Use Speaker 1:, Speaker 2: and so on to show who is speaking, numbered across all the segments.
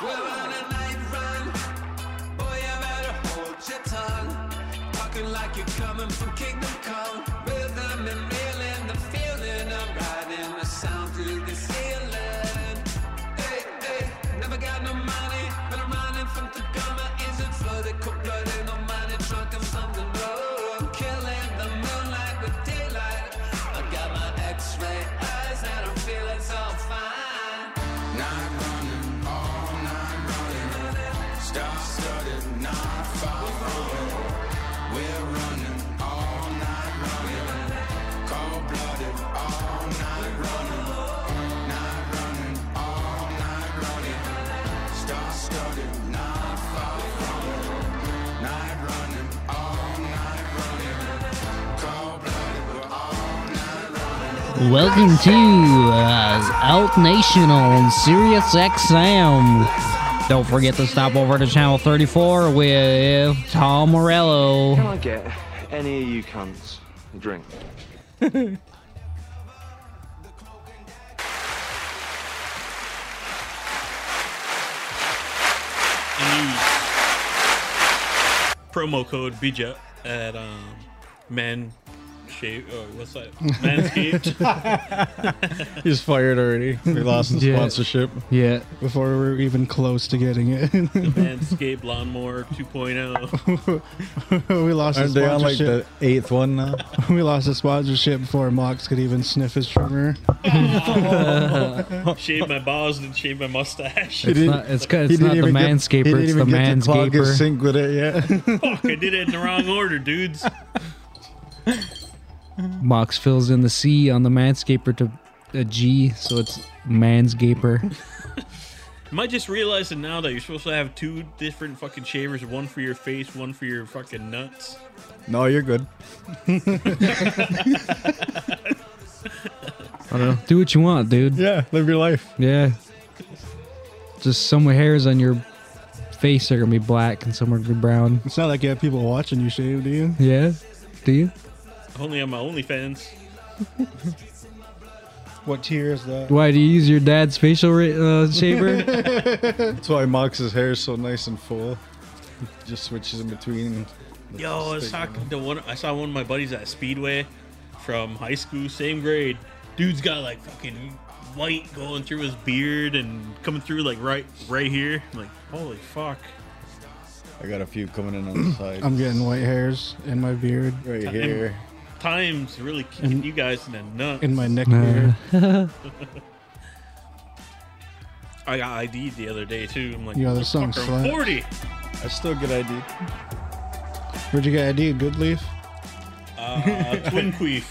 Speaker 1: We're on a night run. Boy, you better hold your tongue. Talking like you're coming from Kingdom Come. Rhythm and reeling, the feeling. I'm riding the sound through the ceiling. Hey, hey, never got no money, but I'm running from Tacoma. Isn't flooded, cold blooded, no money, drunk and on the road. Killing the moonlight with daylight. I got my X-ray eyes and I'm feeling so fine.
Speaker 2: Night running, all night running. Star studded, not far from it. We're running, all night running. Cold blooded, all night running. Night running, all night running. Star studded, not far from it. Night running, all night running. Cold blooded, we're all night running.
Speaker 3: Welcome to uh, Alt Nation on Sirius XM. Don't forget to stop over to Channel 34 with Tom
Speaker 4: Can
Speaker 3: Morello.
Speaker 4: I get any of you cunts a drink?
Speaker 5: and use promo code BJ at um, man shave or what's that manscaped
Speaker 6: He's fired already.
Speaker 7: We lost the
Speaker 6: Yeah.
Speaker 7: sponsorship
Speaker 6: Yeah.
Speaker 7: before we were even close to getting it.
Speaker 5: manscaped lawnmower oh. 2.0
Speaker 7: we lost the
Speaker 8: Aren't they on like
Speaker 7: sponsorship.
Speaker 8: the eighth one now?
Speaker 7: we lost the sponsorship before Mox could even sniff his trimmer.
Speaker 5: shave my balls and shave my mustache
Speaker 7: He
Speaker 3: It's not, it's, ca- it's not the
Speaker 8: get- he
Speaker 3: manscaper,
Speaker 8: didn't
Speaker 3: it's the
Speaker 8: even get to clog his
Speaker 3: manscaper.
Speaker 8: sink with it yet.
Speaker 5: fuck I did it in the wrong order dudes
Speaker 3: Mox fills in the C on the manscaper to a G, so it's manscaper.
Speaker 5: am I just realizing now that you're supposed to have two different fucking shavers one for your face one for your fucking nuts
Speaker 8: no, you're good.
Speaker 3: I don't know. Do what you want, dude.
Speaker 8: Yeah, live your life.
Speaker 3: Yeah. Just some hairs on your face are gonna be black and some are gonna be brown.
Speaker 7: It's not like you have people watching you shave, do you?
Speaker 3: Yeah. Do you?
Speaker 5: only on my OnlyFans
Speaker 7: What tier is that?
Speaker 3: Why do you use your dad's facial ra- uh, shaver?
Speaker 8: That's why Mox's hair is so nice and full. He just switches in between.
Speaker 5: Yo, I saw the one. I saw one of my buddies at Speedway from high school, same grade. Dude's got like fucking white going through his beard and coming through like right, right here. I'm like, holy fuck!
Speaker 8: I got a few coming in on the side.
Speaker 7: I'm getting white hairs in my beard,
Speaker 8: right here.
Speaker 5: Time's really kicking you guys in the nuts.
Speaker 7: in my neck beard.
Speaker 5: I got ID'd the other day too. I'm like,
Speaker 7: Yeah, there's some
Speaker 5: "Motherfucker,
Speaker 7: slack."
Speaker 5: I'm forty.
Speaker 8: I still get ID.
Speaker 7: Where'd you get ID? Good leaf?
Speaker 5: Uh, twin queef,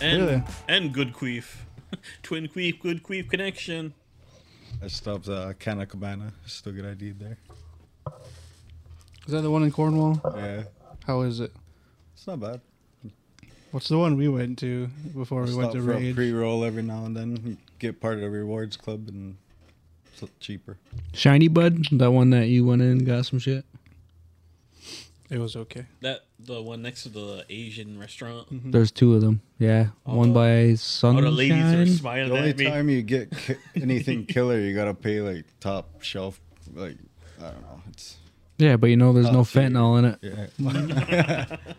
Speaker 5: and
Speaker 7: Really?
Speaker 5: and good queef, twin queef, good queef connection.
Speaker 8: I stopped uh, Cana Cabana. I still get ID there.
Speaker 7: Is that the one in Cornwall?
Speaker 8: Yeah,
Speaker 7: How is it?
Speaker 8: it's not bad.
Speaker 7: What's the one we went to before we went
Speaker 8: Stop
Speaker 7: to
Speaker 8: for a
Speaker 7: Rage?
Speaker 8: pre-roll every now and then. You Get part of the rewards club and it's cheaper.
Speaker 3: Shiny Bud, that one that you went in and got some shit.
Speaker 5: Mm-hmm.
Speaker 7: It was okay.
Speaker 5: That the one next to the Asian restaurant.
Speaker 3: There's two of them. Yeah, one
Speaker 5: the-
Speaker 3: by
Speaker 5: All
Speaker 3: Sunshine.
Speaker 5: Oh, the ladies are
Speaker 8: The
Speaker 5: smiling
Speaker 8: only
Speaker 5: at me.
Speaker 8: time you get ki- anything killer, you gotta pay like top shelf. Like I don't know. It's
Speaker 3: yeah, but you know there's no
Speaker 8: Oh, shit.
Speaker 3: fentanyl in it.
Speaker 8: yeah.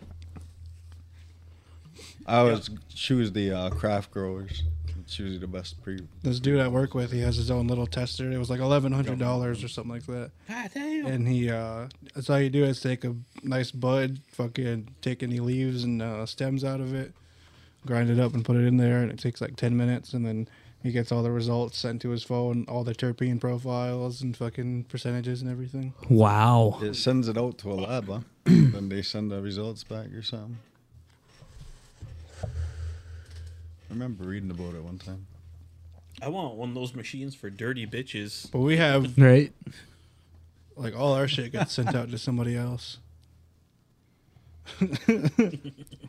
Speaker 8: I always choose the uh, craft growers. It's usually the best pre.
Speaker 7: This dude I work with, he has his own little tester. It was like eleven hundred dollars or something like that.
Speaker 5: God damn.
Speaker 7: And he, uh, that's all you do is take a nice bud, fucking take any leaves and uh, stems out of it, grind it up and put it in there, and it takes like ten minutes, and then he gets all the results sent to his phone, all the terpene profiles and fucking percentages and everything.
Speaker 3: Wow.
Speaker 8: It sends it out to a lab, huh? then they send the results back or something. I remember reading about it one time.
Speaker 5: I want one of those machines for dirty bitches.
Speaker 7: But we have
Speaker 3: Right.
Speaker 7: like all our shit gets sent out to somebody else.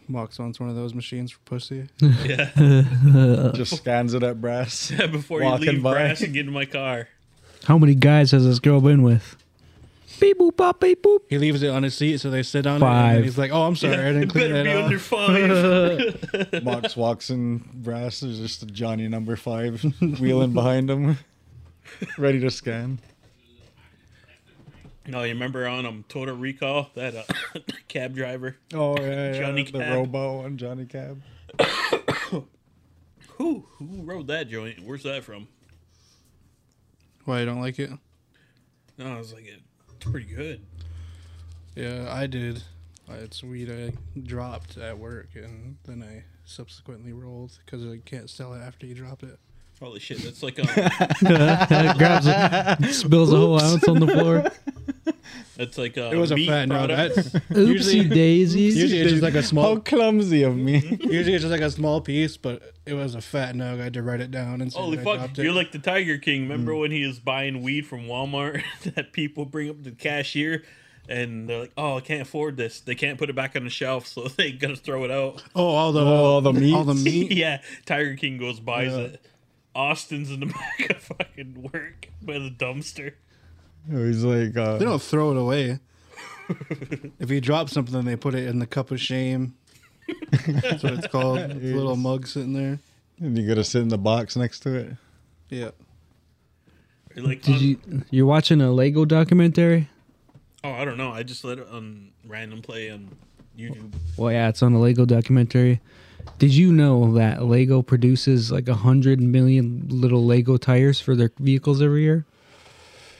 Speaker 7: Mox wants one of those machines for pussy.
Speaker 8: Just scans it at brass.
Speaker 5: Before
Speaker 8: Walking
Speaker 5: you leave,
Speaker 8: by.
Speaker 5: brass and get in my car.
Speaker 3: How many guys has this girl been with? Beep boop bop beep boop.
Speaker 7: He leaves it on his seat, so they sit on it.
Speaker 3: Five.
Speaker 7: And he's like, "Oh, I'm sorry, I didn't
Speaker 5: It
Speaker 7: clean that
Speaker 5: better be
Speaker 7: up."
Speaker 5: under five.
Speaker 8: Mox walks in brass. There's just a Johnny number five wheeling behind him, ready to scan.
Speaker 5: No, you remember on um Total Recall that uh, cab driver?
Speaker 9: Oh yeah, yeah,
Speaker 5: Johnny
Speaker 9: the
Speaker 5: Cab.
Speaker 9: Robo and Johnny Cab.
Speaker 5: Who who rode that joint? Where's that from?
Speaker 7: Why you don't like it?
Speaker 5: No, I was like, it's pretty good.
Speaker 7: Yeah, I did. I had some weed I dropped at work, and then I subsequently rolled because I can't sell it after you drop it.
Speaker 5: Holy shit, that's like um,
Speaker 3: Grabs it, spills a whole ounce on the floor.
Speaker 5: that's like uh
Speaker 7: It was a
Speaker 5: meat
Speaker 7: fat no.
Speaker 5: product.
Speaker 7: That's,
Speaker 3: Oopsie daisies.
Speaker 7: usually it's just like a
Speaker 9: How
Speaker 7: small.
Speaker 9: clumsy of
Speaker 5: Mm-hmm.
Speaker 9: me!
Speaker 7: Usually it's just like a small piece, but it was a fat no. I had to write it down and say
Speaker 5: Holy
Speaker 7: that I
Speaker 5: fuck!
Speaker 7: dropped it.
Speaker 5: You're like the Tiger King.
Speaker 9: Mm.
Speaker 5: Remember when he was buying weed from Walmart that people bring up to the cashier, and they're like, "Oh, I can't afford this. They can't put it back on the shelf, so they gotta throw it out."
Speaker 7: oh, all the
Speaker 9: all the meat.
Speaker 7: all the meat.
Speaker 5: yeah, Tiger King goes buys it. Austin's in the back of fucking work by the dumpster.
Speaker 9: He's like, uh,
Speaker 7: They don't throw it away. if you drop something, they put it in the cup of shame. That's what it's called. It's a little mug sitting there.
Speaker 9: and you gotta sit in the box next to it.
Speaker 7: Yeah.
Speaker 5: Or Like,
Speaker 3: Did
Speaker 5: on-
Speaker 3: you? You're watching a Lego documentary?
Speaker 5: oh, I don't know. I just let it on random play on YouTube.
Speaker 3: Well, yeah, it's on a Lego documentary. Did you know that Lego produces like a hundred million little Lego tires for their vehicles every year?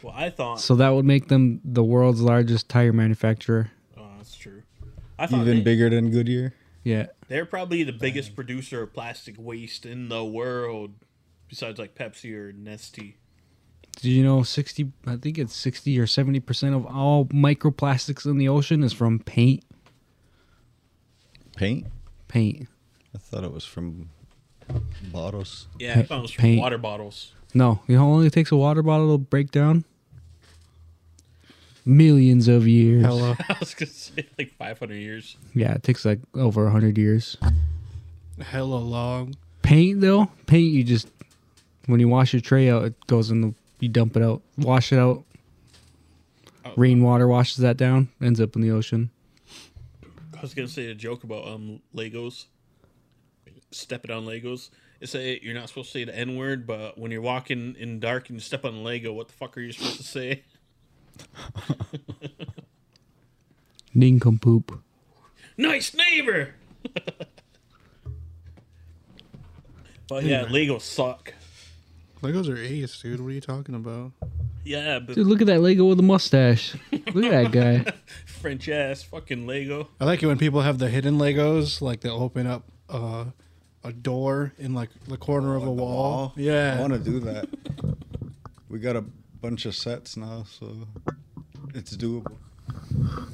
Speaker 5: Well, I thought.
Speaker 3: So that would make them the world's largest tire manufacturer.
Speaker 5: oh, that's true. I thought
Speaker 9: Even
Speaker 5: they,
Speaker 9: bigger than Goodyear.
Speaker 3: Yeah.
Speaker 5: they're probably the biggest producer of plastic waste in the world, besides like Pepsi or Nestle.
Speaker 3: Did you know sixty? I think it's sixty or seventy percent of all microplastics in the ocean is from paint.
Speaker 8: Paint?
Speaker 3: Paint.
Speaker 8: I thought it was from bottles.
Speaker 5: Yeah, I found it was from
Speaker 3: paint.
Speaker 5: water bottles.
Speaker 3: No, you know how long it takes a water bottle to break down? Millions of years.
Speaker 7: Hello.
Speaker 5: I was gonna say like 500 years.
Speaker 3: Yeah, it takes like over hundred years.
Speaker 7: Hella long.
Speaker 3: Paint though, paint you just when you wash your tray out, it goes in the you dump it out, wash it out.
Speaker 5: Oh.
Speaker 3: Rainwater washes that down, ends up in the ocean.
Speaker 5: I was gonna say a joke about um Legos. Stepping on Legos. It say you're not supposed to say the N word, but when you're walking in dark and you step on a Lego, what the fuck are you supposed to say?
Speaker 3: Nincompoop.
Speaker 5: Nice neighbor. but yeah, Legos suck.
Speaker 7: Legos are ace, dude. What are you talking about?
Speaker 5: Yeah, but
Speaker 3: Dude, look at that Lego with a mustache. Look at that guy.
Speaker 5: French ass fucking Lego.
Speaker 7: I like it when people have the hidden Legos, like they'll open up uh, a door in like the corner of a wall.
Speaker 8: I
Speaker 7: Yeah.
Speaker 8: want to do that. we got a bunch of sets now, so it's doable.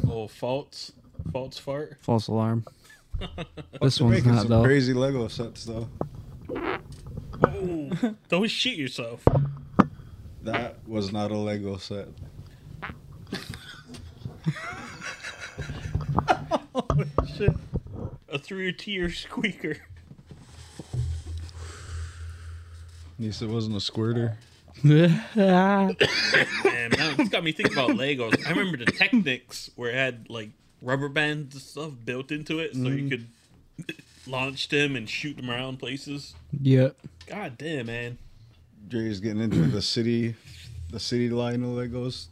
Speaker 5: Oh, false, false fart.
Speaker 3: False alarm. This one's
Speaker 8: Making
Speaker 3: not
Speaker 8: some
Speaker 3: though.
Speaker 8: crazy Lego sets though.
Speaker 5: Oh, don't shit yourself.
Speaker 8: That was not a Lego set. Oh,
Speaker 5: A three-tier squeaker.
Speaker 8: At least it wasn't a squirter.
Speaker 5: And now it's got me thinking about Legos. I remember the Technics where it had like rubber bands and stuff built into it, so
Speaker 8: Mm-hmm.
Speaker 5: you could launch them and shoot them around places.
Speaker 3: yep.
Speaker 5: God damn, man.
Speaker 8: Jerry's getting into the city, the city line of Legos.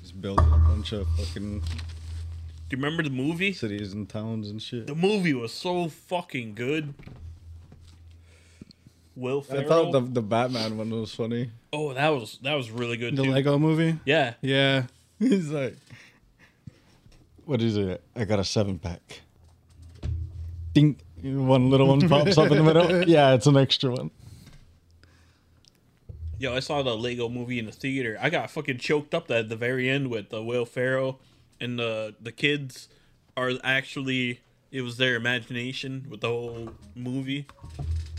Speaker 8: He's building a bunch of fucking
Speaker 5: Do you remember the movie?
Speaker 8: cities and towns and shit.
Speaker 5: The movie was so fucking good. Will
Speaker 8: I
Speaker 5: Ferrell.
Speaker 8: thought the, the Batman one was funny.
Speaker 5: oh, that was that was really good.
Speaker 7: The
Speaker 5: too.
Speaker 7: Lego movie?
Speaker 5: Yeah,
Speaker 7: Yeah.
Speaker 8: He's like, what is it? I got a seven pack. Ding. One little one pops up in the middle. Yeah, it's an extra one.
Speaker 5: Yo, I saw the Lego movie in the theater. I got fucking choked up at the very end with the Will Ferrell and the the kids are actually it was their imagination with the whole movie.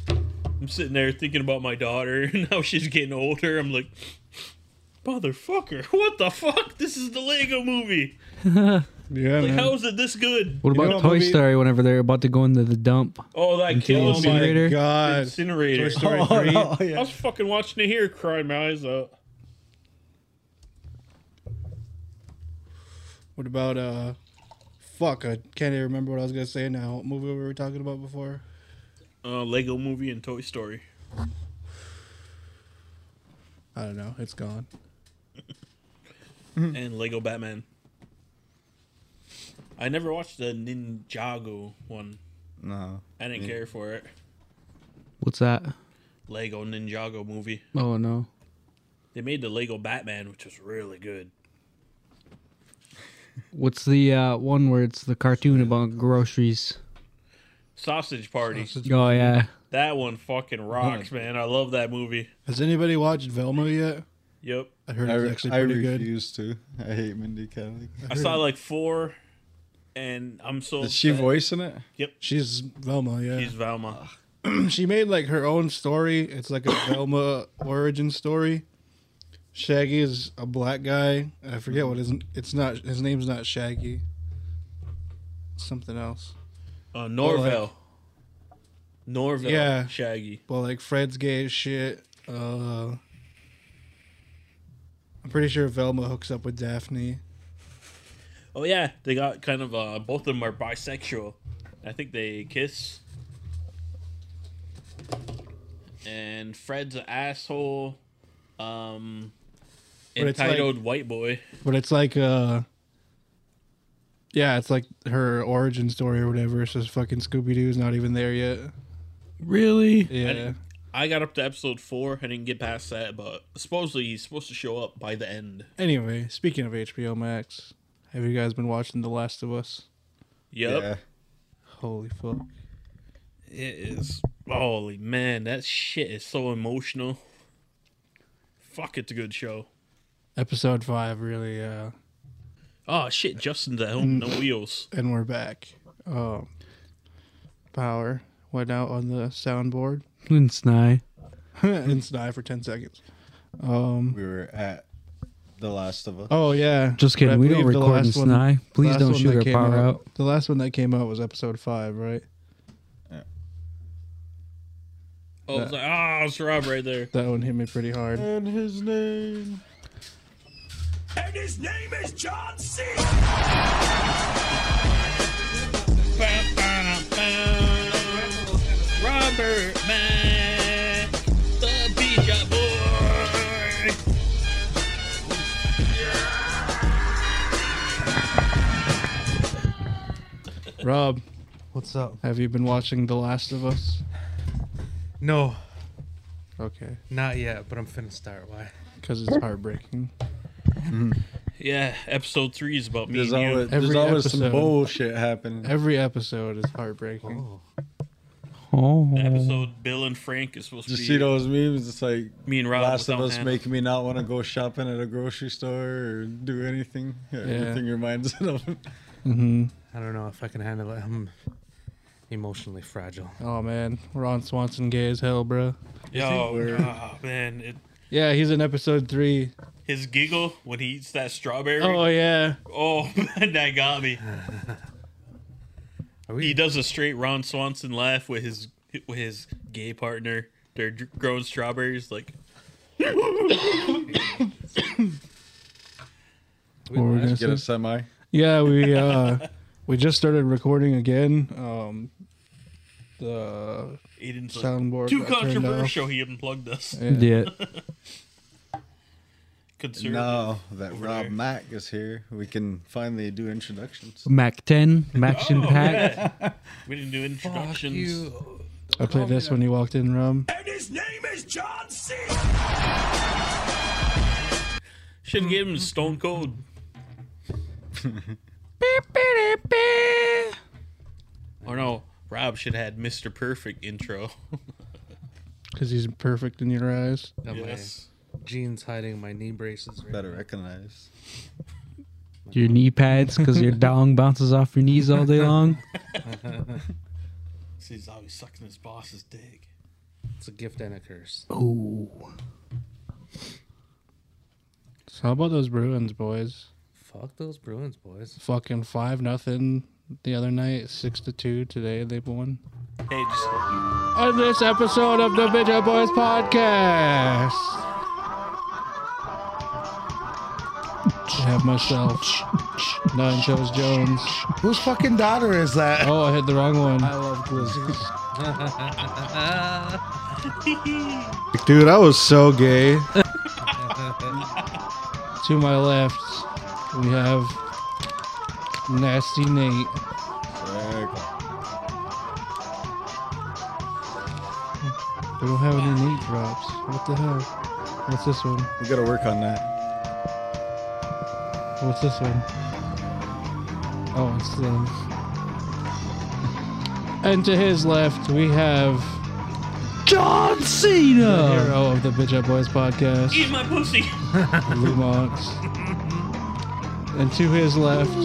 Speaker 5: I'm sitting there thinking about my daughter and how she's getting older. I'm like, motherfucker, what the fuck? This is the Lego movie.
Speaker 7: Yeah,
Speaker 5: Like,
Speaker 7: man.
Speaker 5: how is it this good?
Speaker 3: What about
Speaker 7: know what
Speaker 3: Toy
Speaker 7: movie-
Speaker 3: Story whenever they're about to go into the dump?
Speaker 5: Oh, that
Speaker 3: Until
Speaker 5: killed
Speaker 3: it's
Speaker 5: me.
Speaker 3: in- Incinerator?
Speaker 7: My God.
Speaker 5: Incinerator.
Speaker 7: Toy
Speaker 3: Oh,
Speaker 7: Story 3.
Speaker 5: I was fucking watching it here, crying my eyes out.
Speaker 7: What about uh fuck, I can't even remember what I was gonna say now. What movie were we talking about before?
Speaker 5: Uh, Lego movie and Toy Story.
Speaker 7: I don't know. It's gone.
Speaker 5: and Lego Batman. I never watched the Ninjago one.
Speaker 6: No.
Speaker 5: I didn't care for it.
Speaker 7: What's that?
Speaker 5: Lego Ninjago movie.
Speaker 7: Oh no.
Speaker 5: They made the Lego Batman, which was really good.
Speaker 10: What's the uh, one where it's the cartoon about groceries?
Speaker 5: Sausage Party.
Speaker 10: Oh yeah,
Speaker 5: That one fucking rocks, man. I love that movie.
Speaker 7: Has anybody watched Velma yet?
Speaker 5: Yep.
Speaker 7: I heard
Speaker 6: I,
Speaker 7: it's
Speaker 6: re-
Speaker 7: actually
Speaker 6: I
Speaker 7: pretty good.
Speaker 6: refuse to. I hate Mindy Kaling.
Speaker 5: I saw like four, and I'm so.
Speaker 6: Is she
Speaker 5: upset.
Speaker 6: voicing it?
Speaker 7: She's Velma, yeah.
Speaker 5: She's Velma.
Speaker 7: she made like her own story. It's like a Velma origin story. Shaggy is a black guy. I forget what his it's not his name's not Shaggy. It's something else.
Speaker 5: Uh, Norville.
Speaker 7: Well, like-
Speaker 5: Norville.
Speaker 7: Yeah.
Speaker 5: Shaggy.
Speaker 7: But like Fred's gay as shit. Uh I'm pretty sure Velma hooks up with Daphne.
Speaker 5: Oh yeah, they got kind of uh both of them are bisexual. I think they kiss. And Fred's an asshole. Um
Speaker 7: But it's
Speaker 5: entitled white boy.
Speaker 7: But it's like uh yeah, it's like her origin story or whatever. It's just fucking Scooby Doo's not even there yet.
Speaker 5: Really?
Speaker 7: Yeah.
Speaker 5: I got up to episode four. I didn't get past that, but supposedly he's supposed to show up by the end.
Speaker 7: Anyway, speaking of HBO Max, have you guys been watching The Last of Us?
Speaker 5: Yep.
Speaker 7: Holy fuck.
Speaker 5: It is. Holy man, that shit is so emotional. Fuck, it's a good show.
Speaker 7: Episode 5 really uh Mm.
Speaker 5: Oh shit, Justin's at home, no wheels.
Speaker 7: and we're back. Um power went out on the soundboard
Speaker 10: it's nice.
Speaker 7: and snide for 10 seconds. Um
Speaker 6: We were at The Last of Us.
Speaker 7: oh yeah.
Speaker 10: Just kidding.
Speaker 7: But I
Speaker 10: we don't
Speaker 7: believe the
Speaker 10: record in
Speaker 7: last one-
Speaker 10: Sny. Please
Speaker 7: last
Speaker 10: don't
Speaker 7: one
Speaker 10: shoot
Speaker 7: that
Speaker 10: our
Speaker 7: came
Speaker 10: power out.
Speaker 7: The last one that came out was episode 5, right?
Speaker 5: Oh, it's like, ah, it's Rob right there.
Speaker 7: That one hit me pretty hard.
Speaker 6: And his name.
Speaker 1: And his name is John C.
Speaker 5: Robert Mack, the Bija Boy.
Speaker 7: Rob,
Speaker 8: What's up?
Speaker 7: have you been watching The Last of Us?
Speaker 4: No,
Speaker 7: Okay,
Speaker 4: not yet, but I'm finna start. Why?
Speaker 7: cuz it's heartbreaking.
Speaker 5: Yeah, episode three is about me.
Speaker 6: There's
Speaker 5: and you.
Speaker 6: always,
Speaker 7: Every
Speaker 6: there's always
Speaker 7: episode.
Speaker 6: some bullshit happening.
Speaker 7: Every episode is heartbreaking.
Speaker 10: Oh,
Speaker 5: episode Bill and Frank is supposed
Speaker 6: Just
Speaker 5: to
Speaker 6: see
Speaker 5: be
Speaker 6: those memes. It's like
Speaker 5: me and Rob.
Speaker 6: Last of
Speaker 5: without
Speaker 6: Us
Speaker 5: Hannah.
Speaker 6: making me not want to go shopping at a grocery store or do anything. Yeah, Everything reminds me of
Speaker 5: Mm-hmm.
Speaker 4: I don't know if I can handle it. I'm emotionally fragile.
Speaker 7: Oh man, Ron Swanson gay as hell, bro.
Speaker 5: Yo, oh, man, it,
Speaker 7: Yeah, he's in episode three.
Speaker 5: his giggle when he eats that strawberry.
Speaker 7: Oh yeah,
Speaker 5: Oh man, that got me. He does a straight Ron Swanson laugh with his with his gay partner. They're dr- growing strawberries. Like
Speaker 7: What were we gonna
Speaker 6: Get a
Speaker 7: say?
Speaker 6: semi.
Speaker 7: yeah. We uh, we just started recording again. Um, the
Speaker 5: Aiden's like,
Speaker 7: soundboard
Speaker 5: too
Speaker 7: got turned off.
Speaker 5: controversial. He unplugged us.
Speaker 10: yeah.
Speaker 5: Conservative.
Speaker 6: Now that
Speaker 5: over
Speaker 6: Rob
Speaker 5: there.
Speaker 6: Mack is here, we can finally do introductions.
Speaker 10: Mac 10, Maction
Speaker 5: Oh,
Speaker 10: Pack.
Speaker 5: yeah. We didn't do introductions.
Speaker 7: I played this when you walked in, Rum.
Speaker 1: And his name is John C.
Speaker 5: Should give him Stone Cold. Mm-hmm. or no, Rob should have had Mr. Perfect intro.
Speaker 7: Because he's perfect in your eyes.
Speaker 4: Got
Speaker 5: yes.
Speaker 4: my jeans hiding my knee braces. Right
Speaker 6: Better recognize.
Speaker 10: Your knee pads because your dong bounces off your knees all day long.
Speaker 5: He's always sucking his boss's dick.
Speaker 4: It's a gift and a curse.
Speaker 10: Oh,
Speaker 7: So how about those Bruins boys?
Speaker 4: Fuck those Bruins, boys.
Speaker 7: Fucking five nothing the other night, six to two today. They won.
Speaker 5: Hey, just
Speaker 7: On this episode of the Bitch Boys podcast, I have myself Nine Shows Jones.
Speaker 2: Whose fucking daughter is that?
Speaker 7: Oh, I hit the wrong one.
Speaker 2: love glizzies.
Speaker 7: Dude, I was so gay. To my left, we have Nasty Nate. They don't have any Nate drops. What the hell? What's this one?
Speaker 6: We gotta work on that.
Speaker 7: What's this one? Oh, it's the. And to his left, we have John Cena, the hero of the Bitch Up Boys podcast.
Speaker 5: Eat my pussy.
Speaker 7: Lumox. And to his left,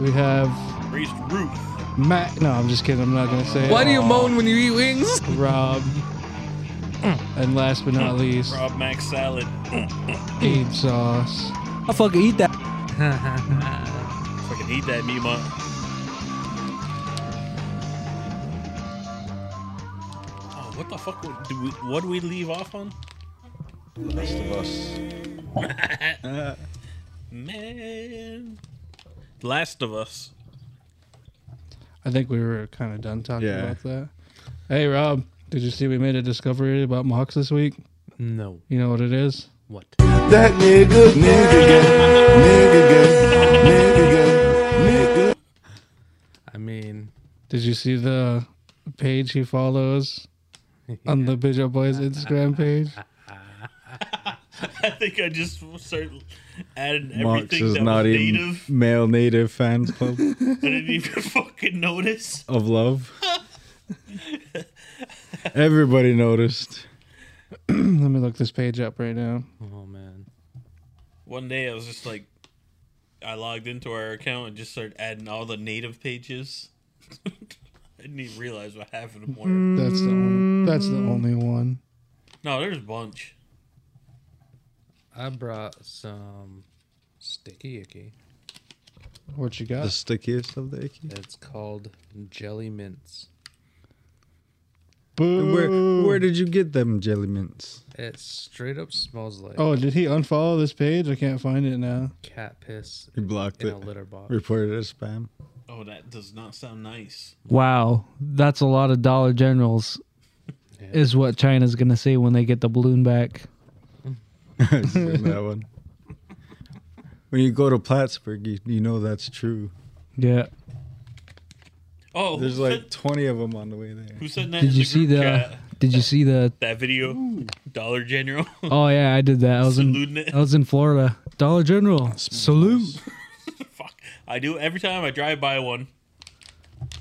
Speaker 7: we have
Speaker 5: Raised Ruth.
Speaker 7: Matt. No, I'm just kidding. I'm not gonna say. it.
Speaker 3: Why do you moan when you eat wings? Mm.
Speaker 7: Rob. And last but not least,
Speaker 5: Rob Mac salad.
Speaker 7: Abe Sauce.
Speaker 3: I fucking eat that.
Speaker 5: Fucking eat that Mima. Oh, what the fuck? would- Do we, what do we leave off on?
Speaker 6: Last of Us.
Speaker 5: Man. Last of Us.
Speaker 7: I think we were kind of done talking
Speaker 5: Yeah.
Speaker 7: about that. Hey, Rob, did you see we made a discovery about Mohawks this week?
Speaker 4: No.
Speaker 7: You know what it is?
Speaker 4: What?
Speaker 7: That nigga,
Speaker 4: I mean,
Speaker 7: Did you see the page he follows on the Bitch Up Boys Instagram page?
Speaker 6: Ah.
Speaker 5: I think I just started adding
Speaker 6: Mox
Speaker 5: everything
Speaker 6: is
Speaker 5: that
Speaker 6: not
Speaker 5: was
Speaker 6: even
Speaker 5: native.
Speaker 6: male native fans club
Speaker 5: I didn't even fucking notice.
Speaker 6: of love. Everybody noticed.
Speaker 7: Let me look this page up right now.
Speaker 4: Oh man.
Speaker 5: One day I was just like, I logged into our account and just started adding all the native pages. I didn't even realize what happened.
Speaker 7: That's the only, that's the only one.
Speaker 5: No, there's a bunch.
Speaker 4: I brought some sticky icky.
Speaker 7: What you got?
Speaker 6: The stickiest of the icky.
Speaker 4: It's called jelly mints.
Speaker 6: Where, where did you get them jelly mints?
Speaker 4: It straight up smells like
Speaker 7: Oh, did he unfollow this page? I can't find it now.
Speaker 4: cat piss.
Speaker 6: He blocked
Speaker 4: in
Speaker 6: it.
Speaker 4: a litter box.
Speaker 6: Reported as spam.
Speaker 5: Oh, that does not sound nice.
Speaker 3: Wow, that's a lot of Dollar Generals, is what China's gonna say when they get the balloon back.
Speaker 6: that one. When you go to Plattsburgh, you, you know that's true.
Speaker 3: Yeah.
Speaker 5: Oh,
Speaker 6: there's like 20 of them on the way there.
Speaker 5: Who said that?
Speaker 3: Did
Speaker 5: in
Speaker 3: you
Speaker 5: the
Speaker 3: see
Speaker 5: group
Speaker 3: the?
Speaker 5: chat?
Speaker 3: Did you see the?
Speaker 5: that video? Dollar General.
Speaker 3: Oh yeah, I did that. I was
Speaker 5: Saluting
Speaker 3: in.
Speaker 5: it.
Speaker 3: I was in Florida. Dollar General. Salute.
Speaker 5: I do every time I drive by one.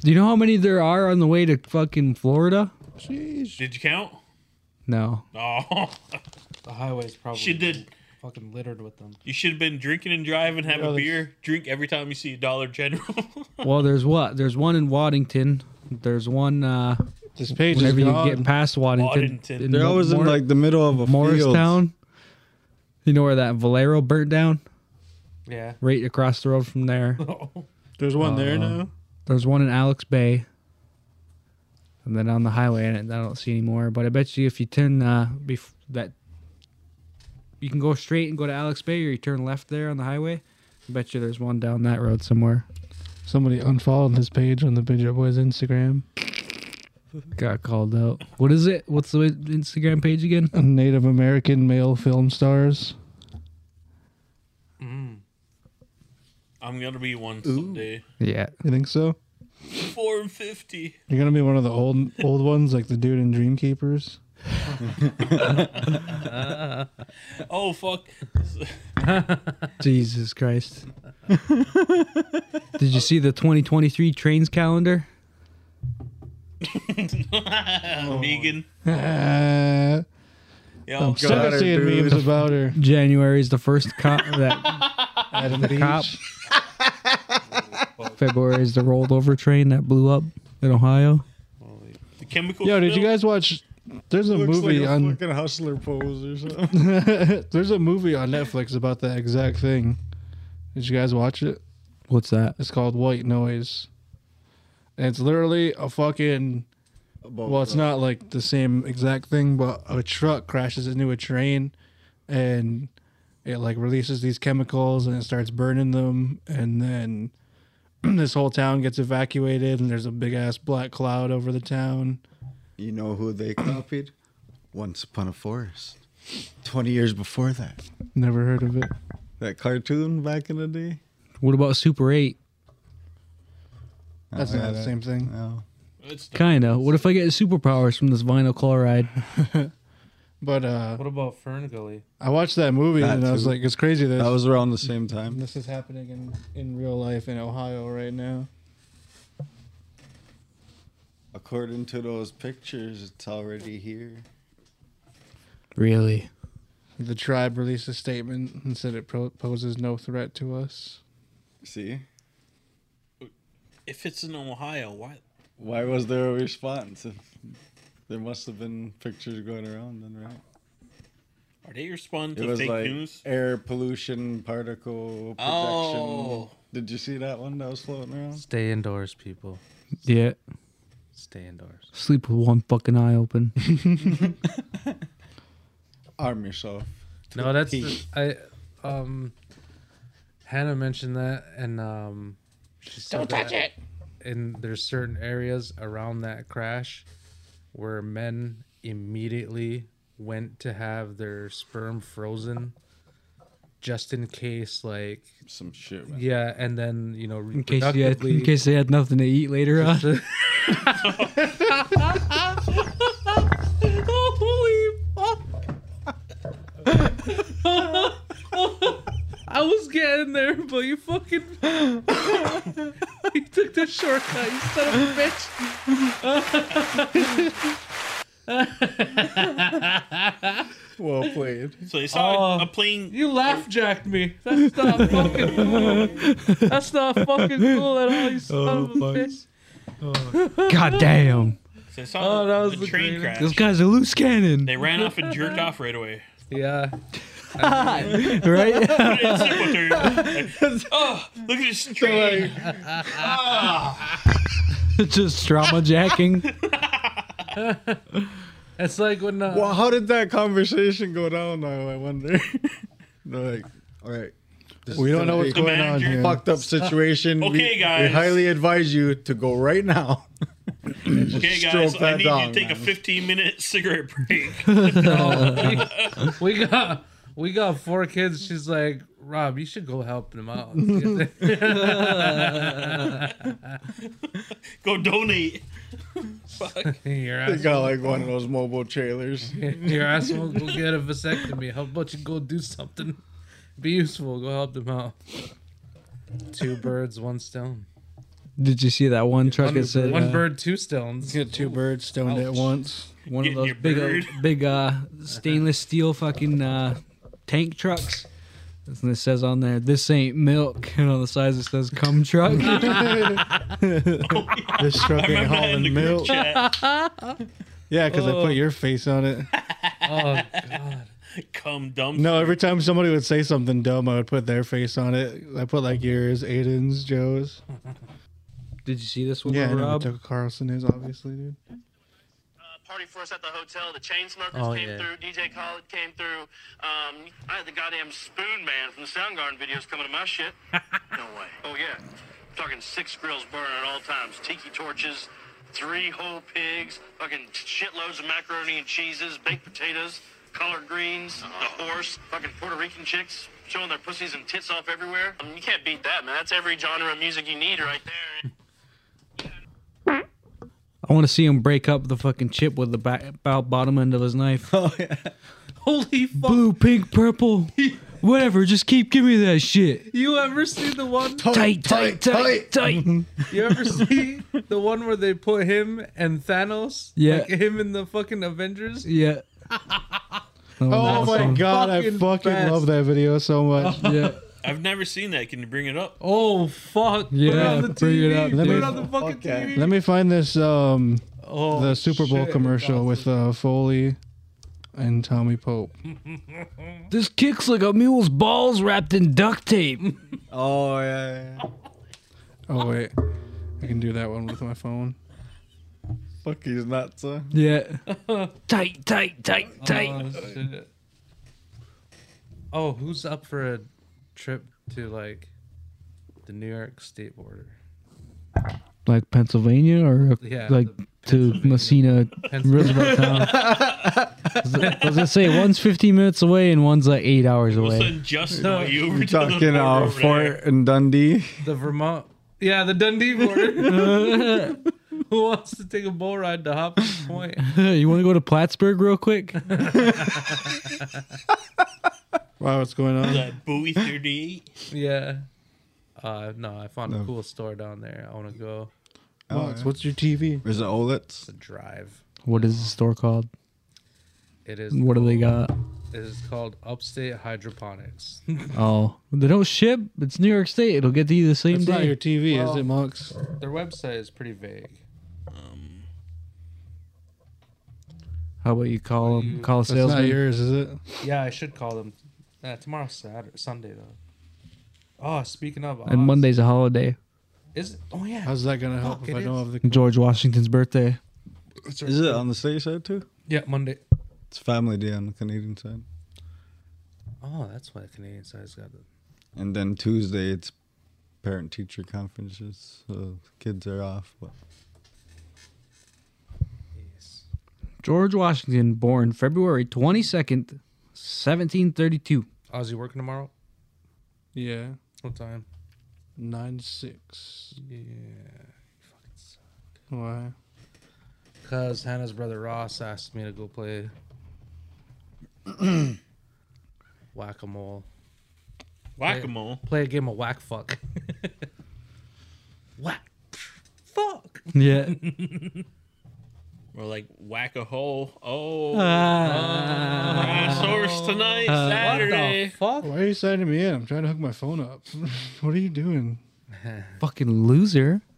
Speaker 3: Do you know how many there are on the way to fucking Florida?
Speaker 5: Did you count?
Speaker 3: No.
Speaker 5: Oh,
Speaker 4: The highway's probably
Speaker 5: She did.
Speaker 4: fucking littered with them.
Speaker 5: you should have been drinking and driving, have
Speaker 4: Yeah,
Speaker 5: a
Speaker 4: there's-
Speaker 5: beer, drink every time you see a Dollar General.
Speaker 3: Well, there's what? There's one in Waddington. There's one. uh
Speaker 7: This page is
Speaker 3: Whenever you
Speaker 7: gone.
Speaker 3: get past Waddington,
Speaker 5: Waddington.
Speaker 3: in
Speaker 6: They're always in
Speaker 3: Mor-
Speaker 6: like the middle of a
Speaker 3: Morristown. You know where that Valero burnt down?
Speaker 4: Yeah.
Speaker 3: Right across the road from there.
Speaker 7: There's one there
Speaker 3: Uh,
Speaker 6: Uh-huh.
Speaker 7: now.
Speaker 3: There's one in Alex Bay. And then on the highway, and I don't see any more. But I bet you if you turn uh, bef- that, you can go straight and go to Alex Bay, or you turn left there on the highway. I bet you there's one down that road somewhere.
Speaker 7: Somebody unfollowed his page on the Bitch Up Boys Instagram.
Speaker 3: Got called out. What is it? What's the Instagram page again?
Speaker 7: Native American male film stars.
Speaker 4: Mm.
Speaker 5: I'm gonna be one someday.
Speaker 3: Yeah.
Speaker 7: You think so?
Speaker 5: Four and fifty.
Speaker 7: You're gonna be one of the old old ones, like the dude in Dreamkeepers.
Speaker 5: oh fuck.
Speaker 3: Jesus Christ. Did you see the 2023 trains calendar?
Speaker 5: Megan.
Speaker 7: Ah,
Speaker 5: Yo,
Speaker 7: I'm sick of seeing memes about her.
Speaker 3: January is the first cop that
Speaker 7: Adam
Speaker 3: the
Speaker 7: Beach.
Speaker 3: cop. February is the rollover train that blew up in Ohio.
Speaker 5: the chemical.
Speaker 7: Yo, did you
Speaker 5: spill?
Speaker 7: guys watch? There's a
Speaker 6: Looks
Speaker 7: movie
Speaker 6: like a
Speaker 7: on.
Speaker 6: fucking hustler pose or something.
Speaker 7: there's a movie on Netflix about that exact thing. Did you guys watch it?
Speaker 3: What's that?
Speaker 7: It's called White Noise. And it's literally a fucking. Well, it's not like the same exact thing, but a truck crashes into a train and it like releases these chemicals and it starts burning them. And then this whole town gets evacuated and there's a big ass black cloud over the town.
Speaker 6: You know who they copied? Once Upon a Forest. 20 years before that.
Speaker 7: Never heard of it.
Speaker 8: That cartoon back in the day.
Speaker 3: What about Super 8?
Speaker 7: That's
Speaker 6: Uh,
Speaker 8: Oh, yeah,
Speaker 7: not the
Speaker 8: that-
Speaker 7: same thing.
Speaker 8: No.
Speaker 3: Kind of. What if I get superpowers from this vinyl chloride?
Speaker 7: But uh,
Speaker 4: What about Ferngully?
Speaker 7: I watched that movie
Speaker 8: That
Speaker 7: and I was
Speaker 8: too.
Speaker 7: like, it's crazy. This
Speaker 8: That was around the same time.
Speaker 7: This is happening in in real life in Ohio right now.
Speaker 8: According to those pictures, it's already here.
Speaker 3: really?
Speaker 7: The tribe released a statement and said it pro- poses no threat to us.
Speaker 8: See,
Speaker 1: If it's in Ohio, why?
Speaker 8: why was there a response? If there must have been pictures going around, then right?
Speaker 1: Are they responding
Speaker 8: It
Speaker 1: to
Speaker 8: was
Speaker 1: fake
Speaker 8: like
Speaker 1: news?
Speaker 8: air pollution particle projection.
Speaker 1: Oh.
Speaker 8: Did you see that one that was floating around?
Speaker 4: Stay indoors, people.
Speaker 3: Yeah.
Speaker 4: Stay indoors.
Speaker 3: Sleep with one fucking eye open.
Speaker 8: Arm yourself. to
Speaker 4: No,
Speaker 8: the
Speaker 4: that's
Speaker 8: heat.
Speaker 4: the- I. Um, Hannah mentioned that, and um, she said
Speaker 11: Don't touch
Speaker 4: that And there's certain areas around that crash where men immediately went to have their sperm frozen, just in case, like
Speaker 8: some shit.
Speaker 4: Yeah, and then you know,
Speaker 3: In case, you had, in
Speaker 4: reproductively-
Speaker 3: case they had nothing to eat later on.
Speaker 11: Holy fuck!
Speaker 4: I was getting there, but you fucking you took the shortcut, you son of a bitch.
Speaker 8: well played.
Speaker 1: So they saw
Speaker 4: Oh,
Speaker 1: a plane.
Speaker 4: You laugh jacked me. That's not fucking cool. That's not fucking cool at all, you son
Speaker 3: Oh,
Speaker 4: of a bitch. Uh,
Speaker 3: God damn.
Speaker 1: So they saw a train crash.
Speaker 3: Those guys are loose cannon.
Speaker 1: They ran off and jerked off right away.
Speaker 4: Yeah.
Speaker 3: right?
Speaker 1: oh, look at this train. Ah.
Speaker 3: Just trauma jacking.
Speaker 4: It's like when uh,
Speaker 8: Well, how did that conversation go down? Though I wonder. They're like, all right. this
Speaker 7: We
Speaker 8: is
Speaker 7: don't know
Speaker 8: gonna
Speaker 7: what's
Speaker 8: be
Speaker 7: going on here.
Speaker 8: Fucked up situation. We-
Speaker 1: Okay, guys.
Speaker 8: We highly advise you to go right now.
Speaker 1: Okay, guys, I need you to take a 15 minute cigarette break.
Speaker 4: No, we, we got we got four kids. She's like, Rob, you should go help them out.
Speaker 1: Go donate. Fuck.
Speaker 4: Your
Speaker 8: They
Speaker 4: ass,
Speaker 8: got like one of those mobile trailers.
Speaker 4: your ass won't go get a vasectomy. How about you go do something? Be useful. Go help them out. Two birds, one stone.
Speaker 3: Did you see that one truck that said
Speaker 4: one
Speaker 3: uh,
Speaker 4: bird, two stones.
Speaker 7: Get two birds stoned at once.
Speaker 3: One of those big, uh, big uh, stainless steel fucking uh, tank trucks. And it says on there, "This ain't milk," and on the sides it says, "Come truck."
Speaker 7: This truck ain't hauling milk. Yeah, because I
Speaker 1: Oh.
Speaker 7: put your face on it.
Speaker 4: Oh,
Speaker 1: God. Come dumb.
Speaker 7: No, every time somebody would say something dumb, I would put their face on it. I put like yours, Aiden's, Joe's.
Speaker 3: Did you see this one,
Speaker 7: Yeah, I know
Speaker 3: Rob?
Speaker 7: Tucker Carlson is obviously, dude.
Speaker 5: party for us at the hotel. The Chainsmokers
Speaker 7: Oh,
Speaker 5: came
Speaker 7: yeah.
Speaker 5: through. DJ Khaled came through. Um, I had the goddamn Spoon Man from the Soundgarden videos coming to my shit. no way. Oh yeah, I'm talking six grills burning at all times, tiki torches, three whole pigs, fucking shitloads of macaroni and cheeses, baked potatoes, collard greens, the horse, fucking Puerto Rican chicks showing their pussies and tits off everywhere. I mean, you can't beat that, man. That's every genre of music you need right there.
Speaker 3: I want to see him break up the fucking chip with the back, about bottom end of his knife. Oh yeah!
Speaker 4: Holy fuck!
Speaker 3: Blue, pink, purple, whatever. Just keep giving me that shit.
Speaker 4: You ever see the one
Speaker 3: Tight, tight, tight, tight.
Speaker 4: You ever see the one where they put him and Thanos?
Speaker 3: Yeah.
Speaker 4: Like him in the fucking Avengers?
Speaker 3: Yeah.
Speaker 7: Oh my god, I
Speaker 4: Fucking
Speaker 7: fucking
Speaker 4: best.
Speaker 7: love that video so much.
Speaker 1: I've never seen that. Can you bring it up?
Speaker 4: Oh fuck!
Speaker 7: Yeah, bring it up,
Speaker 4: Put
Speaker 7: dude.
Speaker 4: it on the fucking TV.
Speaker 7: Let me find this um
Speaker 4: Oh,
Speaker 7: the Super Bowl
Speaker 4: shit,
Speaker 7: commercial with uh, Foley and Tommy Pope.
Speaker 3: This kicks like a mule's balls wrapped in duct tape.
Speaker 8: Oh yeah.
Speaker 7: Oh wait, I can do that one with my phone.
Speaker 8: Fuck, he's nuts. Huh?
Speaker 3: Yeah. tight, tight, tight,
Speaker 4: Oh,
Speaker 3: tight.
Speaker 4: shit. Oh, who's up for a trip to like the New York state border?
Speaker 3: Like Pennsylvania or
Speaker 4: Yeah,
Speaker 3: like to Messina Roosevelt Town. was gonna say one's 15 minutes away and one's like eight hours away.
Speaker 5: Just
Speaker 4: the,
Speaker 5: you
Speaker 6: We're talking uh, Fort and Dundee.
Speaker 4: the Vermont. Yeah, the Dundee border. Who wants to take a bull ride to Hop Point?
Speaker 3: you want to go to Plattsburgh real quick?
Speaker 7: Wow, what's going on?
Speaker 5: That Bowie E? 38.
Speaker 4: Yeah. Uh, no, Oh, I found a cool store down there. I want to go.
Speaker 7: Alex, what's your TV?
Speaker 6: Oh, Is it OLEDs?
Speaker 4: The drive.
Speaker 3: What is the store called?
Speaker 4: It is.
Speaker 3: What do they got?
Speaker 4: It is called Upstate Hydroponics.
Speaker 3: Oh, they don't ship. It's New York State. It'll get to you the same
Speaker 4: That's
Speaker 3: day.
Speaker 4: not your TV, is Well- it,
Speaker 7: Monks?
Speaker 4: Their website is pretty vague.
Speaker 3: How about you call them? Call a
Speaker 7: That's not
Speaker 3: salesman.
Speaker 7: yours, is it?
Speaker 4: Yeah, I should call them. Uh, tomorrow's Saturday, Sunday though. Oh, speaking of,
Speaker 3: And Monday's a holiday.
Speaker 4: is it? Oh yeah.
Speaker 7: How's that gonna help
Speaker 4: Fuck,
Speaker 7: if
Speaker 4: it
Speaker 7: I don't
Speaker 4: is.
Speaker 7: have the?
Speaker 3: George Washington's birthday.
Speaker 6: Is it on the state side too?
Speaker 4: Yeah, Monday.
Speaker 6: It's Family Day on the Canadian side.
Speaker 4: Oh, that's why the Canadian side's got the
Speaker 6: And then Tuesday, it's parent teacher conferences. So kids are off. But
Speaker 3: George Washington, born February 22nd, 1732.
Speaker 4: Oh, is he working tomorrow?
Speaker 7: Yeah.
Speaker 4: What time?
Speaker 7: Nine six.
Speaker 4: Yeah.
Speaker 7: Why?
Speaker 4: uh, Cause Hannah's brother Ross asked me to go play whack a mole.
Speaker 5: Whack-a-mole?
Speaker 4: Play, play a game of whack fuck. whack. Fuck.
Speaker 3: Yeah.
Speaker 5: We're like whack a hole. Oh,
Speaker 1: uh,
Speaker 3: Ah.
Speaker 5: dinosaurs tonight,
Speaker 7: Uh, what the
Speaker 5: Saturday.
Speaker 4: fuck?
Speaker 7: Why are you signing me in? I'm trying to hook my phone up. what are you doing?
Speaker 3: Fucking loser.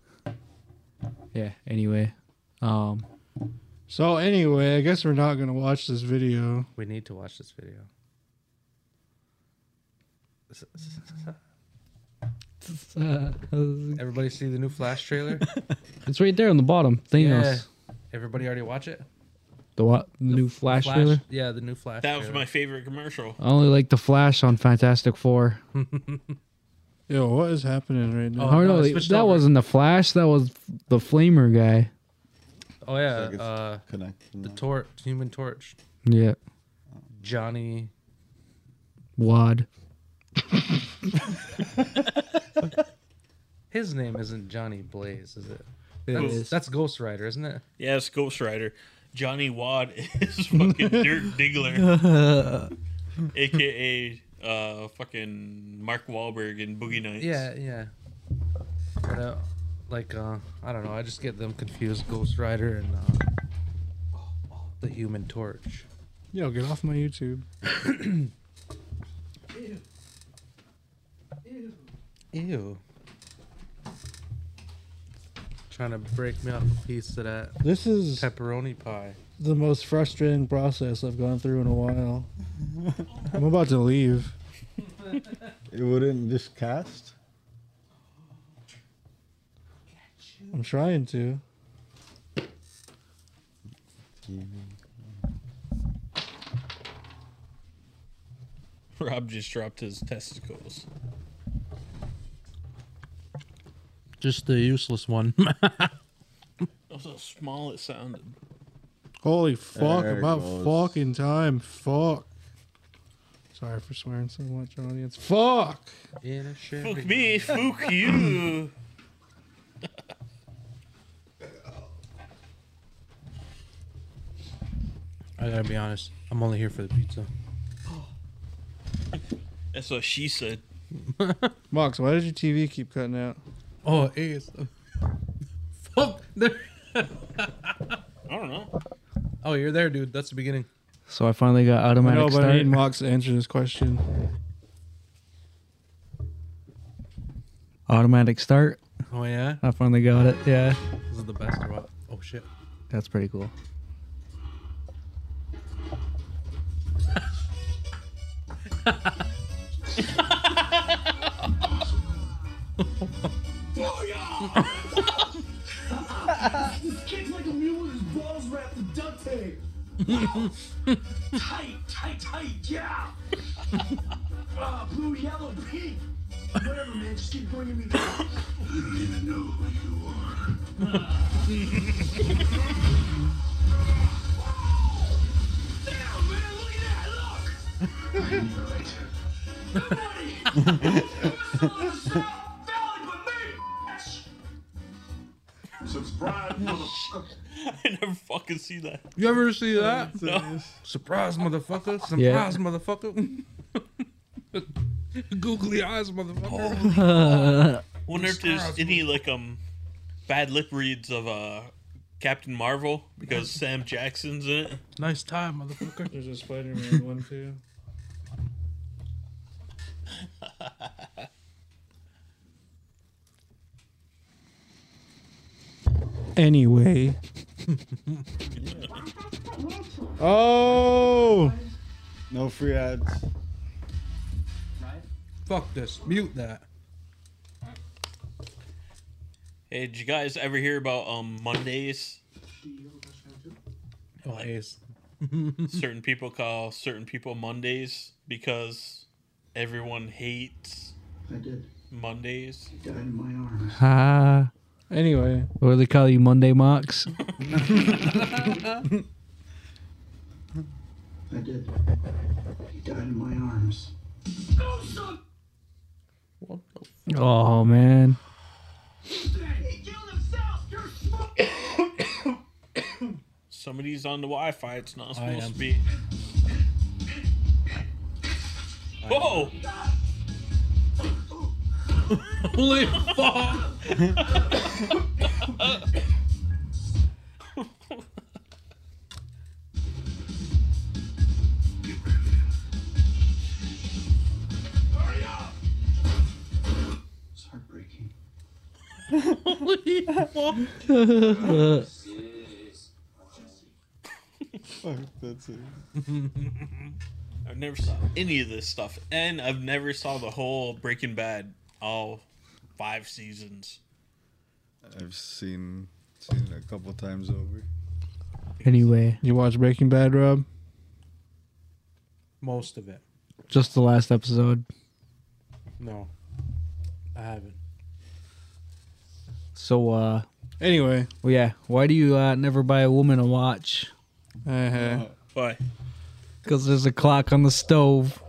Speaker 3: Yeah, anyway. Um,
Speaker 7: So anyway, I guess we're not gonna watch this video.
Speaker 4: We need to watch this video. Everybody see the new Flash trailer?
Speaker 3: It's right there on the bottom. Thanos.
Speaker 4: Everybody already watch it?
Speaker 3: The what? new Flash, trailer?
Speaker 4: Yeah, the new Flash.
Speaker 5: That was my favorite commercial.
Speaker 3: I only like the Flash on Fantastic Four.
Speaker 7: Yo, what is happening right now?
Speaker 3: Oh, no, that wasn't the Flash. That was the Flamer guy.
Speaker 4: Oh yeah, uh,
Speaker 6: connect
Speaker 4: the torch, Human Torch,
Speaker 3: Yeah.
Speaker 4: Johnny.
Speaker 3: Wad.
Speaker 4: His name isn't Johnny Blaze, is it?
Speaker 5: It
Speaker 4: that's,
Speaker 5: is.
Speaker 4: that's Ghost Rider, isn't it?
Speaker 5: Yeah, it's Ghost Rider. Johnny Wad is fucking Dirk Diggler, aka uh, fucking Mark Wahlberg in Boogie Nights.
Speaker 4: Yeah, yeah. But, uh, like, uh, I don't know. I just get them confused, Ghost Rider and uh, the Human Torch.
Speaker 7: Yo, get off my YouTube.
Speaker 4: Ew. Trying to break me off a piece of that.
Speaker 7: This is-
Speaker 4: pepperoni pie.
Speaker 7: the most frustrating process I've gone through in a while. I'm about to leave.
Speaker 6: it wouldn't just cast.
Speaker 7: I'm trying to.
Speaker 5: Rob just dropped his testicles.
Speaker 4: Just the useless one.
Speaker 5: That was how small it sounded.
Speaker 7: Holy fuck,
Speaker 5: There it
Speaker 7: about
Speaker 5: goes.
Speaker 7: fucking time. Fuck. Sorry for swearing so much, audience. Fuck!
Speaker 4: In a
Speaker 5: Fuck me, fuck you.
Speaker 4: I gotta be honest. I'm only here for the pizza.
Speaker 5: That's what she said.
Speaker 7: Mox, why does your TV keep cutting out?
Speaker 4: Oh, it is. Fuck.
Speaker 5: I don't know.
Speaker 4: Oh, you're there, dude. That's the beginning.
Speaker 3: So I finally got
Speaker 7: I
Speaker 3: automatic
Speaker 7: know, but
Speaker 3: start.
Speaker 7: I need Mox to answer this question.
Speaker 3: automatic start.
Speaker 4: Oh, yeah?
Speaker 3: I finally got it. Yeah.
Speaker 4: This is the best or what? Oh shit.
Speaker 3: That's pretty cool.
Speaker 1: this kid's like a mule with his balls wrapped in duct tape. tight, tight, tight, yeah. uh, blue, yellow, pink. Whatever, man. Just keep bringing me down. I don't even know who you are.
Speaker 5: fucking see that.
Speaker 4: You ever see that?
Speaker 5: No.
Speaker 4: Surprise, motherfucker! Surprise,
Speaker 5: Yeah.
Speaker 4: motherfucker! Googly eyes, motherfucker!
Speaker 5: I wonder if
Speaker 4: Stars.
Speaker 5: there's any like um bad lip reads of uh Captain Marvel because Sam Jackson's in it.
Speaker 4: Nice time, motherfucker.
Speaker 7: There's a Spider-Man one too.
Speaker 3: Anyway.
Speaker 8: oh, no free ads.
Speaker 4: Fuck this. Mute that.
Speaker 5: Hey, did you guys ever hear about um Mondays?
Speaker 4: Ace.
Speaker 5: certain people call certain people Mondays because everyone hates I did. Mondays.
Speaker 3: Ha.
Speaker 7: Anyway.
Speaker 3: What do they call you, Monday Mox?
Speaker 12: I did. He died in my arms.
Speaker 3: oh, man.
Speaker 5: Somebody's on the Wi Fi, it's not
Speaker 4: I
Speaker 5: supposed
Speaker 4: am.
Speaker 5: to be. Whoa!
Speaker 4: Holy fuck!
Speaker 12: It's heartbreaking.
Speaker 4: Holy fuck!
Speaker 8: Fuck, that's it.
Speaker 5: I've never saw any of this stuff, and I've never saw the whole Breaking Bad, all five seasons.
Speaker 6: I've seen seen it a couple times over.
Speaker 3: Anyway.
Speaker 7: You watch Breaking Bad, Rob?
Speaker 4: Most of it.
Speaker 3: Just the last episode.
Speaker 4: No, I haven't.
Speaker 3: So, uh.
Speaker 7: Anyway.
Speaker 3: Well, yeah. Why do you uh, never buy a woman a watch?
Speaker 7: Uh-huh.
Speaker 5: Why?
Speaker 3: Because there's a clock on the stove.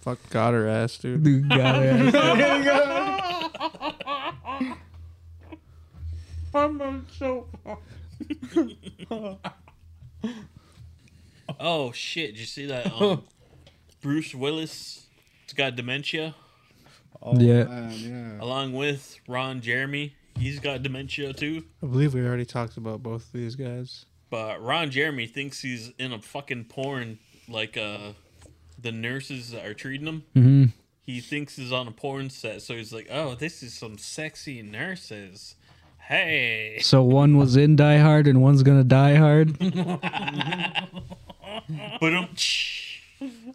Speaker 7: Fuck got her ass, dude.
Speaker 3: Dude, got her ass.
Speaker 4: I'm on so.
Speaker 5: Oh shit! Did you see that? Um, Bruce Willis, he's got dementia.
Speaker 6: Oh,
Speaker 3: Yeah.
Speaker 6: man,
Speaker 5: Along with Ron Jeremy, he's got dementia too.
Speaker 7: I believe we already talked about both of these guys.
Speaker 5: But Ron Jeremy thinks he's in a fucking porn, like uh, the nurses that are treating him.
Speaker 4: Mm-hmm.
Speaker 3: Mhm.
Speaker 5: He thinks he's on a porn set, so he's like, "Oh, this is some sexy nurses." Hey.
Speaker 3: So one was in Die Hard and one's gonna die hard.
Speaker 5: But um,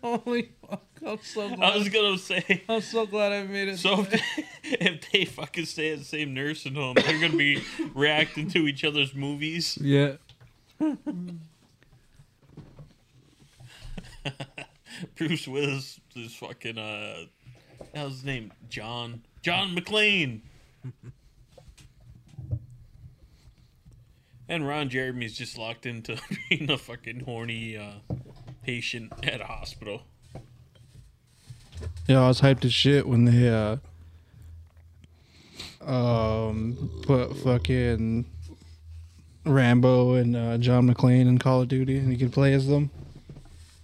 Speaker 4: Holy fuck! I'm so glad.
Speaker 5: I was gonna say.
Speaker 4: I'm so glad I made it.
Speaker 5: So if they, if they fucking stay at the same nursing home, they're gonna be reacting to each other's movies.
Speaker 3: Yeah.
Speaker 5: Bruce Willis is fucking uh, how's his name? John John McClane. and Ron Jeremy's just locked into being a fucking horny uh, patient at a hospital.
Speaker 7: Yeah, I was hyped as shit when they uh um put fucking Rambo and uh, John McClane in Call of Duty, and you could play as them.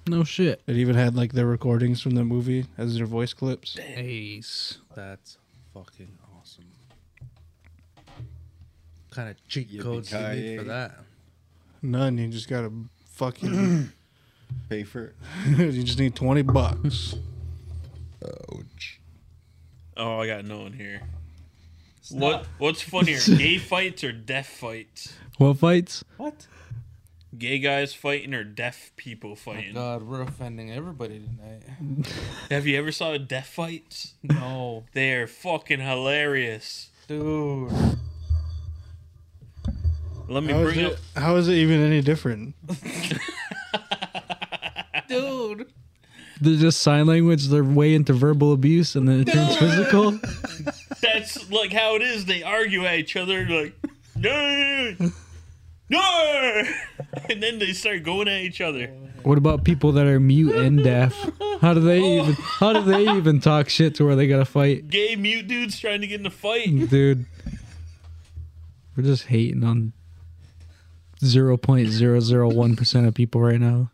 Speaker 3: No shit.
Speaker 7: It even had like their recordings from the movie as their voice clips.
Speaker 3: Nice.
Speaker 4: That's fucking awesome. Kind of cheat
Speaker 8: Yippee
Speaker 4: codes you need
Speaker 8: ki-yay.
Speaker 4: for that.
Speaker 7: None. You just gotta fucking.
Speaker 8: Pay for it.
Speaker 7: you just need twenty bucks.
Speaker 5: Oh, I got no one here. What
Speaker 4: not-
Speaker 5: what's funnier, gay fights or deaf fights?
Speaker 3: What fights?
Speaker 4: What?
Speaker 5: Gay guys fighting or deaf people
Speaker 4: Oh my
Speaker 5: fighting?
Speaker 4: God, we're offending everybody tonight.
Speaker 5: Have you ever saw deaf fights?
Speaker 4: no,
Speaker 5: They're fucking hilarious.
Speaker 4: dude.
Speaker 5: Let me
Speaker 7: How is,
Speaker 5: bring
Speaker 7: it,
Speaker 5: up.
Speaker 7: how is it even any different?
Speaker 4: Dude.
Speaker 3: They're just sign language. They're way into verbal abuse, and then it turns physical.
Speaker 5: That's like how it is. They argue at each other like, no, no, and then they start going at each other.
Speaker 4: Oh.
Speaker 3: What about people that are mute and deaf? How do they even? How do they even talk shit to where they gotta fight,
Speaker 5: Gay mute dudes trying to get in a fight.
Speaker 3: dude? We're just hating on 0.001% of people right now.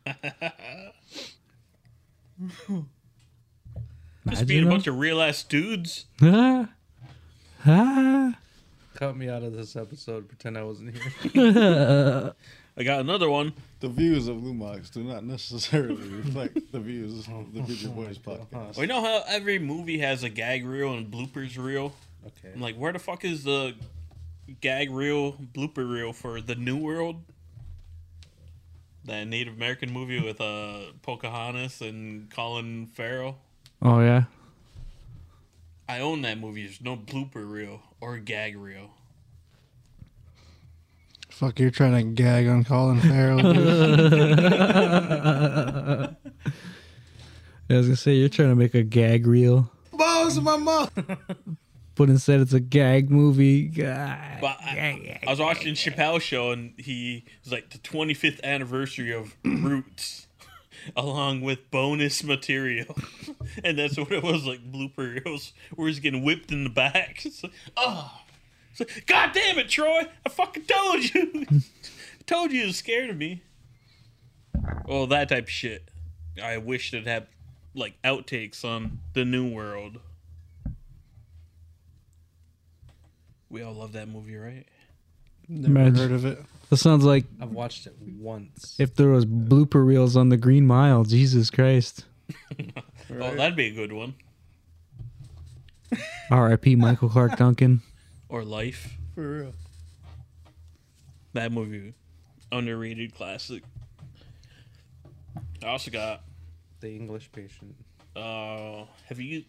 Speaker 5: Just being a
Speaker 3: Imagine
Speaker 5: bunch of real ass dudes.
Speaker 3: Ah. Ah.
Speaker 4: Cut me out of this episode. Pretend I wasn't here.
Speaker 5: I got another one.
Speaker 8: The views of Lumox do not necessarily reflect the views of
Speaker 4: Oh,
Speaker 8: the Video Boys podcast.
Speaker 5: Well, you know how every movie has a gag reel and bloopers reel?
Speaker 4: Okay.
Speaker 5: I'm like, where the fuck is the gag reel, blooper reel for The New World? That Native American movie with uh, Pocahontas and Colin Farrell.
Speaker 3: Oh, yeah.
Speaker 5: I own that movie. There's no blooper reel or gag reel.
Speaker 7: Fuck, you're trying to gag on Colin Farrell.
Speaker 3: I was going to say, you're trying to make a gag reel,
Speaker 2: Balls in my mouth.
Speaker 3: but instead it's a gag movie. God.
Speaker 5: But I, I was watching Chappelle's show, and he it was like the 25th anniversary of Roots, along with bonus material, and that's what it was like blooper reels where he's getting whipped in the back. It's like, oh, It's like, god damn it, Troy! I fucking told you, I told you you was scared of me. Oh, that type of shit. I wish it had like outtakes on the New World. We all love that movie, right?
Speaker 7: Never
Speaker 3: Imagine-
Speaker 7: heard of it.
Speaker 3: That sounds like
Speaker 4: I've watched it once.
Speaker 3: if there was blooper reels on the Green Mile. Jesus Christ.
Speaker 5: Oh, that'd be a good one.
Speaker 3: R.I.P. Michael Clark Duncan.
Speaker 5: Or Life.
Speaker 8: For real.
Speaker 5: That movie, underrated classic. I also got
Speaker 4: The English Patient.
Speaker 5: Uh, have you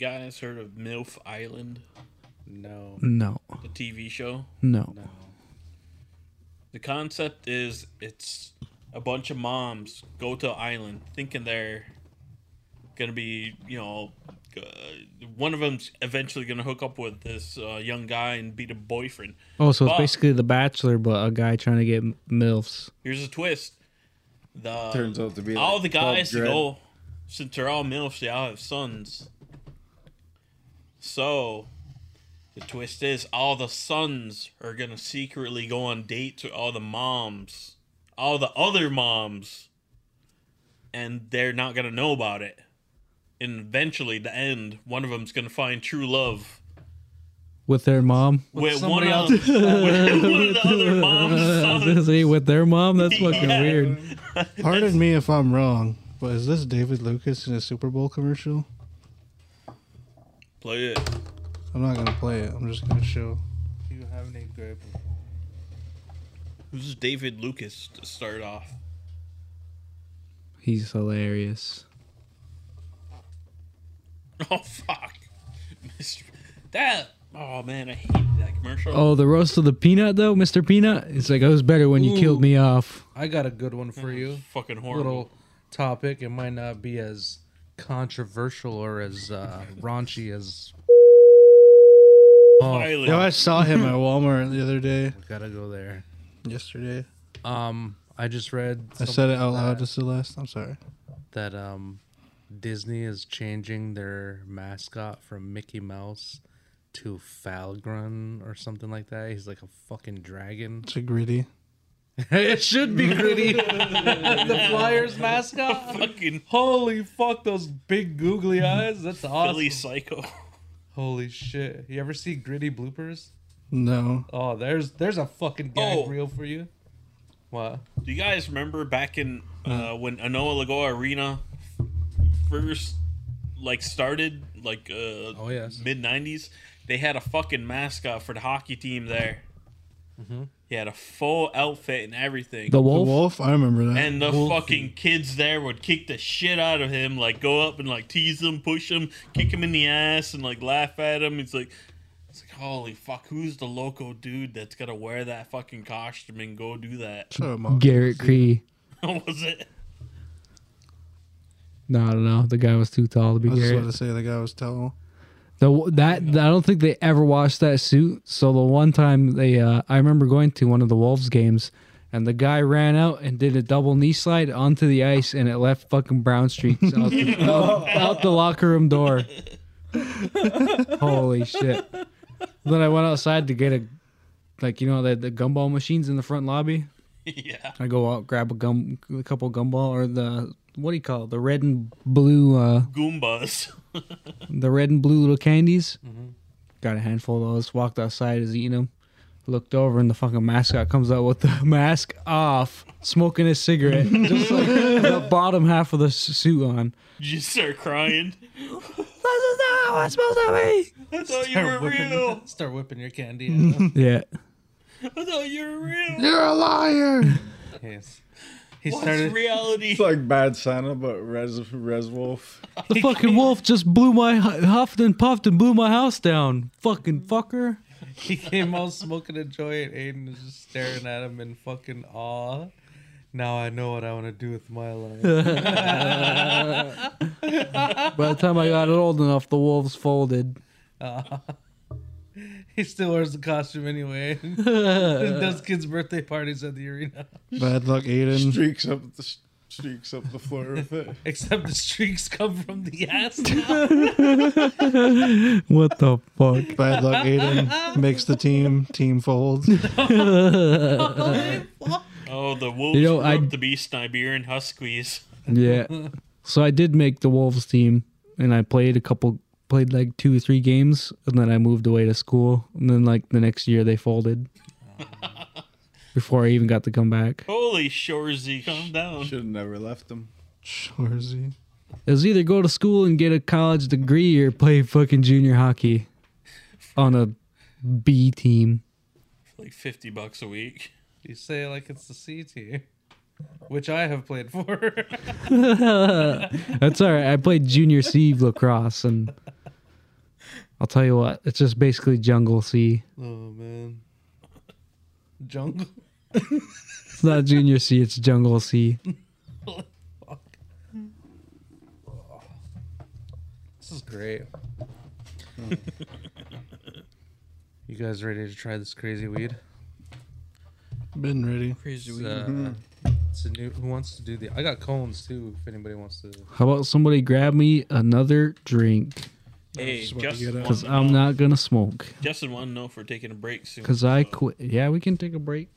Speaker 5: guys heard of MILF Island?
Speaker 4: No.
Speaker 3: No.
Speaker 5: The TV show.
Speaker 3: No.
Speaker 5: The concept is it's a bunch of moms go to an island thinking they're gonna be, you know, uh, one of them's eventually gonna hook up with this uh, young guy and be the boyfriend.
Speaker 3: Oh, so it's
Speaker 5: But
Speaker 3: basically The Bachelor, but a guy trying to get m- MILFs.
Speaker 5: Here's a twist. The
Speaker 8: Turns out to be
Speaker 5: all
Speaker 8: like
Speaker 5: the
Speaker 8: Bob
Speaker 5: guys that
Speaker 8: Dredd.
Speaker 5: go since they're all MILFs, they all have sons. So the twist is all the sons are gonna secretly go on dates with all the moms. All the other moms. And they're not gonna know about it. And eventually the end, one of them's gonna find true love
Speaker 3: With their mom?
Speaker 5: with, one of, with one of the other moms.
Speaker 3: I was gonna say, with their mom? That's fucking
Speaker 5: Yeah.
Speaker 3: weird.
Speaker 7: Pardon me if I'm wrong, but is this David Lucas in a Super Bowl commercial?
Speaker 5: Play it.
Speaker 7: I'm not gonna play it. I'm just gonna show.
Speaker 4: Do you have any grape?
Speaker 5: This is David Lucas to start off.
Speaker 3: He's hilarious.
Speaker 5: Oh fuck, Mr. That. Oh man, I hate that commercial.
Speaker 3: Oh, the roast of the peanut, though, Mr. Peanut? It's like, it was better when you killed
Speaker 4: Ooh.
Speaker 3: me off.
Speaker 4: I got a good one for you.
Speaker 5: Fucking horrible.
Speaker 4: Little topic. It might not be as controversial or as uh, raunchy as. Oh,
Speaker 7: Yo, I saw him at Walmart the other day.
Speaker 4: gotta go there.
Speaker 7: Yesterday,
Speaker 4: Um, I just read.
Speaker 7: I said it out loud to Celeste. I'm sorry.
Speaker 4: that um Disney is changing their mascot from Mickey Mouse to Falgrun or something like that. He's like a fucking dragon.
Speaker 7: It's a gritty.
Speaker 4: it should be gritty. the Flyers mascot.
Speaker 5: Fucking
Speaker 4: holy fuck those big googly eyes. That's awesome.
Speaker 5: Philly Psycho.
Speaker 4: Holy shit. You ever see gritty bloopers?
Speaker 7: No.
Speaker 4: Oh, there's there's a fucking gag
Speaker 5: Oh.
Speaker 4: reel for you. What? Hmm.
Speaker 5: Do you guys remember back in uh, when Anoa Lagoa Arena first like started, like uh, oh
Speaker 4: yes,
Speaker 5: mid '90s? They had a fucking mascot for the hockey team there. He had a full outfit and everything.
Speaker 7: The wolf. I remember that.
Speaker 5: And the fucking kids there would kick the shit out of him, like go up and like tease him, push him, kick him in the ass, and like laugh at him. It's like, it's like, holy fuck, who's the loco dude that's gonna wear that fucking costume and go do that?
Speaker 3: Garrett Cree.
Speaker 5: was it?
Speaker 3: No, I don't know. The guy was too tall to be
Speaker 7: I was just
Speaker 3: Garrett.
Speaker 7: about to say the guy was tall.
Speaker 3: The that I don't think they ever washed that suit. So the one time they, uh, I remember going to one of the Wolves games, and the guy ran out and did a double knee slide onto the ice, and it left fucking brown streaks out the, out, out the locker room door. Holy shit! Then I went outside to get a like you know the the gumball machines in the front lobby.
Speaker 5: yeah.
Speaker 3: I go out grab a gum, a couple gumball or the what do you call it? The red and blue. uh
Speaker 5: Goombas.
Speaker 3: the red and blue little candies. Got a handful of those. Walked outside, is eating them. Looked over, and the fucking mascot comes out with the mask off, smoking a cigarette, just like the bottom half of the s- suit on.
Speaker 5: Did you start crying?
Speaker 3: Oh, it's supposed to
Speaker 5: I thought you were
Speaker 4: Start whipping-
Speaker 5: real.
Speaker 4: Start whipping your candy. out.
Speaker 3: be. Yeah.
Speaker 5: I thought you were real.
Speaker 4: Yes.
Speaker 5: He What's started- reality?
Speaker 6: It's like Bad Santa, but Res, Res Wolf.
Speaker 3: The fucking wolf just blew my hu- huffed and puffed and blew my house down. Fucking fucker.
Speaker 4: He came out smoking a joint. Aiden is just staring at him in fucking awe. Now I know what I want to do with my life.
Speaker 3: By the time I got old enough, the wolves folded.
Speaker 4: Aw. he still wears the costume anyway. Does kids' birthday parties at the arena.
Speaker 7: Bad luck, Aiden.
Speaker 6: Streaks up the streaks up the floor with it.
Speaker 4: Except the streaks come from the ass.
Speaker 3: what the fuck?
Speaker 7: Bad luck, Aiden makes the team. Team folds.
Speaker 5: Oh, the wolves
Speaker 3: You know,
Speaker 5: grew
Speaker 3: I-
Speaker 5: up to be Siberian huskies.
Speaker 3: Yeah. So I did make the Wolves team and I played a couple played like two or three games and then I moved away to school and then like the next year they folded. Before I even got to come back.
Speaker 5: Holy Shorzy, calm down.
Speaker 6: Should have never left them.
Speaker 7: Shorzy.
Speaker 3: It was either go to school and get a college degree or play fucking junior hockey on a B team.
Speaker 5: Like 50 bucks a week.
Speaker 4: You say it like it's the C tier, which I have played for.
Speaker 3: That's all right. I played junior C lacrosse and I'll tell you what, it's just basically jungle C.
Speaker 4: oh man, jungle.
Speaker 3: It's not junior C, it's jungle C.
Speaker 4: This is great. you guys ready to try this crazy weed?
Speaker 7: Been ready.
Speaker 4: Crazy
Speaker 7: weed.
Speaker 4: uh, It's a new. Who wants to do the? I got cones too. If anybody wants to.
Speaker 3: How about somebody grab me another drink?
Speaker 5: Hey, Justin,
Speaker 3: Because
Speaker 5: wanted to
Speaker 3: I'm
Speaker 5: know-
Speaker 3: not going to smoke.
Speaker 5: Justin wanted to know if we're taking a break soon.
Speaker 3: Because I quit. Yeah, we can take a break.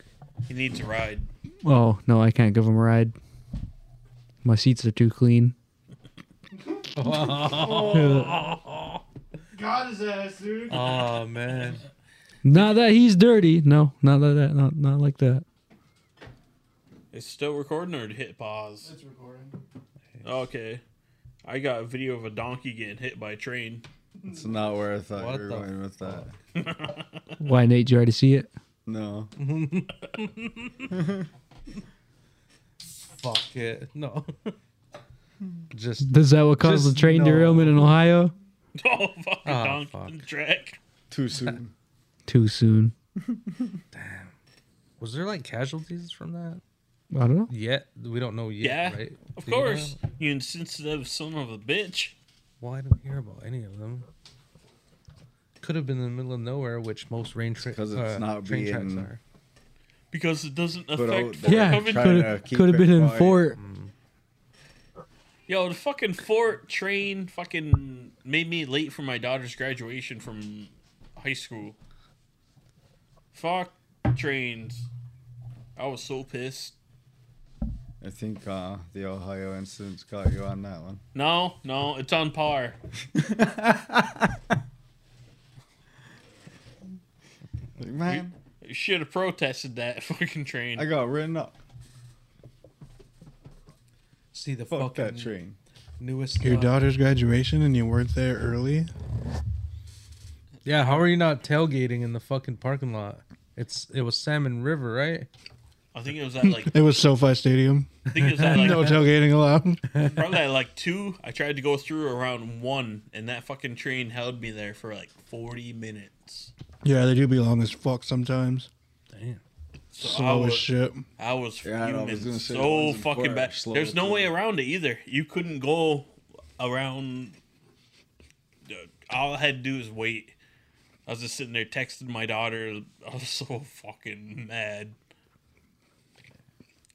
Speaker 5: He needs a ride.
Speaker 3: Oh, no, I can't give him a ride. My seats are too clean.
Speaker 13: Got his ass, dude.
Speaker 4: Oh man.
Speaker 3: Not that he's dirty. No, not like that. Not, not like that.
Speaker 5: It's still recording or did it hit pause? It's recording. Okay. I got a video of a donkey getting hit by a train.
Speaker 6: It's not where I thought
Speaker 5: What
Speaker 6: you were
Speaker 5: the
Speaker 6: going with that.
Speaker 3: Why, Nate? Did you already see it?
Speaker 6: No.
Speaker 4: Fuck it. No. Oh, Just
Speaker 3: Is that what caused
Speaker 4: Just
Speaker 3: the train
Speaker 4: no.
Speaker 3: derailment in Ohio?
Speaker 5: Oh, fucking
Speaker 4: Ah,
Speaker 5: donkey
Speaker 4: fuck.
Speaker 5: on the track.
Speaker 6: Too soon.
Speaker 3: Too soon.
Speaker 4: Was there like casualties from that?
Speaker 3: I don't know.
Speaker 4: Yet we don't know yet.
Speaker 5: Yeah,
Speaker 4: right?
Speaker 5: of
Speaker 4: Do you know?
Speaker 5: course. You insensitive son of a bitch.
Speaker 4: Well, I didn't hear about any of them. Could have been in the middle of nowhere, which most rain tra-
Speaker 6: Because it's
Speaker 4: uh,
Speaker 6: not
Speaker 4: train tracks
Speaker 6: being-
Speaker 4: are.
Speaker 5: Because it doesn't
Speaker 6: Put out
Speaker 5: affect Fort
Speaker 6: there
Speaker 3: Yeah,
Speaker 5: Covington.
Speaker 3: could have been in Fort.
Speaker 5: Yo, the fucking Fort train fucking made me late for my daughter's graduation from high school. Fuck trains. I was so pissed.
Speaker 6: I think uh, the Ohio incidents got you on that one.
Speaker 5: No, no, it's on par.
Speaker 6: Man.
Speaker 5: You should have protested that fucking train.
Speaker 6: I got written up.
Speaker 4: See the
Speaker 6: Fuck
Speaker 4: fucking
Speaker 6: that train.
Speaker 4: newest.
Speaker 7: Your
Speaker 4: uh,
Speaker 7: daughter's graduation, and you weren't there early.
Speaker 4: Yeah, how are you not tailgating in the fucking parking lot? It's it was Salmon River, right?
Speaker 5: I think it was at like
Speaker 7: It was SoFi Stadium.
Speaker 5: I think it was at like
Speaker 7: no tailgating allowed.
Speaker 5: probably at like two. I tried to go through around one, and that fucking train held me there for like forty minutes.
Speaker 7: Yeah, they do be long as fuck sometimes.
Speaker 4: Damn.
Speaker 5: So
Speaker 7: Slow
Speaker 5: I
Speaker 7: as
Speaker 5: was,
Speaker 7: shit.
Speaker 5: I was
Speaker 6: Yeah, I know, I was
Speaker 5: fuming
Speaker 6: gonna say the
Speaker 5: so
Speaker 6: ones in Florida
Speaker 5: fucking
Speaker 6: are
Speaker 5: bad.
Speaker 6: slow
Speaker 5: There's no
Speaker 6: too.
Speaker 5: way around it either. You couldn't go around. All I had to do is wait. I was just sitting there texting my daughter. I was so fucking mad.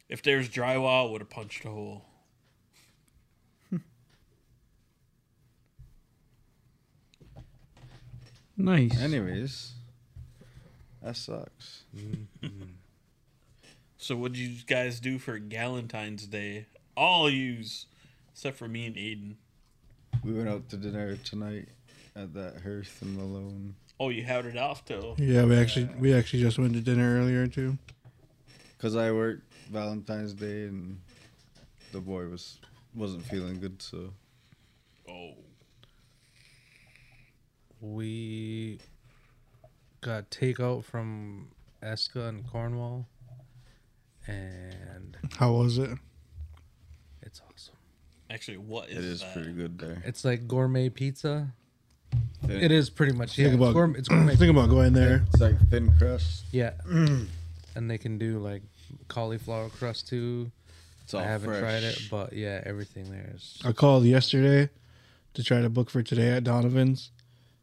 Speaker 5: If there was drywall, I would have punched a hole.
Speaker 3: Nice.
Speaker 6: Anyways,
Speaker 8: That sucks.
Speaker 5: Mm-hmm. So what did you guys do for Galentine's Day? All yous, except for me and Aiden.
Speaker 8: We went out to dinner tonight at that Hearth and Malone.
Speaker 5: Oh, you had it off till
Speaker 7: Yeah, we actually we actually just went to dinner earlier too.
Speaker 8: Cause I worked Valentine's Day and the boy was wasn't feeling good, so.
Speaker 5: Oh.
Speaker 4: We got takeout from Eska in Cornwall, and
Speaker 7: How was it?
Speaker 4: it's awesome.
Speaker 5: Actually, what is
Speaker 8: It is
Speaker 5: that?
Speaker 8: pretty good there.
Speaker 4: It's like gourmet pizza. It is pretty much. Yeah,
Speaker 7: Think
Speaker 4: it's
Speaker 7: about
Speaker 4: gourmet, it's gourmet
Speaker 7: think about
Speaker 4: pizza.
Speaker 7: going there. Mm.
Speaker 8: It's like thin crust.
Speaker 4: Yeah, and they can do like cauliflower crust too.
Speaker 8: It's all
Speaker 4: I haven't tried it,
Speaker 8: fresh.
Speaker 4: but yeah, everything there is.
Speaker 7: I called yesterday to try to book for today at Donovan's.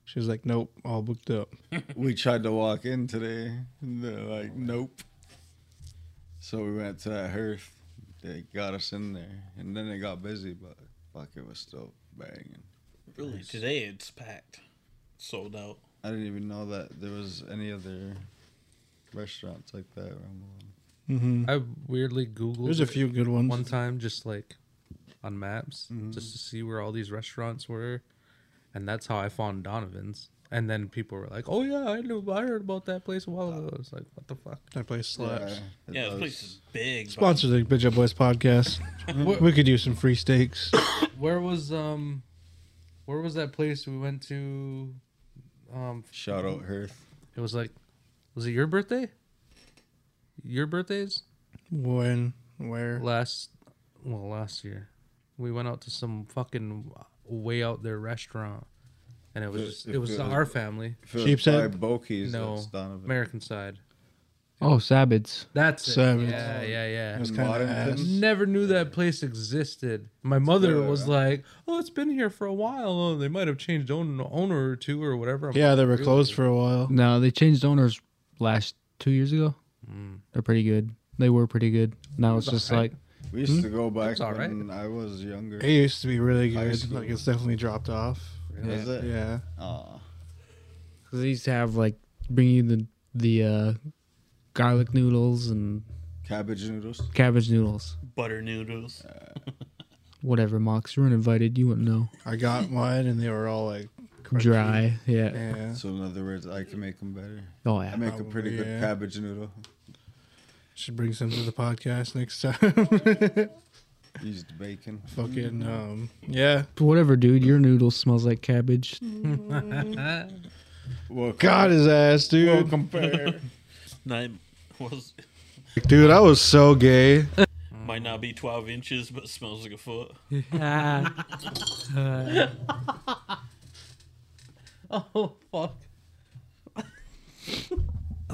Speaker 7: She was like, "Nope, all booked up."
Speaker 8: we tried to walk in today. And they're like, nope. So we went to that hearth. They got us in there, and then it got busy, but fuck, it was still banging.
Speaker 5: Really, today it's packed, sold out.
Speaker 8: I didn't even know that there was any other restaurants like that around Milan.
Speaker 7: Mhm.
Speaker 4: I weirdly Googled.
Speaker 7: There's a
Speaker 4: it
Speaker 7: few good ones. Mm-hmm.
Speaker 4: One time, just like on maps, just to see where all these restaurants were, and that's how I found Donovan's. And then people were like, "Oh yeah, I knew, I heard about that place a while ago." I was like, "What the fuck?"
Speaker 7: That place slaps.
Speaker 5: Yeah, this place is big.
Speaker 7: Sponsor the Bitch Up Boys podcast.
Speaker 4: What-
Speaker 7: we could use some free steaks.
Speaker 4: Where was um, where was that place we went to? Um,
Speaker 8: Shout out Hearth.
Speaker 4: It was like, was it your birthday? Your birthdays?
Speaker 7: When? Where?
Speaker 4: Last, well, last year, we went out to some fucking way out there restaurant, and it was
Speaker 8: If
Speaker 4: it was
Speaker 8: it
Speaker 4: our
Speaker 8: was-
Speaker 4: family.
Speaker 8: if it was Sheepshead? by Bokies,
Speaker 4: No,
Speaker 8: that's Donovan.
Speaker 4: American side.
Speaker 3: Oh, Sabids.
Speaker 4: That's it.
Speaker 3: Sabids.
Speaker 4: Yeah, yeah, yeah.
Speaker 3: That's kinda Modern ass. things?
Speaker 4: Never knew that place existed. My mother
Speaker 3: still
Speaker 4: was
Speaker 3: around.
Speaker 4: like, "Oh, it's been here for a while. Oh, they might have changed own, owner or two or whatever." I'm like, "Really?"
Speaker 7: for a while.
Speaker 3: No, they changed owners last two years ago.
Speaker 8: Mm.
Speaker 3: They're pretty good. They were pretty good. Now it's just like
Speaker 8: We used
Speaker 3: Hmm?
Speaker 8: to go back
Speaker 3: It's all right.
Speaker 8: when I was younger.
Speaker 7: It used to be really
Speaker 8: High
Speaker 7: good.
Speaker 8: school.
Speaker 7: Like it's definitely dropped off.
Speaker 8: Really? Is
Speaker 7: yeah.
Speaker 8: it?
Speaker 7: Yeah.
Speaker 8: Aw.
Speaker 3: 'cause they used to have like bring you the the uh, garlic noodles and
Speaker 8: Cabbage noodles.
Speaker 3: cabbage noodles,
Speaker 5: Butter noodles.
Speaker 8: Uh,
Speaker 3: whatever. Mox, you weren't invited. You wouldn't know.
Speaker 7: I got one and they were all like crunchy.
Speaker 3: Dry, yeah.
Speaker 7: Yeah.
Speaker 8: So in other words, I can make them better.
Speaker 3: Oh, yeah.
Speaker 8: I make a
Speaker 7: Probably,
Speaker 8: pretty
Speaker 7: yeah.
Speaker 8: good cabbage noodle.
Speaker 7: Should bring some to the podcast next time.
Speaker 8: Use the bacon.
Speaker 7: Fucking
Speaker 8: Mm-hmm.
Speaker 7: um yeah.
Speaker 3: Whatever, dude. Your noodle smells like cabbage.
Speaker 8: Mm-hmm. Well,
Speaker 7: God his ass, dude.
Speaker 5: Night was
Speaker 7: Dude, I was so gay.
Speaker 5: might not be twelve inches, but smells like a foot.
Speaker 4: oh fuck.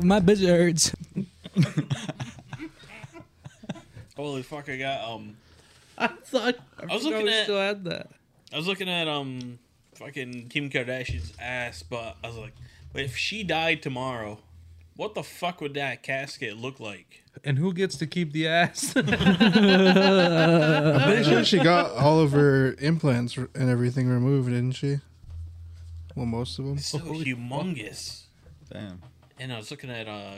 Speaker 3: My bitch hurts.
Speaker 5: Holy fuck! I got um.
Speaker 4: I thought
Speaker 5: I was looking at-
Speaker 4: still had that.
Speaker 5: I was looking at um, fucking Kim Kardashian's ass, but I was like, if she died tomorrow, what the fuck would that casket look like?
Speaker 4: And who gets to keep the ass?
Speaker 7: I'm pretty sure she got all of her implants r- and everything removed, didn't she? Well, most of them.
Speaker 5: So humongous.
Speaker 8: Damn.
Speaker 5: And I was looking at uh,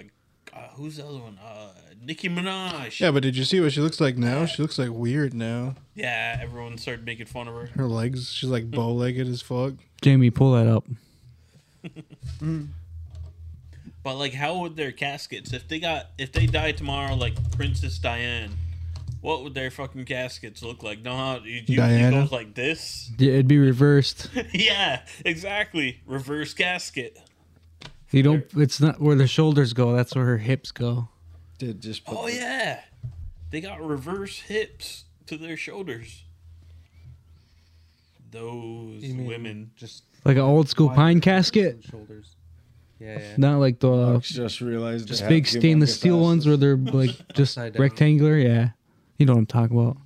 Speaker 5: uh who's the other one? Uh, Nicki Minaj.
Speaker 7: Yeah, but did you see what she looks like now? She looks like weird now.
Speaker 5: Yeah, everyone started making fun of her.
Speaker 7: Her legs, she's
Speaker 5: Mm.
Speaker 7: like bow legged as fuck.
Speaker 3: Jamie, pull that up.
Speaker 5: Mm. But like, how would their caskets, if they got, if they died tomorrow, like Princess Diane, what would their fucking caskets look like? No, how it usually
Speaker 3: Diana?
Speaker 5: goes like this.
Speaker 3: Yeah, It'd be reversed.
Speaker 5: yeah, exactly. Reverse casket.
Speaker 3: You don't. It's not where the shoulders go. That's where her hips go.
Speaker 8: Did just put
Speaker 5: Oh yeah, they got reverse hips to their shoulders. Those women
Speaker 4: just
Speaker 3: Like an old school pine casket.
Speaker 4: Shoulders. Yeah, yeah.
Speaker 3: Not like the uh,
Speaker 8: Alex Oh, just realized
Speaker 3: just
Speaker 8: they
Speaker 3: big
Speaker 8: have humongous
Speaker 3: stainless steel ones where they're like just
Speaker 4: Upside down.
Speaker 3: rectangular. Yeah, you know what I'm talking about.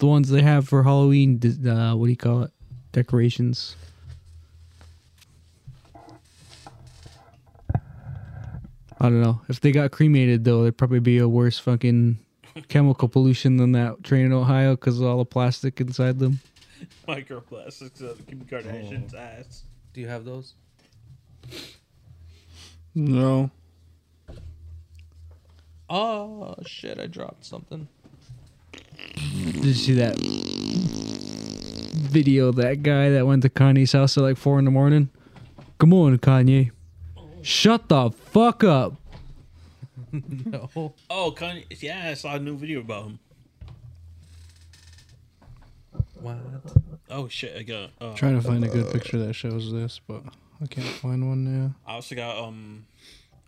Speaker 3: The ones they have for Halloween. dis- Uh, what do you call it? Decorations. I don't know. If they got cremated though, there'd probably be a worse fucking chemical pollution than that train in Ohio because of all the plastic inside them.
Speaker 7: Oh.
Speaker 5: microplastics of Kim Kardashian's ass.
Speaker 4: Do you have those?
Speaker 7: No.
Speaker 13: Oh shit! I dropped something.
Speaker 3: Did you see that video of that guy that went to Kanye's house at like four in the morning? Come on, Kanye. Shut the fuck up.
Speaker 5: no. Oh, Kanye. Yeah, I saw a new video about him.
Speaker 13: What?
Speaker 5: Oh shit! I got. Uh,
Speaker 7: Trying to find a good picture that shows this, but I can't find one now.
Speaker 5: I also got um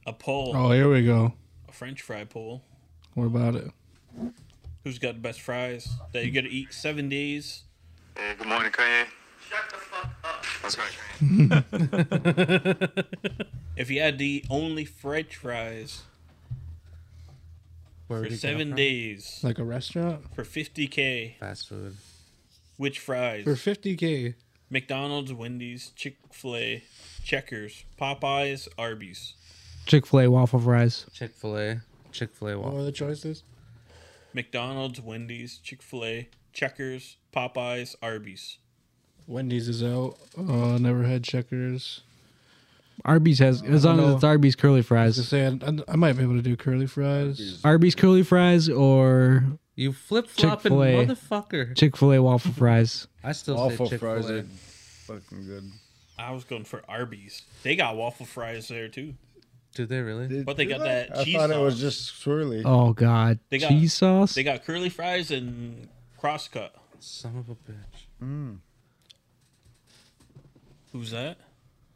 Speaker 5: a poll.
Speaker 7: Oh, here we go.
Speaker 5: A French fry poll.
Speaker 7: What about it?
Speaker 5: Who's got the best fries that you get to eat seven days?
Speaker 14: Hey, good morning, Kanye. Shut the fuck up. That's right.
Speaker 5: if you had to eat only French fries
Speaker 7: Where would
Speaker 5: for
Speaker 7: you get
Speaker 5: seven
Speaker 7: them?
Speaker 5: days
Speaker 7: Like a restaurant
Speaker 5: for fifty k
Speaker 4: fast food,
Speaker 5: which fries?
Speaker 7: for fifty k.
Speaker 5: McDonald's, Wendy's, Chick Fil A, Checkers, Popeyes, Arby's.
Speaker 3: Chick fil A waffle fries.
Speaker 4: Chick fil A, Chick fil A
Speaker 7: What
Speaker 4: waffle.
Speaker 7: were the choices?
Speaker 5: McDonald's, Wendy's, Chick Fil A, Checkers, Popeyes, Arby's.
Speaker 7: Wendy's is out. Uh, never had Checkers.
Speaker 3: Arby's has, as
Speaker 7: I
Speaker 3: long as
Speaker 7: know.
Speaker 3: it's Arby's curly
Speaker 7: To
Speaker 3: fries.
Speaker 7: say I, I, I might be able to do curly fries.
Speaker 3: Arby's curly fries or.
Speaker 4: You flip-flopping motherfucker.
Speaker 3: Chick fil A waffle fries.
Speaker 4: I still
Speaker 8: Waffle
Speaker 4: say Chick-fil-A.
Speaker 8: fries are fucking good.
Speaker 5: I was going for Arby's. They got waffle fries there too.
Speaker 4: Do they really?
Speaker 5: But they got that
Speaker 8: I
Speaker 5: cheese
Speaker 8: thought it was
Speaker 5: sauce.
Speaker 8: just swirly.
Speaker 3: Oh, God.
Speaker 5: They got
Speaker 3: Cheese sauce?
Speaker 5: They got curly fries and crosscut.
Speaker 4: Son of a bitch.
Speaker 8: Mm.
Speaker 5: Who's that?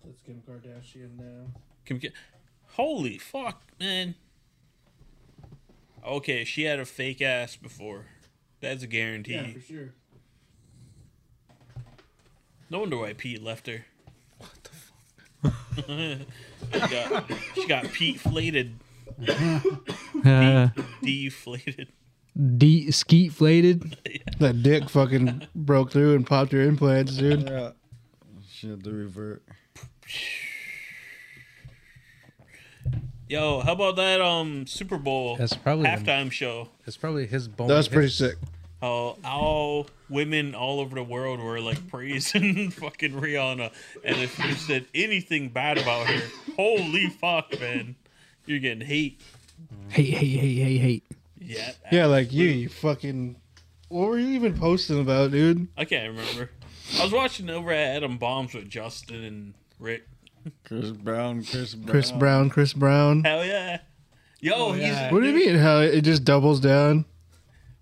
Speaker 7: That's Kim Kardashian now.
Speaker 5: Can we get- Holy fuck, man. Okay, she had a fake ass before. That's a guarantee.
Speaker 7: Yeah, for sure.
Speaker 5: No wonder why Pete left her. What the fuck? she, got, she got Pete flated.
Speaker 3: Uh,
Speaker 5: Deflated.
Speaker 3: de- skeet flated.
Speaker 7: That dick fucking broke through and popped your implants, dude.
Speaker 8: Yeah. She had to revert.
Speaker 5: Yo, how about that um Super Bowl
Speaker 4: That's probably the-
Speaker 5: halftime show?
Speaker 4: It's probably his bone.
Speaker 7: That's pretty sick.
Speaker 5: How all women all over the world were like praising fucking Rihanna, and if you said anything bad about her, holy fuck, man, you're getting hate.
Speaker 3: Hate, hate, hate, hate, hate.
Speaker 5: Yeah,
Speaker 7: Yeah, like you, you fucking. What were you even posting about, dude?
Speaker 5: I can't remember. I was watching over at Adam Bombs with Justin and Rick.
Speaker 8: Chris Brown, Chris Brown.
Speaker 7: Chris Brown, Chris Brown.
Speaker 5: Hell yeah, yo, Oh, he's
Speaker 7: What do you mean? How it just doubles down?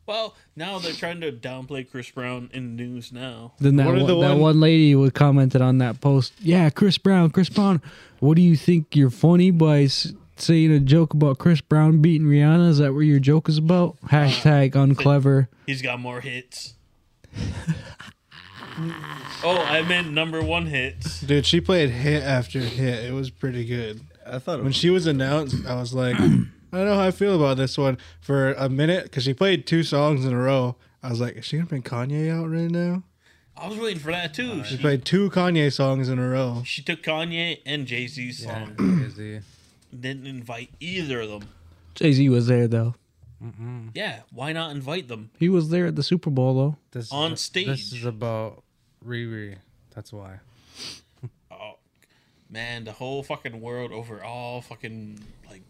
Speaker 5: well now they're trying to downplay Chris Brown in the news now.
Speaker 3: Then that
Speaker 5: What
Speaker 3: one,
Speaker 5: are the
Speaker 3: that
Speaker 5: one-
Speaker 3: one lady would commented on that post. Yeah, Chris Brown, Chris Brown. What do you think you're funny by s- saying a joke about Chris Brown beating Rihanna? Is that what your joke is about? Hashtag unclever.
Speaker 5: He's got more hits. oh, I meant number one hits.
Speaker 7: Dude, she played hit after hit. It was pretty good.
Speaker 8: I thought it
Speaker 7: when
Speaker 8: was-
Speaker 7: she was announced, I was like, I don't know how I feel about this one for a minute because she played two songs in a row. I was like, is she gonna bring Kanye out right now?
Speaker 5: I was waiting for that too.
Speaker 7: She
Speaker 5: She,
Speaker 7: played two Kanye songs in a row.
Speaker 5: she took Kanye and Jay Z's song. Didn't invite either of them.
Speaker 3: Jay Z was there though.
Speaker 5: Yeah, why not invite them?
Speaker 3: He was there at the Super Bowl though.
Speaker 4: This
Speaker 5: On
Speaker 4: is,
Speaker 5: stage.
Speaker 4: This is about Riri. That's why.
Speaker 5: Oh, Man, the whole fucking world over all fucking like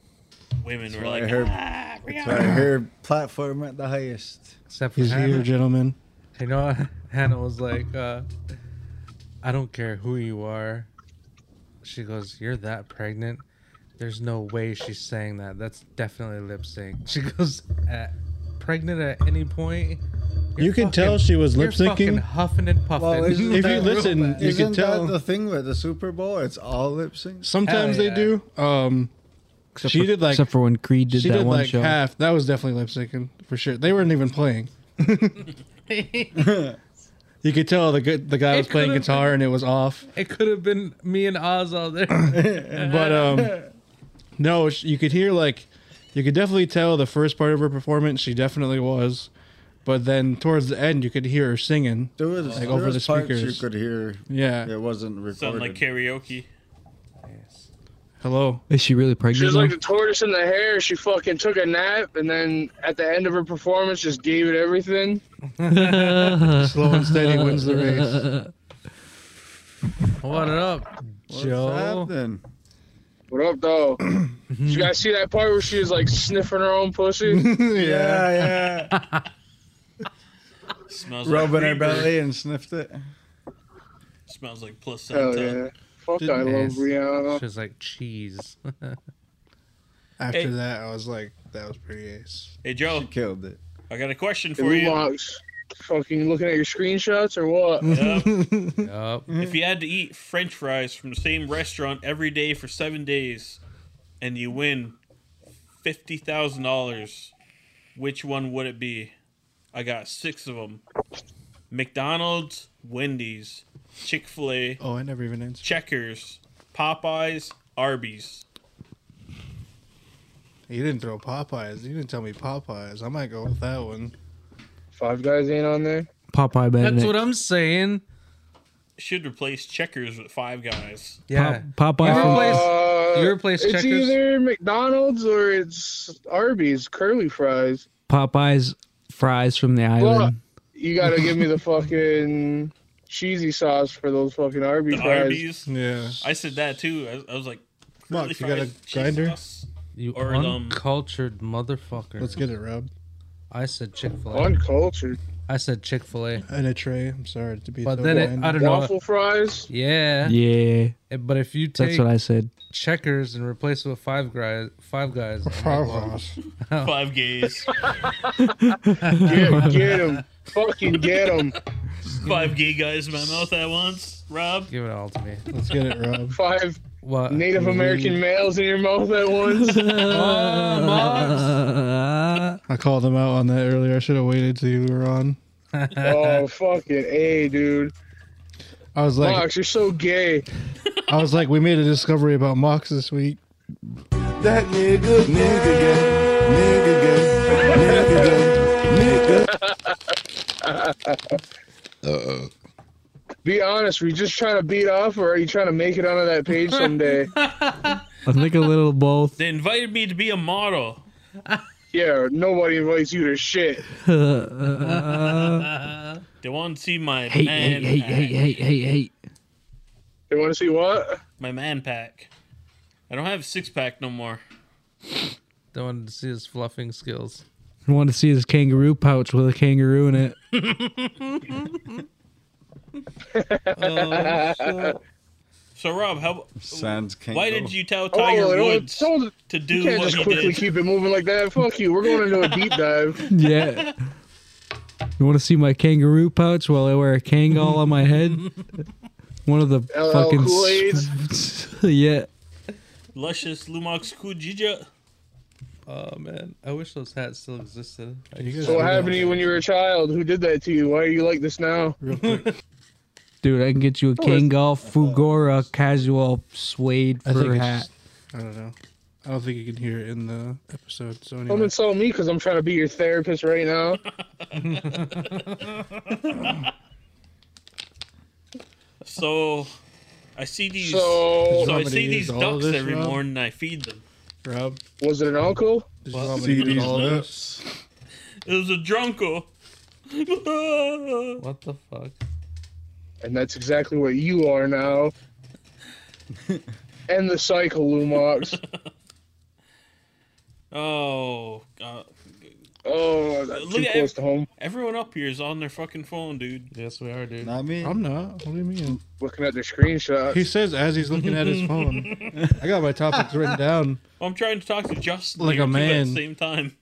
Speaker 5: women
Speaker 8: That's
Speaker 5: were
Speaker 8: why
Speaker 5: like,
Speaker 8: her,
Speaker 5: ah,
Speaker 8: that's
Speaker 5: Rihanna."
Speaker 8: why her platform at the highest.
Speaker 4: Except for
Speaker 7: He's
Speaker 4: Hannah.
Speaker 7: here, gentlemen.
Speaker 4: You know, Hannah was like, uh, I don't care who you are. She goes, You're that pregnant. There's no way she's saying that. That's definitely lip sync. She goes, at, Pregnant at any point. you're
Speaker 7: You can tell
Speaker 4: fucking-
Speaker 7: she was
Speaker 4: you're
Speaker 7: lip syncing.
Speaker 4: fucking Huffing and puffing.
Speaker 8: Well, isn't
Speaker 7: If you
Speaker 8: that-
Speaker 7: listen, you can
Speaker 8: isn't
Speaker 7: tell.
Speaker 8: that the thing with the Super Bowl? It's all lip sync.
Speaker 7: Sometimes
Speaker 8: Hell
Speaker 7: they do. Um, she
Speaker 3: for-
Speaker 7: did like
Speaker 3: except for when Creed did
Speaker 7: she
Speaker 3: that
Speaker 7: did
Speaker 3: one
Speaker 7: like
Speaker 3: show.
Speaker 7: half. That was definitely lip syncing for sure. They weren't even playing. You could tell the good, the guy was playing
Speaker 4: could've
Speaker 7: guitar and it was off.
Speaker 4: It could have been me and Oz all there. but
Speaker 7: But um, no, sh- you could hear like, you could definitely tell the first part of her performance. She definitely was, but then towards the end, you could hear her singing
Speaker 8: There was
Speaker 7: like
Speaker 8: there
Speaker 7: over
Speaker 8: was
Speaker 7: the
Speaker 8: parts
Speaker 7: speakers.
Speaker 8: You could hear.
Speaker 7: Yeah.
Speaker 8: It wasn't
Speaker 5: Sound
Speaker 8: recorded.
Speaker 5: like karaoke.
Speaker 7: Hello.
Speaker 3: Is she really
Speaker 15: She
Speaker 3: pregnant?
Speaker 15: was like
Speaker 3: now?
Speaker 15: the tortoise in the hare. She fucking took a nap and then at the end of her performance just gave it everything.
Speaker 7: Slow and steady wins the race.
Speaker 4: What up,
Speaker 8: What's
Speaker 4: Joe?
Speaker 8: happening?
Speaker 15: What up, though? Did you guys see that part where she was like sniffing her own pussy?
Speaker 8: Yeah,
Speaker 15: yeah.
Speaker 5: Smells
Speaker 8: Rubbing
Speaker 5: like
Speaker 8: her
Speaker 5: reefer.
Speaker 8: belly and sniffed it.
Speaker 5: Smells like
Speaker 15: Hell
Speaker 5: placenta.
Speaker 15: yeah. Fuck, I love Rihanna.
Speaker 4: She's like cheese.
Speaker 7: After
Speaker 5: Hey.
Speaker 7: that, I was like, that was pretty ace.
Speaker 5: Hey Joe,
Speaker 8: killed it.
Speaker 5: I got a question
Speaker 15: Hey,
Speaker 5: for you.
Speaker 15: Mox, Fucking looking at your screenshots or what?
Speaker 5: If you had to eat French fries from the same restaurant every day for seven days, and you win fifty thousand dollars, which one would it be? I got six of them: McDonald's, Wendy's, Chick Fil A,
Speaker 7: Oh, I never even answered.
Speaker 5: Checkers, Popeyes, Arby's.
Speaker 7: You didn't throw Popeyes. You didn't tell me Popeyes. I might go with that one.
Speaker 15: Five Guys ain't on there.
Speaker 3: Popeye Benedict.
Speaker 4: That's what I'm saying.
Speaker 5: Should replace Checkers with Five Guys.
Speaker 4: Yeah.
Speaker 3: Pop- Popeye
Speaker 4: You
Speaker 3: from-
Speaker 4: replace, you replace
Speaker 15: Uh, it's
Speaker 4: checkers.
Speaker 15: either McDonald's or it's Arby's curly fries.
Speaker 3: Popeye's fries from the
Speaker 15: Well,
Speaker 3: island.
Speaker 15: you gotta give me the fucking cheesy sauce for those fucking Arby's
Speaker 5: The
Speaker 15: fries.
Speaker 5: Arby's.
Speaker 7: Yeah.
Speaker 5: I said that too. I, I was like, curly
Speaker 7: you got a
Speaker 5: fries, cheese
Speaker 7: grinder?
Speaker 5: sauce,
Speaker 4: You
Speaker 5: or um,
Speaker 4: uncultured motherfucker.
Speaker 7: Let's get it, Rob.
Speaker 4: I said Chick Fil A.
Speaker 15: Uncultured.
Speaker 4: I said Chick Fil A.
Speaker 7: And a tray. I'm sorry to be.
Speaker 4: But
Speaker 7: so
Speaker 4: then it,
Speaker 7: blind.
Speaker 4: I don't know.
Speaker 15: Waffle fries.
Speaker 4: Yeah.
Speaker 3: Yeah.
Speaker 4: Eh, But if you take
Speaker 3: That's what I said.
Speaker 4: Checkers and replace it with Five Guys, Five Guys.
Speaker 7: Five Guys.
Speaker 5: Five Gays.
Speaker 15: get, get 'em. Fucking get 'em.
Speaker 5: Five gay guys in my mouth at once, Rob.
Speaker 4: Give it all to me.
Speaker 7: Let's get it, Rob.
Speaker 15: Five
Speaker 4: What?
Speaker 15: Native
Speaker 4: Mm.
Speaker 15: American males in your mouth at once.
Speaker 7: I called him out on that earlier. I should have waited till you were on.
Speaker 15: oh fucking a, dude.
Speaker 7: I was like,
Speaker 15: Fox, you're so gay.
Speaker 7: I was like, we made a discovery about Mox this week.
Speaker 12: That nigga, nigga, yeah, nigga, yeah, nigga, yeah, nigga.
Speaker 15: Uh-oh. Be honest, were you just trying to beat off or are you trying to make it onto that page someday?
Speaker 3: I think a little of both.
Speaker 5: They invited me to be a model.
Speaker 15: yeah, nobody invites you to shit.
Speaker 5: They want to see my
Speaker 15: Hey,
Speaker 5: man
Speaker 15: hey, hey,
Speaker 5: pack.
Speaker 15: hey, hey, hey, hey. They want to see what?
Speaker 5: My man pack. I don't have a six pack no more.
Speaker 4: They wanted to see his fluffing skills.
Speaker 3: I want to see his kangaroo pouch with a kangaroo in it.
Speaker 15: Oh,
Speaker 5: so Rob, how
Speaker 8: Sans King.
Speaker 5: why did you tell
Speaker 15: Oh,
Speaker 5: Tiger
Speaker 15: you know,
Speaker 5: Woods
Speaker 15: don't-
Speaker 5: to do
Speaker 15: You can't
Speaker 5: what
Speaker 15: just
Speaker 5: he
Speaker 15: quickly
Speaker 5: did?
Speaker 15: keep it moving like that. Fuck you. We're going into a deep dive.
Speaker 3: Yeah. You want to see my kangaroo pouch while I wear a Kangol on my head? One of the
Speaker 5: LL
Speaker 3: fucking.
Speaker 5: Cool
Speaker 3: yeah.
Speaker 5: Luscious Lumox Kujija.
Speaker 4: Oh man, I wish those hats still existed. I
Speaker 7: You
Speaker 4: used
Speaker 15: So
Speaker 4: to-
Speaker 15: what happened to you when you were a child? Who did that to you? Why are you like this now?
Speaker 3: Dude, I can get you a Kangol Fugora casual suede
Speaker 7: I think
Speaker 3: fur
Speaker 7: it's-
Speaker 3: hat.
Speaker 7: I don't know. I don't think you can hear it in the episode. So
Speaker 15: Don't
Speaker 7: anyway,
Speaker 15: insult me because I'm trying to be your therapist right now.
Speaker 5: So I see these.
Speaker 15: So-
Speaker 5: So,
Speaker 15: Do you
Speaker 5: I
Speaker 15: want me to
Speaker 5: see
Speaker 15: use
Speaker 5: these
Speaker 15: all of
Speaker 5: ducks
Speaker 15: this,
Speaker 5: every
Speaker 15: Rob?
Speaker 5: morning. and I feed them.
Speaker 7: Rob,
Speaker 15: was it an uncle?
Speaker 5: What?
Speaker 8: See these lips?
Speaker 5: It was a drunko.
Speaker 4: What the fuck?
Speaker 15: And that's exactly what you are now. End the cycle, Lumox.
Speaker 5: Oh, God.
Speaker 15: Oh, that's too close to home.
Speaker 5: Everyone up here is on their fucking phone, dude.
Speaker 4: Yes, we are, dude.
Speaker 8: Not me.
Speaker 7: I'm not. What do you mean?
Speaker 15: Looking at the screenshots.
Speaker 7: He says as he's looking at his phone. I got my topics written down.
Speaker 5: I'm trying to talk to Justin
Speaker 7: Like
Speaker 5: here,
Speaker 7: a
Speaker 5: too, at the
Speaker 7: man.
Speaker 5: same time.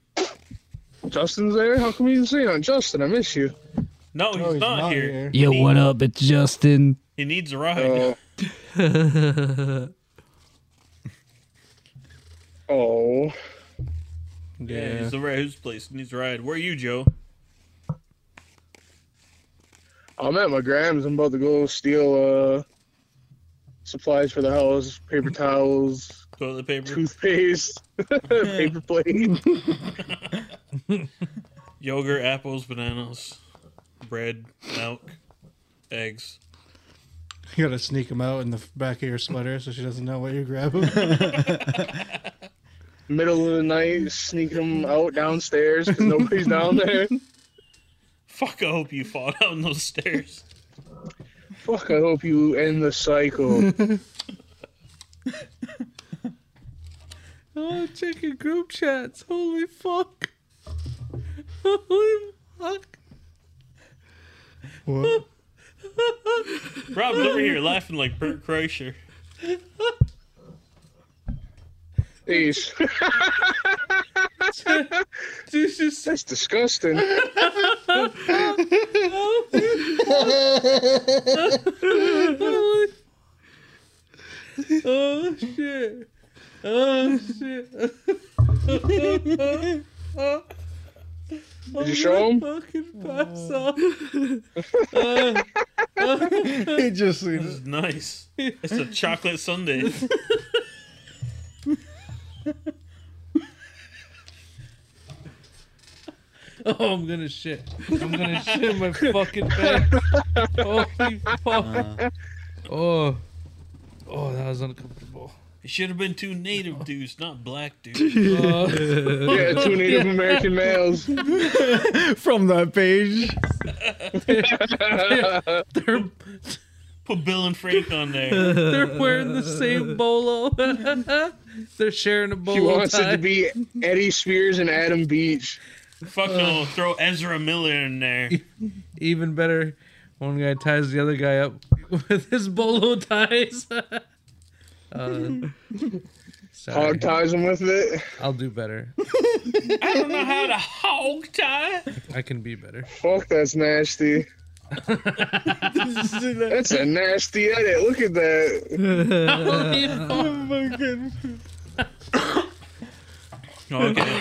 Speaker 15: Justin's there? How come you didn't say on Justin? I miss you.
Speaker 5: No, he's, not, here.
Speaker 3: Yo,
Speaker 5: He-
Speaker 3: what up? It's Justin.
Speaker 5: He needs a ride.
Speaker 3: yeah.
Speaker 15: Oh.
Speaker 5: yeah. he's over at his place. He needs a ride. Where are you, Joe?
Speaker 15: I'm at my grams. I'm about to go steal uh, supplies for the house: paper towels,
Speaker 5: toilet paper,
Speaker 15: toothpaste, paper plate.
Speaker 5: Yogurt, apples, bananas, bread, milk, eggs.
Speaker 7: You gotta sneak him out in the back of your sweater so she doesn't know what you're grabbing.
Speaker 15: Middle of the night, sneak them out downstairs 'cause nobody's down there.
Speaker 5: Fuck, I hope you fall down those stairs.
Speaker 15: Fuck! I hope you end the cycle.
Speaker 4: Oh, checking group chats. Holy fuck. Holy fuck.
Speaker 7: What?
Speaker 5: Rob's over here laughing like Bert Kreischer.
Speaker 15: Jeez. That's disgusting.
Speaker 4: oh shit. Oh shit.
Speaker 15: Did you show him?
Speaker 4: Fucking pass out. Uh,
Speaker 5: He just this is nice. It's a chocolate sundae.
Speaker 4: oh, I'm gonna shit. I'm gonna shit my fucking pants. Holy fuck. Oh. Oh, that was uncomfortable.
Speaker 5: It should have been two native dudes, not black dudes.
Speaker 15: yeah, two Native American males.
Speaker 16: From that page.
Speaker 5: They're- Put Bill and Frank on there.
Speaker 4: They're wearing the same bolo. They're sharing a
Speaker 15: She
Speaker 4: bolo.
Speaker 15: wants it
Speaker 4: tie.
Speaker 15: to be Eddie Spears and Adam Beach.
Speaker 5: Fuck no, throw Ezra Miller in there.
Speaker 4: Uh. Even better, one guy ties the other guy up with his bolo ties. uh, sorry.
Speaker 15: Hog ties him with it.
Speaker 4: I'll do better.
Speaker 5: I don't know how to hog tie.
Speaker 4: I can be better.
Speaker 15: Fuck, that's nasty. that's a nasty edit. Look at that.
Speaker 17: Oh,
Speaker 4: my god.
Speaker 5: Oh, Okay.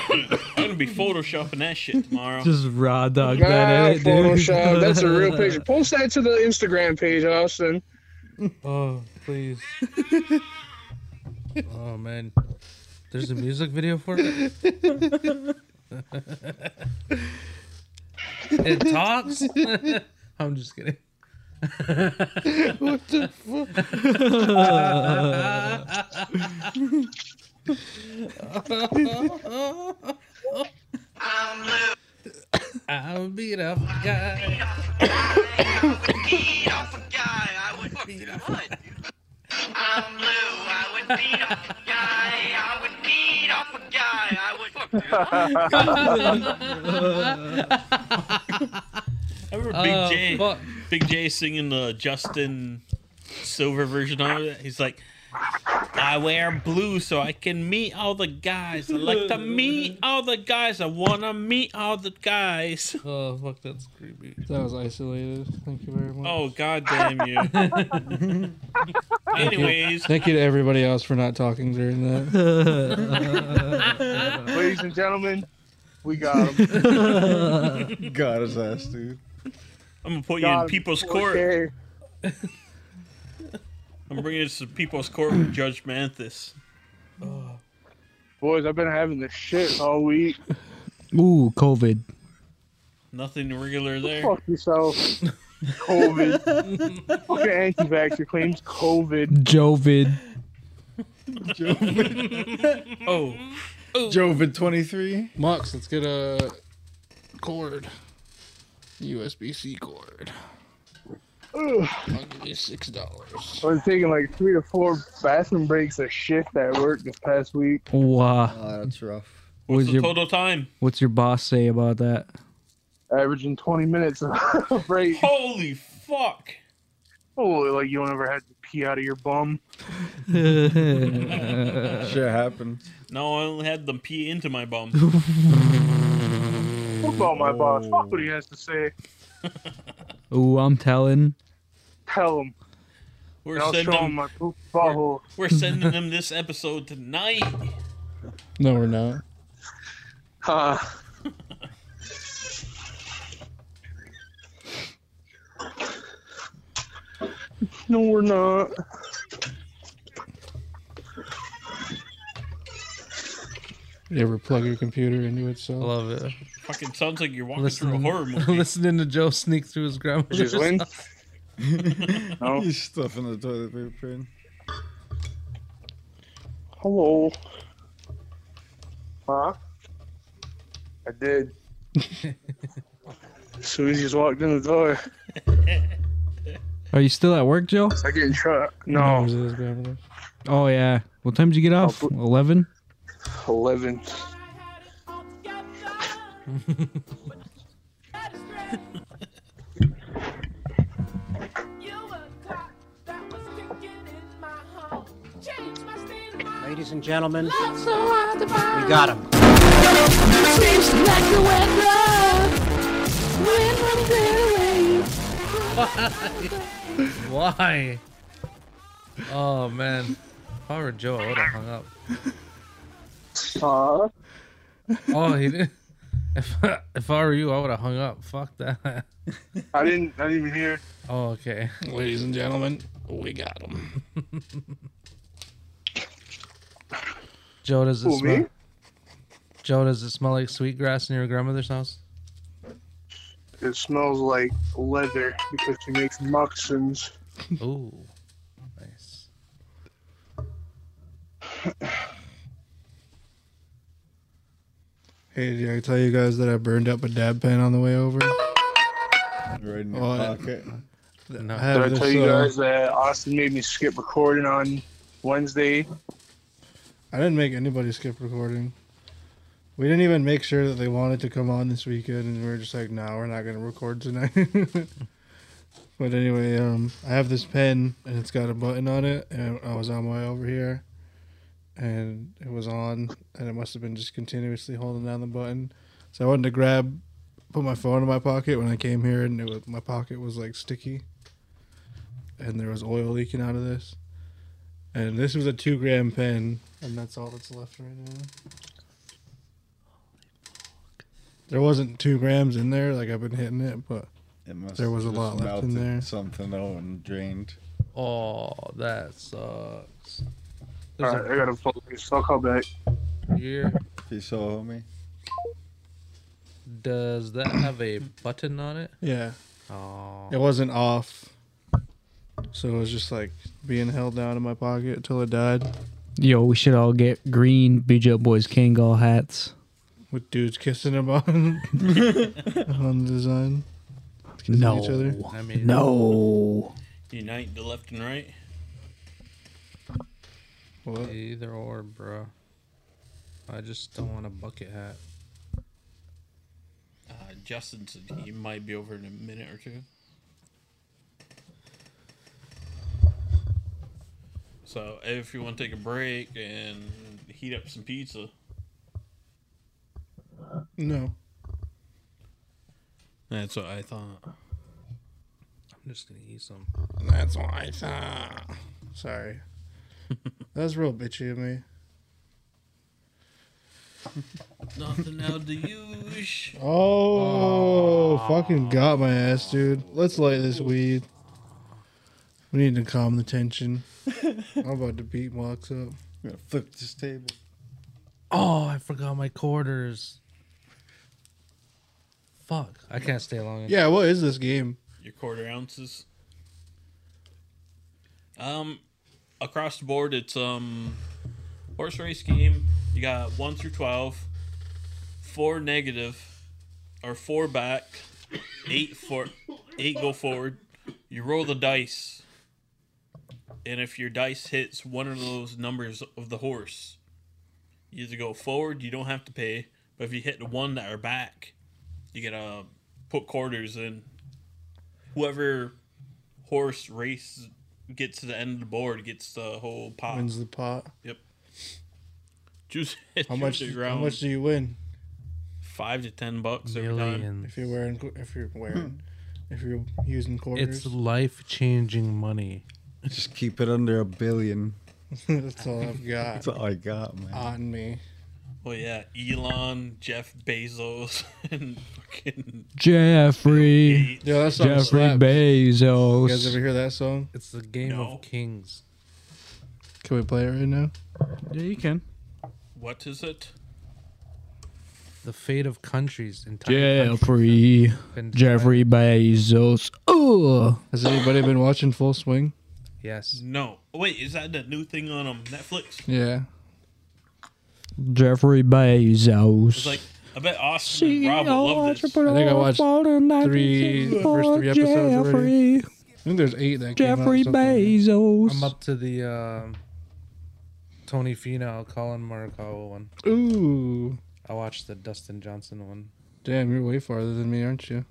Speaker 5: I'm gonna be photoshopping that shit tomorrow.
Speaker 3: Just raw dog
Speaker 15: nah,
Speaker 3: that edit, dude.
Speaker 15: Photoshop. Oh, That's a real picture. Post that to the Instagram page, Austin.
Speaker 4: Oh, please. oh man. There's a music video for it. it talks? I'm just kidding.
Speaker 17: What the
Speaker 4: fuck? I'll beat up a guy.
Speaker 1: beat off a guy. I would beat off what? I'm Lou. I would beat off a guy. I would beat off a guy. I would. Fuck,
Speaker 5: I remember Big
Speaker 1: Oh,
Speaker 5: J.
Speaker 1: fuck.
Speaker 5: Big J singing the Justin Silver version of it. He's like, I wear blue so I can meet all the guys. I like to meet all the guys. I wanna meet all the guys.
Speaker 4: Oh fuck, that's creepy.
Speaker 7: That was isolated. Thank you very much.
Speaker 5: Oh god damn you. Anyways,
Speaker 7: Thank you to everybody else for not talking during that.
Speaker 15: Ladies and gentlemen, we got him.
Speaker 8: God his ass, dude.
Speaker 5: I'm gonna put you in
Speaker 15: God,
Speaker 5: people's
Speaker 15: poor
Speaker 5: court.
Speaker 15: Jerry.
Speaker 5: I'm bringing this to people's court with Judge Manthis.
Speaker 15: Boys, I've been having the shit all week.
Speaker 3: Ooh, COVID.
Speaker 5: Nothing regular there.
Speaker 15: Fuck yourself. COVID. Fucking anti-vaxxer claims COVID.
Speaker 3: Jovid.
Speaker 5: oh.
Speaker 8: Jovid 23.
Speaker 7: Mux, let's get a cord. USB C cord. I'll give you six dollars.
Speaker 15: I was taking like three to four bathroom breaks a shift at work this past week.
Speaker 3: Wow.
Speaker 8: Ah, that's rough.
Speaker 3: What's
Speaker 5: the total time?
Speaker 3: What's your boss say about that?
Speaker 15: Averaging 20 minutes a break.
Speaker 5: Holy fuck.
Speaker 15: Oh, like you don't ever had to pee out of your bum.
Speaker 8: Shit happened.
Speaker 5: No, I only had them pee into my bum.
Speaker 15: Fuck all my boss. Fuck what he has to say.
Speaker 3: Ooh, I'm telling.
Speaker 15: Tell him.
Speaker 5: We're
Speaker 15: And I'll show him
Speaker 5: sending,
Speaker 15: my poop butthole.
Speaker 5: we're sending them this episode tonight.
Speaker 7: No, we're not.
Speaker 15: Uh, no, we're not.
Speaker 7: You ever plug your computer into itself? I
Speaker 4: love it.
Speaker 5: Fucking sounds like you're walking through a
Speaker 4: Listening,
Speaker 5: horror movie.
Speaker 4: listening to Joe sneak through his grandma's
Speaker 5: Did you win?
Speaker 4: house.
Speaker 15: No.
Speaker 8: He's stuffing the toilet paper in.
Speaker 15: Hello. Huh? I did. as soon as you just walked in the door,
Speaker 3: Are you still at work, Joe?
Speaker 15: I get in trouble. No.
Speaker 18: Oh,
Speaker 3: Oh yeah. What time did you get off? Eleven.
Speaker 15: eleven.
Speaker 18: Ladies and gentlemen, we got him.
Speaker 4: Why? Oh man, if I were Joe, I would have hung up. Oh, he did. If I, if I were you, I would have hung up. Fuck that.
Speaker 15: I didn't. I didn't even hear.
Speaker 4: Oh, okay.
Speaker 7: Ladies and gentlemen, we got him.
Speaker 4: Joe, does it
Speaker 15: Who,
Speaker 4: smell?
Speaker 15: me?
Speaker 4: Joe, does it smell like sweetgrass in your grandmother's house?
Speaker 15: It smells like leather because she makes moccasins.
Speaker 4: Ooh.
Speaker 7: Hey, did I tell you guys that I burned up a dab pen on the way over?
Speaker 8: Right in your
Speaker 7: Oh, I-
Speaker 8: pocket.
Speaker 7: I
Speaker 15: Did
Speaker 7: have
Speaker 15: I
Speaker 7: this,
Speaker 15: tell you
Speaker 7: uh,
Speaker 15: guys that Austin made me skip recording on Wednesday?
Speaker 7: I didn't make anybody skip recording. We didn't even make sure that they wanted to come on this weekend, and we were just like, "No, we're not going to record tonight." but anyway, um, I have this pen, and it's got a button on it, and I was on my way over here, and it was on, and it must have been just continuously holding down the button. So I wanted to grab, put my phone in my pocket when I came here, and it was, my pocket was like sticky, and there was oil leaking out of this. And this was a two gram pen, and that's all that's left right now. There wasn't two grams in there, like I've been hitting it, but
Speaker 8: It must
Speaker 7: there was a
Speaker 8: have
Speaker 7: lot
Speaker 8: just
Speaker 7: left in
Speaker 8: melted
Speaker 7: there.
Speaker 8: Something out and drained.
Speaker 4: Oh, that sucks.
Speaker 15: All right, I gotta focus. I'll call back.
Speaker 4: Here.
Speaker 8: Peace out, homie.
Speaker 4: Does that have a button on it?
Speaker 7: Yeah.
Speaker 4: Oh.
Speaker 7: It wasn't off. So it was just like being held down in my pocket until it died
Speaker 3: Yo, we should all get green BJ Boys Kangol hats.
Speaker 7: with dudes kissing him on, on the design. Kissing
Speaker 3: No.
Speaker 7: Each other.
Speaker 5: I mean-
Speaker 3: No.
Speaker 5: Unite the left and right.
Speaker 4: Either or, bro. I just don't want a bucket hat.
Speaker 5: Uh, Justin said he might be over in a minute or two. So if you want to take a break and heat up some pizza,
Speaker 7: No.
Speaker 5: that's what I thought.
Speaker 4: I'm just gonna eat some.
Speaker 7: That's what I thought. Sorry. that was real bitchy of me.
Speaker 5: Nothing out of the huge.
Speaker 7: Oh, fucking got my ass, dude. Let's light this weed. We need to calm the tension. I'm about to beat Mox up.
Speaker 8: gonna flip this table.
Speaker 4: Oh, I forgot my quarters. Fuck. I can't stay long.
Speaker 7: Yeah, what is this game?
Speaker 5: Your quarter ounces. Um, across the board, it's um, horse race game. You got one through twelve, four negative, or four back, eight for, eight go forward. You roll the dice, and if your dice hits one of those numbers of the horse, you either go forward, you don't have to pay, but if you hit the one that are back, you get to put quarters in. Whoever horse race gets to the end of the board gets the whole pot.
Speaker 7: Wins the pot.
Speaker 5: Yep. Juice.
Speaker 7: How much?
Speaker 5: juice it
Speaker 7: How
Speaker 5: around
Speaker 7: much do you win
Speaker 5: Five to ten bucks every time.
Speaker 7: if you're wearing? qu- If you're wearing? if you're using quarters?
Speaker 4: It's life changing money.
Speaker 8: Just keep it under a billion.
Speaker 7: That's all I've got.
Speaker 8: That's all I got, man.
Speaker 7: On me.
Speaker 5: Well, Oh, yeah, Elon, Jeff Bezos, and fucking
Speaker 3: Jeffrey.
Speaker 7: Yeah, that song
Speaker 3: Jeffrey
Speaker 7: slaps. You guys
Speaker 3: Bezos.
Speaker 7: ever hear that song?
Speaker 4: It's the game of kings.
Speaker 7: Can we play it right now?
Speaker 3: Yeah, you can.
Speaker 5: what is it?
Speaker 4: The fate of countries. Entire
Speaker 3: Jeffrey. Jeffrey Bezos. Oh.
Speaker 7: Has anybody been watching Full Swing?
Speaker 4: Yes.
Speaker 5: No. Oh, wait, is that that new thing on um, Netflix?
Speaker 7: Yeah.
Speaker 3: Jeffrey
Speaker 5: It's
Speaker 3: Bezos.
Speaker 5: like I bet Austin and Rob will love this.
Speaker 7: I think I watched
Speaker 3: three,
Speaker 7: the first three episodes already. I think there's eight that came out.
Speaker 3: Jeffrey
Speaker 7: something.
Speaker 3: Bezos.
Speaker 4: I'm up to the um Tony Finau, Colin Morikawa one.
Speaker 7: Ooh.
Speaker 4: I watched the Dustin Johnson one.
Speaker 7: Damn, you're way farther than me, aren't you?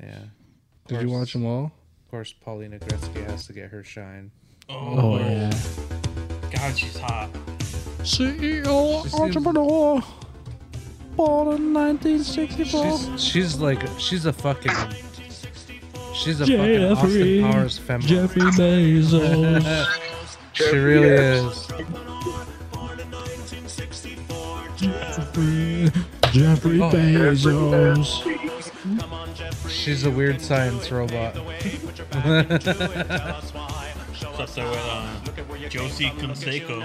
Speaker 4: Yeah.
Speaker 7: Did you watch them all?
Speaker 4: Of course, Paulina Gretzky has to get her shine.
Speaker 5: Oh, yeah. God, she's hot.
Speaker 2: CEO entrepreneur, born in 1964.
Speaker 4: She's, she's like she's a fucking she's a
Speaker 2: Jeffrey-
Speaker 4: fucking Austin Powers femme.
Speaker 2: Jeffrey Bezos.
Speaker 4: she really
Speaker 2: Yes.
Speaker 4: is.
Speaker 2: Jeffrey, Jeffrey
Speaker 4: Oh.
Speaker 2: Bezos.
Speaker 4: She's a weird science robot.
Speaker 5: That's the way, uh, Josie Canseco.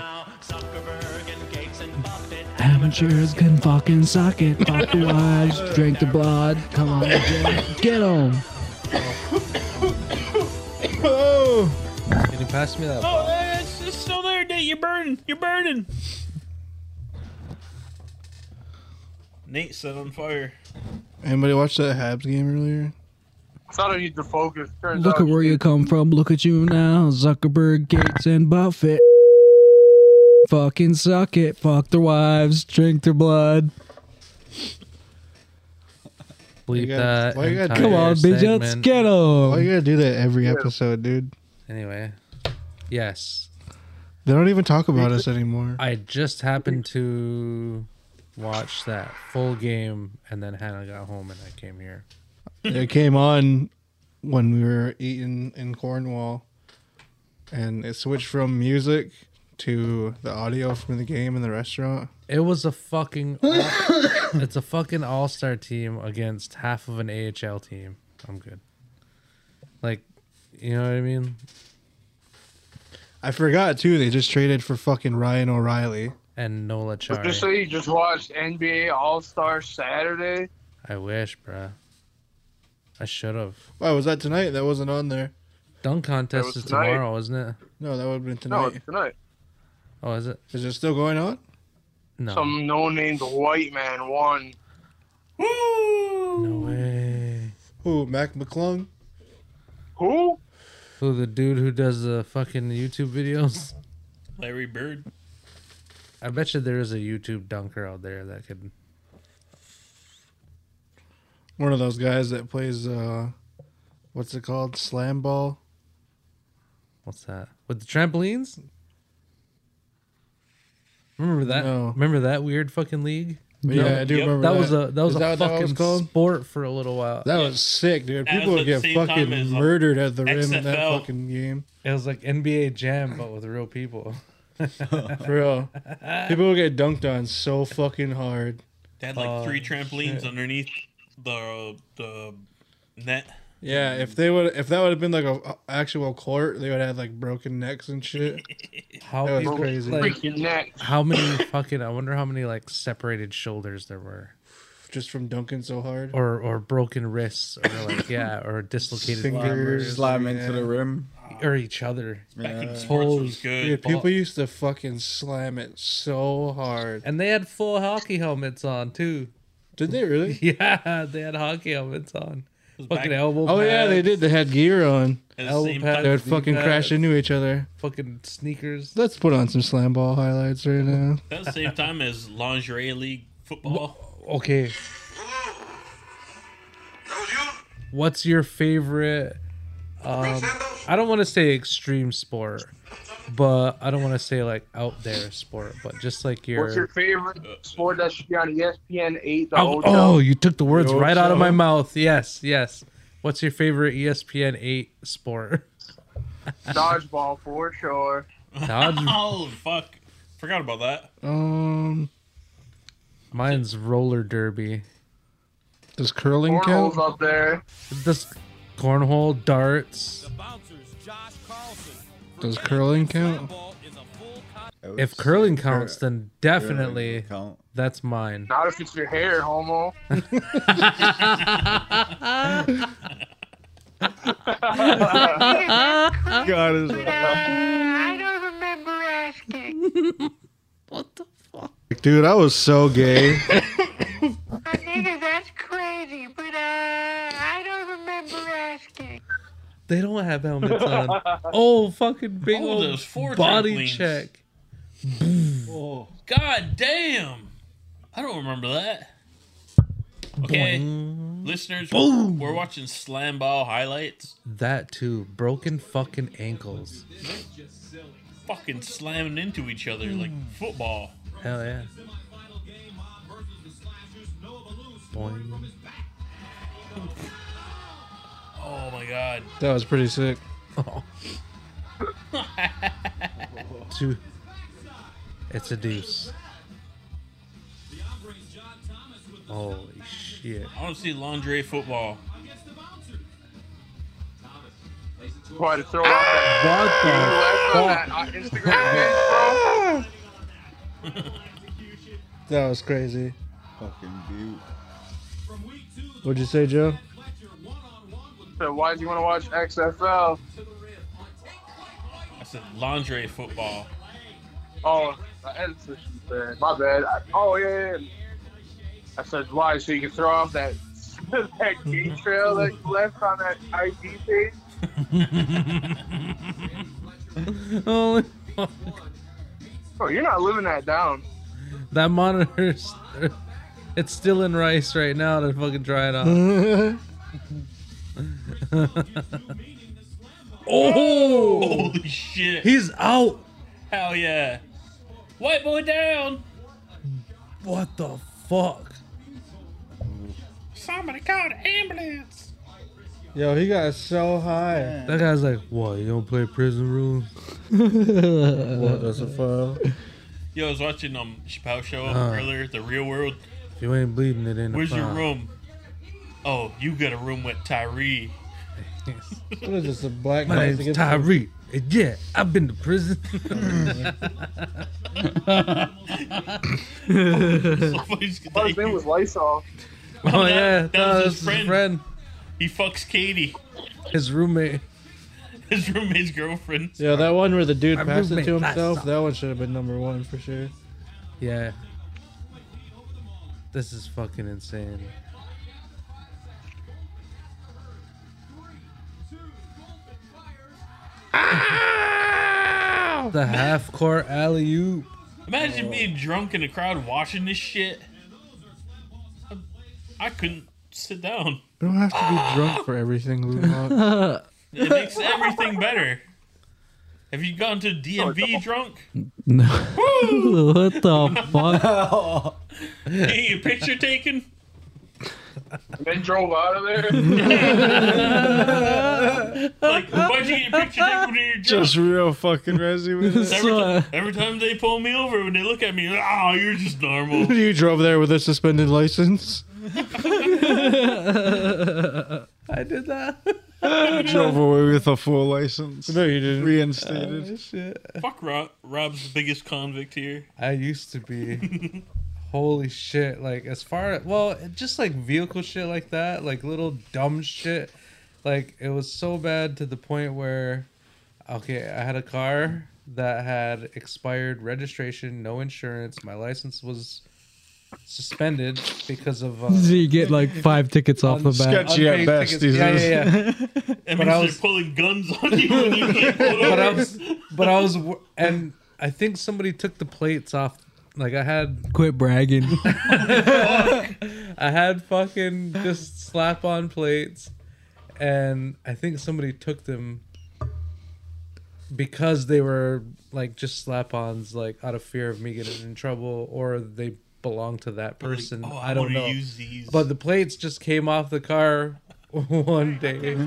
Speaker 3: Amateurs can fucking suck it. Fuck your eyes. Drink the blood. Come on, Jeff. Get 'em.
Speaker 4: Can
Speaker 2: Oh.
Speaker 4: you pass me that?
Speaker 5: Oh, eh, it's, it's still there, Nate. You're burning. You're burning. Nate set on fire.
Speaker 7: Anybody watch that Habs game earlier?
Speaker 15: I thought I need to focus. Turns
Speaker 3: Look at where you come from. Look at you now. Zuckerberg, Gates, and Buffett. Fucking suck it. Fuck their wives. Drink their blood.
Speaker 4: Bleep that.
Speaker 7: Why you gotta
Speaker 4: entire
Speaker 7: do-
Speaker 4: segment.
Speaker 7: Why you gotta do that every episode, dude?
Speaker 4: Anyway, yes,
Speaker 7: They don't even talk about us anymore.
Speaker 4: I just happened to watch that full game, and then Hannah got home, and I came here.
Speaker 7: it came on when we were eating in Cornwall, and it switched from music to the audio from the game in the restaurant.
Speaker 4: It was a fucking. it's a fucking all star team against half of an AHL team. I'm good. Like, you know what I mean?
Speaker 7: I forgot too. They just traded for fucking Ryan O'Reilly.
Speaker 4: And Nola Chari.
Speaker 15: Just so you just watched NBA All Star Saturday.
Speaker 4: I wish, bruh. I should have.
Speaker 7: Why was that tonight? That wasn't on there.
Speaker 4: Dunk
Speaker 7: That
Speaker 4: contest
Speaker 7: was
Speaker 4: is
Speaker 7: tonight.
Speaker 4: tomorrow, isn't it?
Speaker 7: No, that would have been tonight.
Speaker 15: No, it's tonight.
Speaker 4: Oh, is it?
Speaker 7: Is it still going on?
Speaker 4: No.
Speaker 15: Some no named white man won.
Speaker 4: No way.
Speaker 7: Who? Mac McClung?
Speaker 15: Who?
Speaker 4: Who the dude who does the fucking YouTube videos?
Speaker 5: Larry Bird.
Speaker 4: I bet you there is a YouTube dunker out there that could.
Speaker 7: One of those guys that plays uh, what's it called? Slam ball.
Speaker 4: What's that? With the trampolines? Remember that? Remember that weird fucking league?
Speaker 7: Yeah, I do remember
Speaker 4: that. was
Speaker 7: that.
Speaker 4: a that was
Speaker 7: Is
Speaker 4: a
Speaker 7: that what that was
Speaker 4: fucking
Speaker 7: called?
Speaker 4: sport for a little while.
Speaker 7: That was sick, dude.
Speaker 4: That
Speaker 7: People
Speaker 4: was
Speaker 7: would get
Speaker 4: at the same time
Speaker 7: fucking
Speaker 4: as, um, like,
Speaker 7: murdered at the rim in that
Speaker 4: XFL.
Speaker 7: fucking game.
Speaker 4: It was like NBA Jam, but with real people.
Speaker 7: For real. People would get dunked on so fucking hard. Oh,
Speaker 5: They had like
Speaker 7: three
Speaker 5: three trampolines underneath the the net.
Speaker 7: Yeah, if they would, if that would have been like a actual court, they would have like broken necks and shit.
Speaker 4: How
Speaker 7: that
Speaker 4: people-
Speaker 7: was crazy.
Speaker 4: like, How many fucking? I wonder how many like separated shoulders there were,
Speaker 7: just from dunking so hard,
Speaker 4: or or broken wrists, or like yeah, or dislocated
Speaker 7: Fingers,
Speaker 4: fingers,
Speaker 7: slam into the
Speaker 4: rim, or each other.
Speaker 7: Back in
Speaker 5: sports was good.
Speaker 7: Dude, people used to fucking slam it so hard.
Speaker 4: And they had full hockey helmets on too.
Speaker 7: Did they really?
Speaker 4: Yeah, they had hockey helmets on. Fucking
Speaker 7: Back-
Speaker 4: elbow.
Speaker 7: Oh yeah, they
Speaker 4: pads,
Speaker 7: did. They had gear on.
Speaker 4: At the Elbow same time.
Speaker 7: They would fucking
Speaker 4: Yeah.
Speaker 7: crash into each other.
Speaker 4: Fucking sneakers.
Speaker 7: Let's put on some slam ball highlights right now.
Speaker 5: That was the same time as lingerie league football.
Speaker 4: Okay. What's your favorite? Um, I don't want to say extreme sport, but I don't want to say like out there sport, but just like your.
Speaker 15: What's your favorite
Speaker 2: Uh,
Speaker 15: sport that E should be on ESPN eight? The
Speaker 4: oh,
Speaker 15: Hotel?
Speaker 4: oh, you took the words right out of my
Speaker 15: Hotel.
Speaker 4: mouth. Yes, yes. What's your favorite E ESPN eight sport?
Speaker 15: dodgeball for sure.
Speaker 4: Dodge-
Speaker 5: oh fuck! Forgot about that.
Speaker 7: Um,
Speaker 4: mine's roller derby.
Speaker 7: Does curling
Speaker 15: Cornhole's up there.
Speaker 4: Does cornhole, darts.
Speaker 7: Does curling count?
Speaker 4: If curling counts, then definitely
Speaker 8: Curling count.
Speaker 4: that's mine.
Speaker 15: Not if it's your hair, homo.
Speaker 2: God is.
Speaker 15: uh, I don't remember asking. what the?
Speaker 7: Like, dude, I was so gay.
Speaker 15: Nigga, that's crazy, but uh, I don't remember asking.
Speaker 4: They don't have helmets on. Oh, fucking big
Speaker 5: Oh,
Speaker 4: old
Speaker 5: those four
Speaker 4: body
Speaker 5: trampolines.
Speaker 4: check.
Speaker 5: Oh. God damn! I don't remember that. Okay, listeners,
Speaker 4: Boom.
Speaker 5: we're watching slam ball highlights.
Speaker 4: That too. Broken fucking ankles.
Speaker 5: Fucking slamming into each other like
Speaker 4: Hmm.
Speaker 5: football.
Speaker 4: Hell yeah. Boing.
Speaker 5: Oh my god.
Speaker 7: That was pretty sick.
Speaker 4: Two. It's a deuce. Holy shit.
Speaker 5: I want to see lingerie football.
Speaker 15: Boy, to throw out that,
Speaker 5: What
Speaker 15: you left on that uh, Instagram page,
Speaker 7: That was crazy.
Speaker 8: Fucking beaut.
Speaker 7: What'd you say, Joe?
Speaker 15: bro. So why'd you want to watch XFL?
Speaker 5: I said lingerie football.
Speaker 15: Oh, I edited this bad. My bad. I, oh yeah, yeah. I said why? So you can throw off that that gay trail that you left on that ID page.
Speaker 4: Holy
Speaker 15: Bro, you're not living that down.
Speaker 4: That monitor's it's still in rice right now to fucking dry it off. oh
Speaker 5: holy shit.
Speaker 4: He's out.
Speaker 5: Hell yeah. White boy down.
Speaker 4: What the fuck?
Speaker 5: Somebody call the ambulance.
Speaker 7: Yo, he got so high.
Speaker 4: That guy's like, what, you don't play prison rules?
Speaker 7: What,
Speaker 4: that's a file?
Speaker 5: Yo, I was watching um Chappelle show
Speaker 4: Uh.
Speaker 5: earlier, The Real World.
Speaker 4: If you ain't bleeding, it ain't
Speaker 5: Where's
Speaker 4: a
Speaker 5: your
Speaker 4: file.
Speaker 5: room? Oh, you got a room with Tyree.
Speaker 7: What is this, a black
Speaker 4: My
Speaker 7: guy
Speaker 4: name's
Speaker 7: against-
Speaker 4: Tyree. And yeah, I've been to prison.
Speaker 15: Well, his name was Lysol.
Speaker 4: Oh, yeah,
Speaker 5: that,
Speaker 4: no,
Speaker 5: was
Speaker 4: that's
Speaker 5: his
Speaker 4: his
Speaker 5: friend.
Speaker 4: friend.
Speaker 5: He fucks Katie,
Speaker 4: His roommate.
Speaker 5: his roommate's girlfriend.
Speaker 7: Yeah, that one where the dude
Speaker 5: My
Speaker 7: passed it to
Speaker 5: roommate,
Speaker 7: himself,
Speaker 5: that's-
Speaker 7: that one should have been number one for sure.
Speaker 4: Yeah. This is fucking insane. The half court alley oop. Oh.
Speaker 5: Imagine being drunk in a crowd watching this shit. I, I couldn't sit down.
Speaker 7: You don't have to be drunk for everything, Luke.
Speaker 5: It makes everything better. Have you gone to DMV drunk?
Speaker 3: No. what the fuck?
Speaker 5: Hey, your picture taken?
Speaker 15: And then drove out of there.
Speaker 5: Like, why'd you get your picture taken when you're drunk?
Speaker 6: Just real fucking resi with it.
Speaker 5: Every, ti- every time they pull me over, when they look at me, ah, you're just normal.
Speaker 7: you drove there with a suspended license?
Speaker 4: I did that.
Speaker 6: Drove away with a full license. No, you didn't.
Speaker 5: Uh,
Speaker 6: Reinstated.
Speaker 5: Fuck Rob, Rob's the biggest convict here.
Speaker 4: I used to be. Holy shit! Like as far as well, just like vehicle shit like that, like little dumb shit. Like it was so bad to the point where, okay, I had a car that had expired registration, no insurance. My license was suspended because of. Uh,
Speaker 3: So you get like five tickets off the bat.
Speaker 4: unpaid tickets. Yeah, yeah, yeah.
Speaker 5: That
Speaker 4: But
Speaker 5: means
Speaker 4: I
Speaker 5: they're
Speaker 4: was-
Speaker 5: pulling guns on you when you get pulled
Speaker 4: but I
Speaker 5: over.
Speaker 4: was, but I was, wor- and I think somebody took the plates off. Like I had
Speaker 3: Quit bragging.
Speaker 4: I had fucking just slap on plates, and I think somebody took them because they were like just slap ons, like out of fear of me getting in trouble, or they belong to that person.
Speaker 5: oh,
Speaker 4: I,
Speaker 5: I
Speaker 4: don't
Speaker 5: wanna
Speaker 4: know.
Speaker 5: use these.
Speaker 4: But the plates just came off the car one day,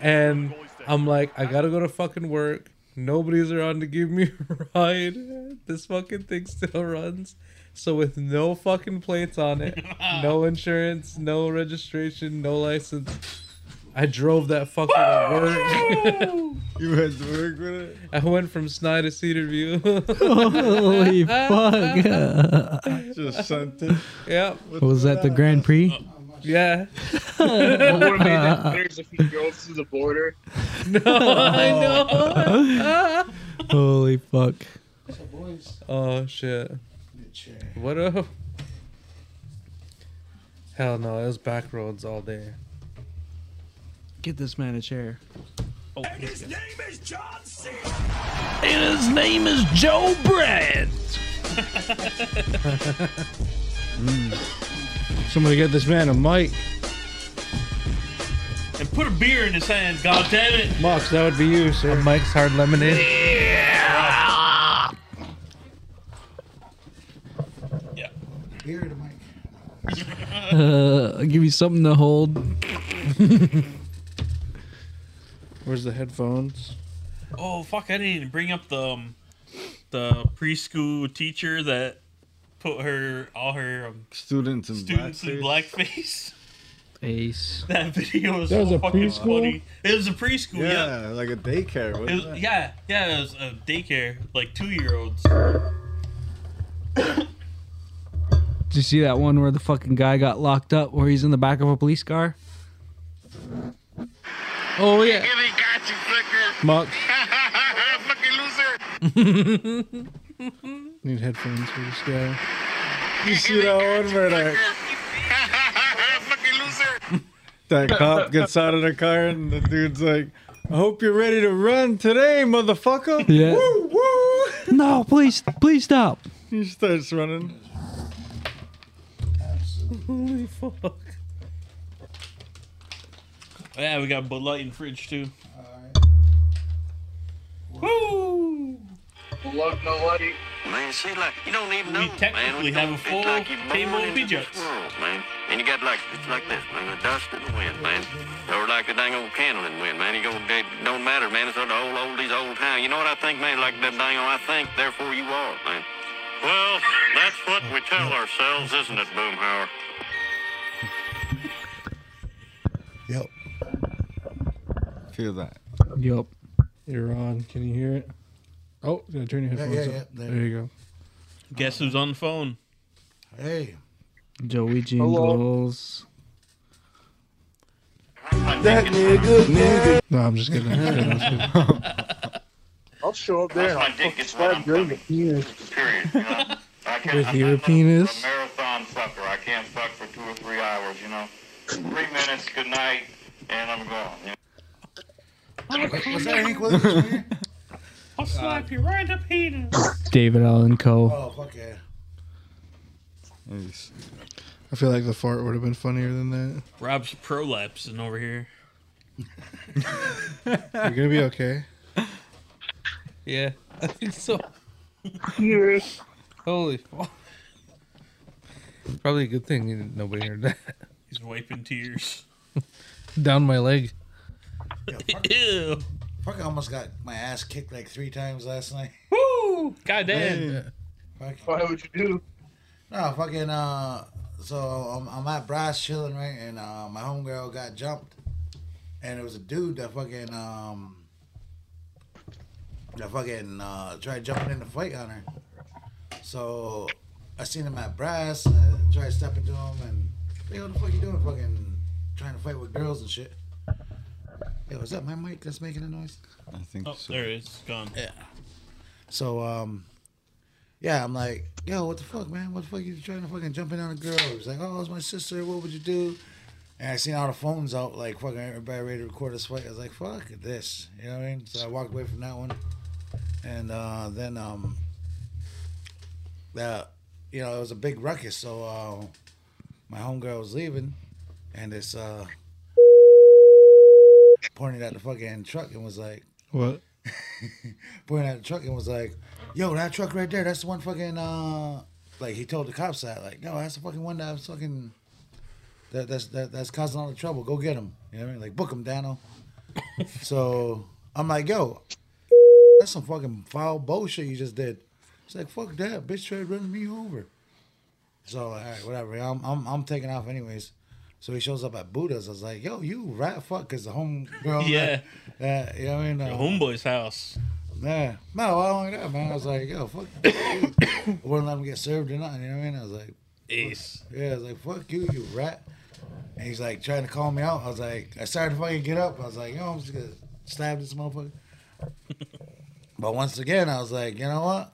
Speaker 4: and I'm like, I gotta go to fucking work. Nobody's around to give me a ride. This fucking thing still runs. So with no fucking plates on it, no insurance, no registration, no license, I drove that fucking to work.
Speaker 8: You went to work with it?
Speaker 4: I went from Snide to Cedar View.
Speaker 3: Holy fuck.
Speaker 8: Just sent it.
Speaker 4: Yep.
Speaker 3: Was that the Grand Prix?
Speaker 4: Yeah.
Speaker 15: what would have made that hilarious if he drove through the border?
Speaker 4: No, I know.
Speaker 3: Holy fuck.
Speaker 4: Oh shit. What up? Hell no, it was back roads all day.
Speaker 3: Get this man a chair.
Speaker 2: And his name is Joe Brad.
Speaker 7: Mm. Somebody get this man a mic.
Speaker 5: And put a beer in his hand, god damn it.
Speaker 7: Mox, that would be you, sir. A
Speaker 4: mic's hard lemonade.
Speaker 3: Uh, I'll give you something to hold.
Speaker 7: Where's the headphones?
Speaker 5: Oh fuck! I didn't even bring up the um, the preschool teacher that put her all her um,
Speaker 8: Students in
Speaker 5: students in blackface.
Speaker 3: Ace.
Speaker 5: That video was so fucking funny. It was a preschool. Yeah,
Speaker 8: Yeah, like a daycare.
Speaker 5: It
Speaker 8: What is
Speaker 5: was-
Speaker 8: that?
Speaker 5: yeah, yeah. It was a daycare, like two year olds.
Speaker 3: Did you see that one where the fucking guy got locked up where he's in the back of a police car? Oh, yeah.
Speaker 7: Mox.
Speaker 3: Fucking
Speaker 7: Need headphones for this guy.
Speaker 8: You see that one where that, that cop gets out of the car and the dude's like, I hope you're ready to run today, motherfucker.
Speaker 3: Yeah.
Speaker 8: Woo, woo.
Speaker 3: No, please, please stop.
Speaker 8: He starts running.
Speaker 5: Holy fuck! Yeah, we got Bud Light in fridge too. Woo!
Speaker 15: Love no light.
Speaker 14: Man, see, like, you don't even know.
Speaker 5: We technically
Speaker 14: man.
Speaker 5: have a
Speaker 14: It's
Speaker 5: full
Speaker 14: like you're born
Speaker 5: table of
Speaker 14: into this
Speaker 5: B-Jets.
Speaker 14: world, man. And you got like, it's like this, man, the dust and the wind, man. Or like the dang old candle and wind, man. You go, it don't matter, man. It's all the old, old, these old time. You know what I think, man? Like them dang old, I think, therefore you are, man. Well, that's what we tell ourselves, isn't it, Boomhauer?
Speaker 8: Yep. Feel that.
Speaker 3: Yup.
Speaker 7: You're on. Can you hear it? Oh, did I turn your headphones
Speaker 5: yeah,
Speaker 7: up?
Speaker 5: yeah,
Speaker 7: there.
Speaker 5: there.
Speaker 7: you go.
Speaker 5: Guess who's on the phone?
Speaker 16: Hey.
Speaker 3: Joey Jingles.
Speaker 16: That nigga, nigga.
Speaker 7: No, I'm just kidding. I'm just kidding.
Speaker 15: I'll show up there and I'll fucking stab you in the penis.
Speaker 14: Period. You know? I can't,
Speaker 7: With
Speaker 14: I'm
Speaker 7: your
Speaker 14: not a-
Speaker 7: penis?
Speaker 14: A marathon fucker. I can't fuck for two or three hours, you know. Three minutes, good night, and I'm gone. You know?
Speaker 16: Was that Hank Williams Jr.?
Speaker 5: I'll slap you right up here.
Speaker 3: David Allen Coe.
Speaker 16: Oh, fuck yeah.
Speaker 7: I feel like the fart would have been funnier than that.
Speaker 5: Rob's prolapsing over here.
Speaker 7: You're gonna be okay.
Speaker 13: Yeah, I think so. Yes. Holy fuck. Probably a good thing nobody heard that.
Speaker 5: He's wiping tears.
Speaker 13: Down my leg.
Speaker 5: Ew.
Speaker 16: Fuck, I almost got my ass kicked like three times last night.
Speaker 5: Woo! Goddamn.
Speaker 16: Why would you do? No, fucking. Uh, so I'm, I'm at Brass chilling, right? And uh, my homegirl got jumped, and it was a dude that fucking um, that fucking uh, tried jumping in the fight on her. So I seen him at Brass, and I tried stepping to him, and hey, what the fuck you doing? Fucking trying to fight with girls and shit. Yo, is that my mic that's making a noise?
Speaker 8: I think
Speaker 5: Oh, there it is. It's gone.
Speaker 16: Yeah. So um, yeah, I'm like, yo, what the fuck, man? What the fuck you trying to fucking jump in on a girl? He's like, oh, it's my sister. What would you do? And I seen all the phones out, like fucking everybody ready to record this fight. I was like, fuck this, you know what I mean? So I walked away from that one, and uh, then um, that you know it was a big ruckus. So uh, my homegirl was leaving, and this uh, pointed at the fucking truck and was like,
Speaker 7: What?
Speaker 16: pointed at the truck and was like, "Yo, that truck right there, that's the one fucking uh." Like he told the cops that, like, "No, that's the fucking one that was fucking that that's that, that's causing all the trouble. Go get him." You know what I mean? Like, book him, Dano. so I'm like, "Yo, that's some fucking foul bullshit you just did." It's like, "Fuck that, bitch! Tried running me over." So like, all right, whatever. I'm I'm I'm taking off anyways. So he shows up at Buddha's. I was like, "Yo, you rat fuck," because the home girl.
Speaker 5: Yeah.
Speaker 16: Uh, you know what I mean?
Speaker 5: Your
Speaker 16: Uh,
Speaker 5: homeboy's house.
Speaker 16: yeah. No, I don't like that, man. I was like, yo, fuck. I wouldn't let him get served or nothing. You know what I mean? I was like,
Speaker 5: Ace.
Speaker 16: yeah, I was like, fuck you, you rat. And he's like trying to call me out. I was like, I started to fucking get up. I was like, yo, I'm just gonna stab this motherfucker. but once again, I was like, you know what?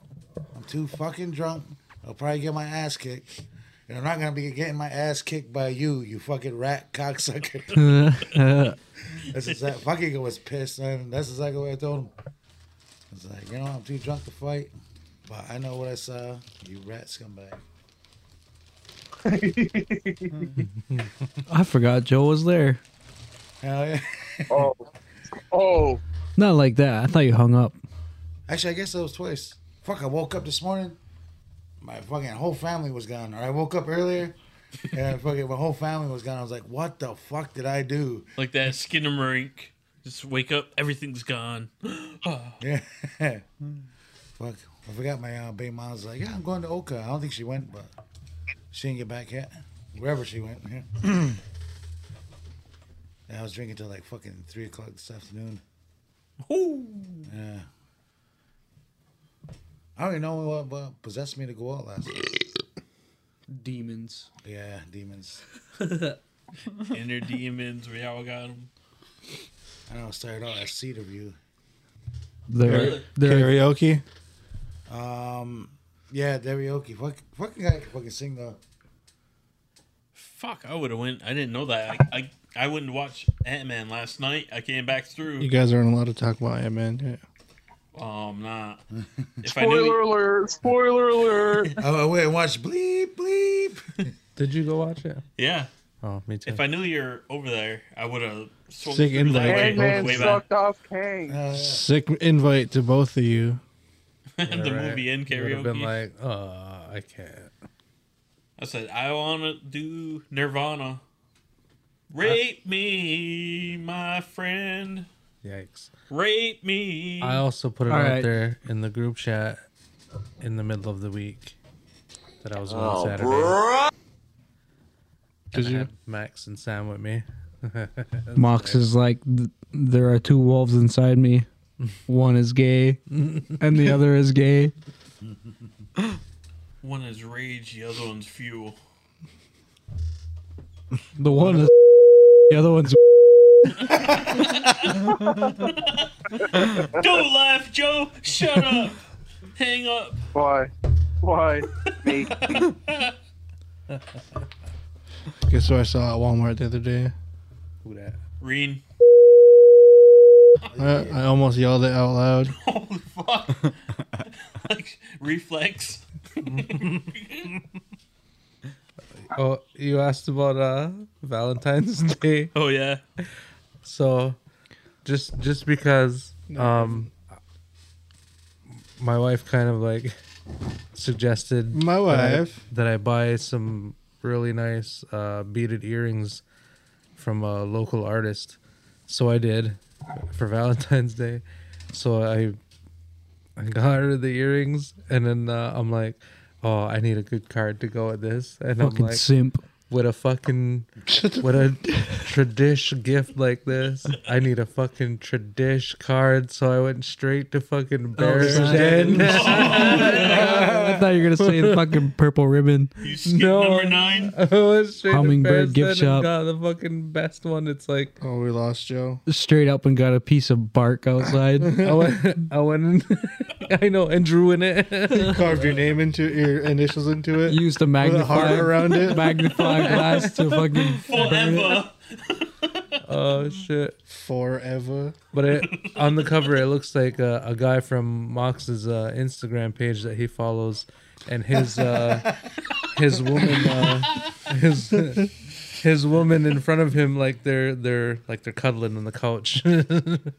Speaker 16: I'm too fucking drunk. I'll probably get my ass kicked. And I'm not gonna be getting my ass kicked by you, you fucking rat cocksucker. That's exactly. Fucking was pissed, man. That's exactly what I told him. I was like, you know, I'm too drunk to fight. But I know what I saw. You rat scumbag.
Speaker 3: I forgot Joe was there.
Speaker 16: Hell yeah.
Speaker 15: oh. Oh.
Speaker 3: Not like that. I thought you hung up.
Speaker 16: Actually, I guess that was twice. Fuck, I woke up this morning. My fucking whole family was gone. Or I woke up earlier. And fucking my whole family was gone. I was like, what the fuck did I do?
Speaker 5: Like that skinamarink. Just wake up, everything's gone.
Speaker 16: yeah. Fuck. I forgot my uh, baby mom's like, yeah, I'm going to Oka. I don't think she went, but she didn't get back yet. Wherever she went. Yeah. And I was drinking till like fucking 3 o'clock this afternoon. Yeah. I don't even know what, what possessed me to go out last night.
Speaker 3: Demons.
Speaker 16: Yeah, demons.
Speaker 5: Inner demons, we all got them.
Speaker 16: I know I started out as Cedar View.
Speaker 7: There- there- Karaoke?
Speaker 16: Um, yeah, karaoke. Fuck, fucking guy, can fucking sing the.
Speaker 5: Fuck, I would have went. I didn't know that. I I, I wouldn't watch Ant Man last night. I came back through.
Speaker 7: You guys aren't allowed to talk about it, man. Yeah.
Speaker 5: Oh, I'm not. If I knew
Speaker 15: Spoiler alert! Spoiler alert!
Speaker 16: Oh, wait, watch bleep Uh, bleep.
Speaker 4: Did you go watch it?
Speaker 5: Yeah.
Speaker 4: Oh, me too.
Speaker 5: If I knew you were over there, I would have swung
Speaker 7: Sick Uh,
Speaker 5: through that
Speaker 7: invite.
Speaker 5: way,
Speaker 7: Ant-Man
Speaker 5: way back.
Speaker 15: Sucked off Kane.
Speaker 7: Sick invite to both of you.
Speaker 5: the movie and
Speaker 4: You would've
Speaker 5: karaoke.
Speaker 4: Been like, uh, I can't.
Speaker 5: I said, I want to do Nirvana. Rape me, my friend.
Speaker 4: Yikes.
Speaker 5: Rape me.
Speaker 4: I also put it out
Speaker 5: Alright.
Speaker 4: there in the group chat in the middle of the week that I was on
Speaker 5: Oh,
Speaker 4: Saturday.
Speaker 5: bruh.
Speaker 4: Did
Speaker 3: Did
Speaker 4: you?
Speaker 3: you-
Speaker 4: Max and Sam with me.
Speaker 3: Mox is like, "Th- there are two wolves inside me. One is gay, and the other is gay.
Speaker 5: One is rage, the other one's fuel.
Speaker 3: The one is the other one's.
Speaker 5: Don't laugh, Joe. Shut up. Hang up.
Speaker 15: Why? Why? Me.
Speaker 7: Guess what I saw at Walmart the other day?
Speaker 4: Who that?
Speaker 5: Reen.
Speaker 7: I, I almost yelled it out loud.
Speaker 5: Holy fuck. like, reflex.
Speaker 4: Oh, you asked about uh Valentine's Day.
Speaker 5: Oh yeah.
Speaker 4: So, just just because um, my wife kind of like suggested
Speaker 7: My
Speaker 4: that I-
Speaker 7: wife.
Speaker 4: that I, buy some really nice uh, beaded earrings from a local artist. So I did for Valentine's Day. So I I got her the earrings, and then uh, I'm like, oh, I need a good card to go with this, and
Speaker 3: Fucking
Speaker 4: I'm like,
Speaker 3: simp.
Speaker 4: With a fucking with a tradish gift like this, I need a fucking tradish card. So I went straight to fucking Bears Den.
Speaker 3: I Oh, thought you were gonna say the fucking purple ribbon.
Speaker 4: no,
Speaker 5: number nine.
Speaker 4: I went straight
Speaker 3: Hummingbird
Speaker 4: to Bears
Speaker 3: gift
Speaker 4: Den
Speaker 3: shop.
Speaker 4: And got the fucking best one. It's like
Speaker 7: oh, we lost Joe.
Speaker 3: Straight up and got a piece of bark outside.
Speaker 4: I went, I went in, I know, and drew in it.
Speaker 7: Carved your name into your initials into it.
Speaker 3: Used a
Speaker 7: with a heart
Speaker 3: magnifying
Speaker 7: around it.
Speaker 3: magnifying glass to fucking
Speaker 5: Forever.
Speaker 4: Oh shit!
Speaker 7: Forever.
Speaker 4: But it, on the cover, it looks like a, a guy from Mox's uh, Instagram page that he follows, and his uh, his woman uh, his his woman in front of him, like they're they're like they're cuddling on the couch,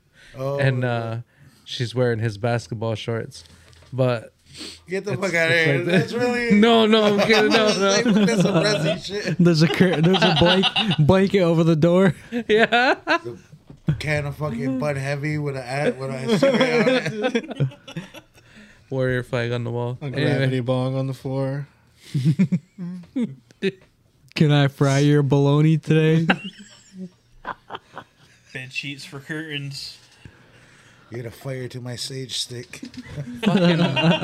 Speaker 16: Oh,
Speaker 4: and uh, she's wearing his basketball shorts, but.
Speaker 16: Get the
Speaker 4: it's-
Speaker 16: fuck out of
Speaker 4: it's
Speaker 16: here.
Speaker 4: like
Speaker 16: That's
Speaker 4: that.
Speaker 16: really.
Speaker 4: No, no, I'm kidding. No, no.
Speaker 16: That's some Razzie shit.
Speaker 3: There's a cur- there's a blank, blanket over the door.
Speaker 4: Yeah.
Speaker 16: Can of fucking Bud Heavy with a ad with a cigarette on it.
Speaker 4: Warrior flag on the wall.
Speaker 7: A
Speaker 4: Anyway.
Speaker 7: gravity bong on the floor.
Speaker 3: Can I fry your bologna today?
Speaker 5: Bed sheets for curtains.
Speaker 16: Get a fire to my sage stick.
Speaker 5: I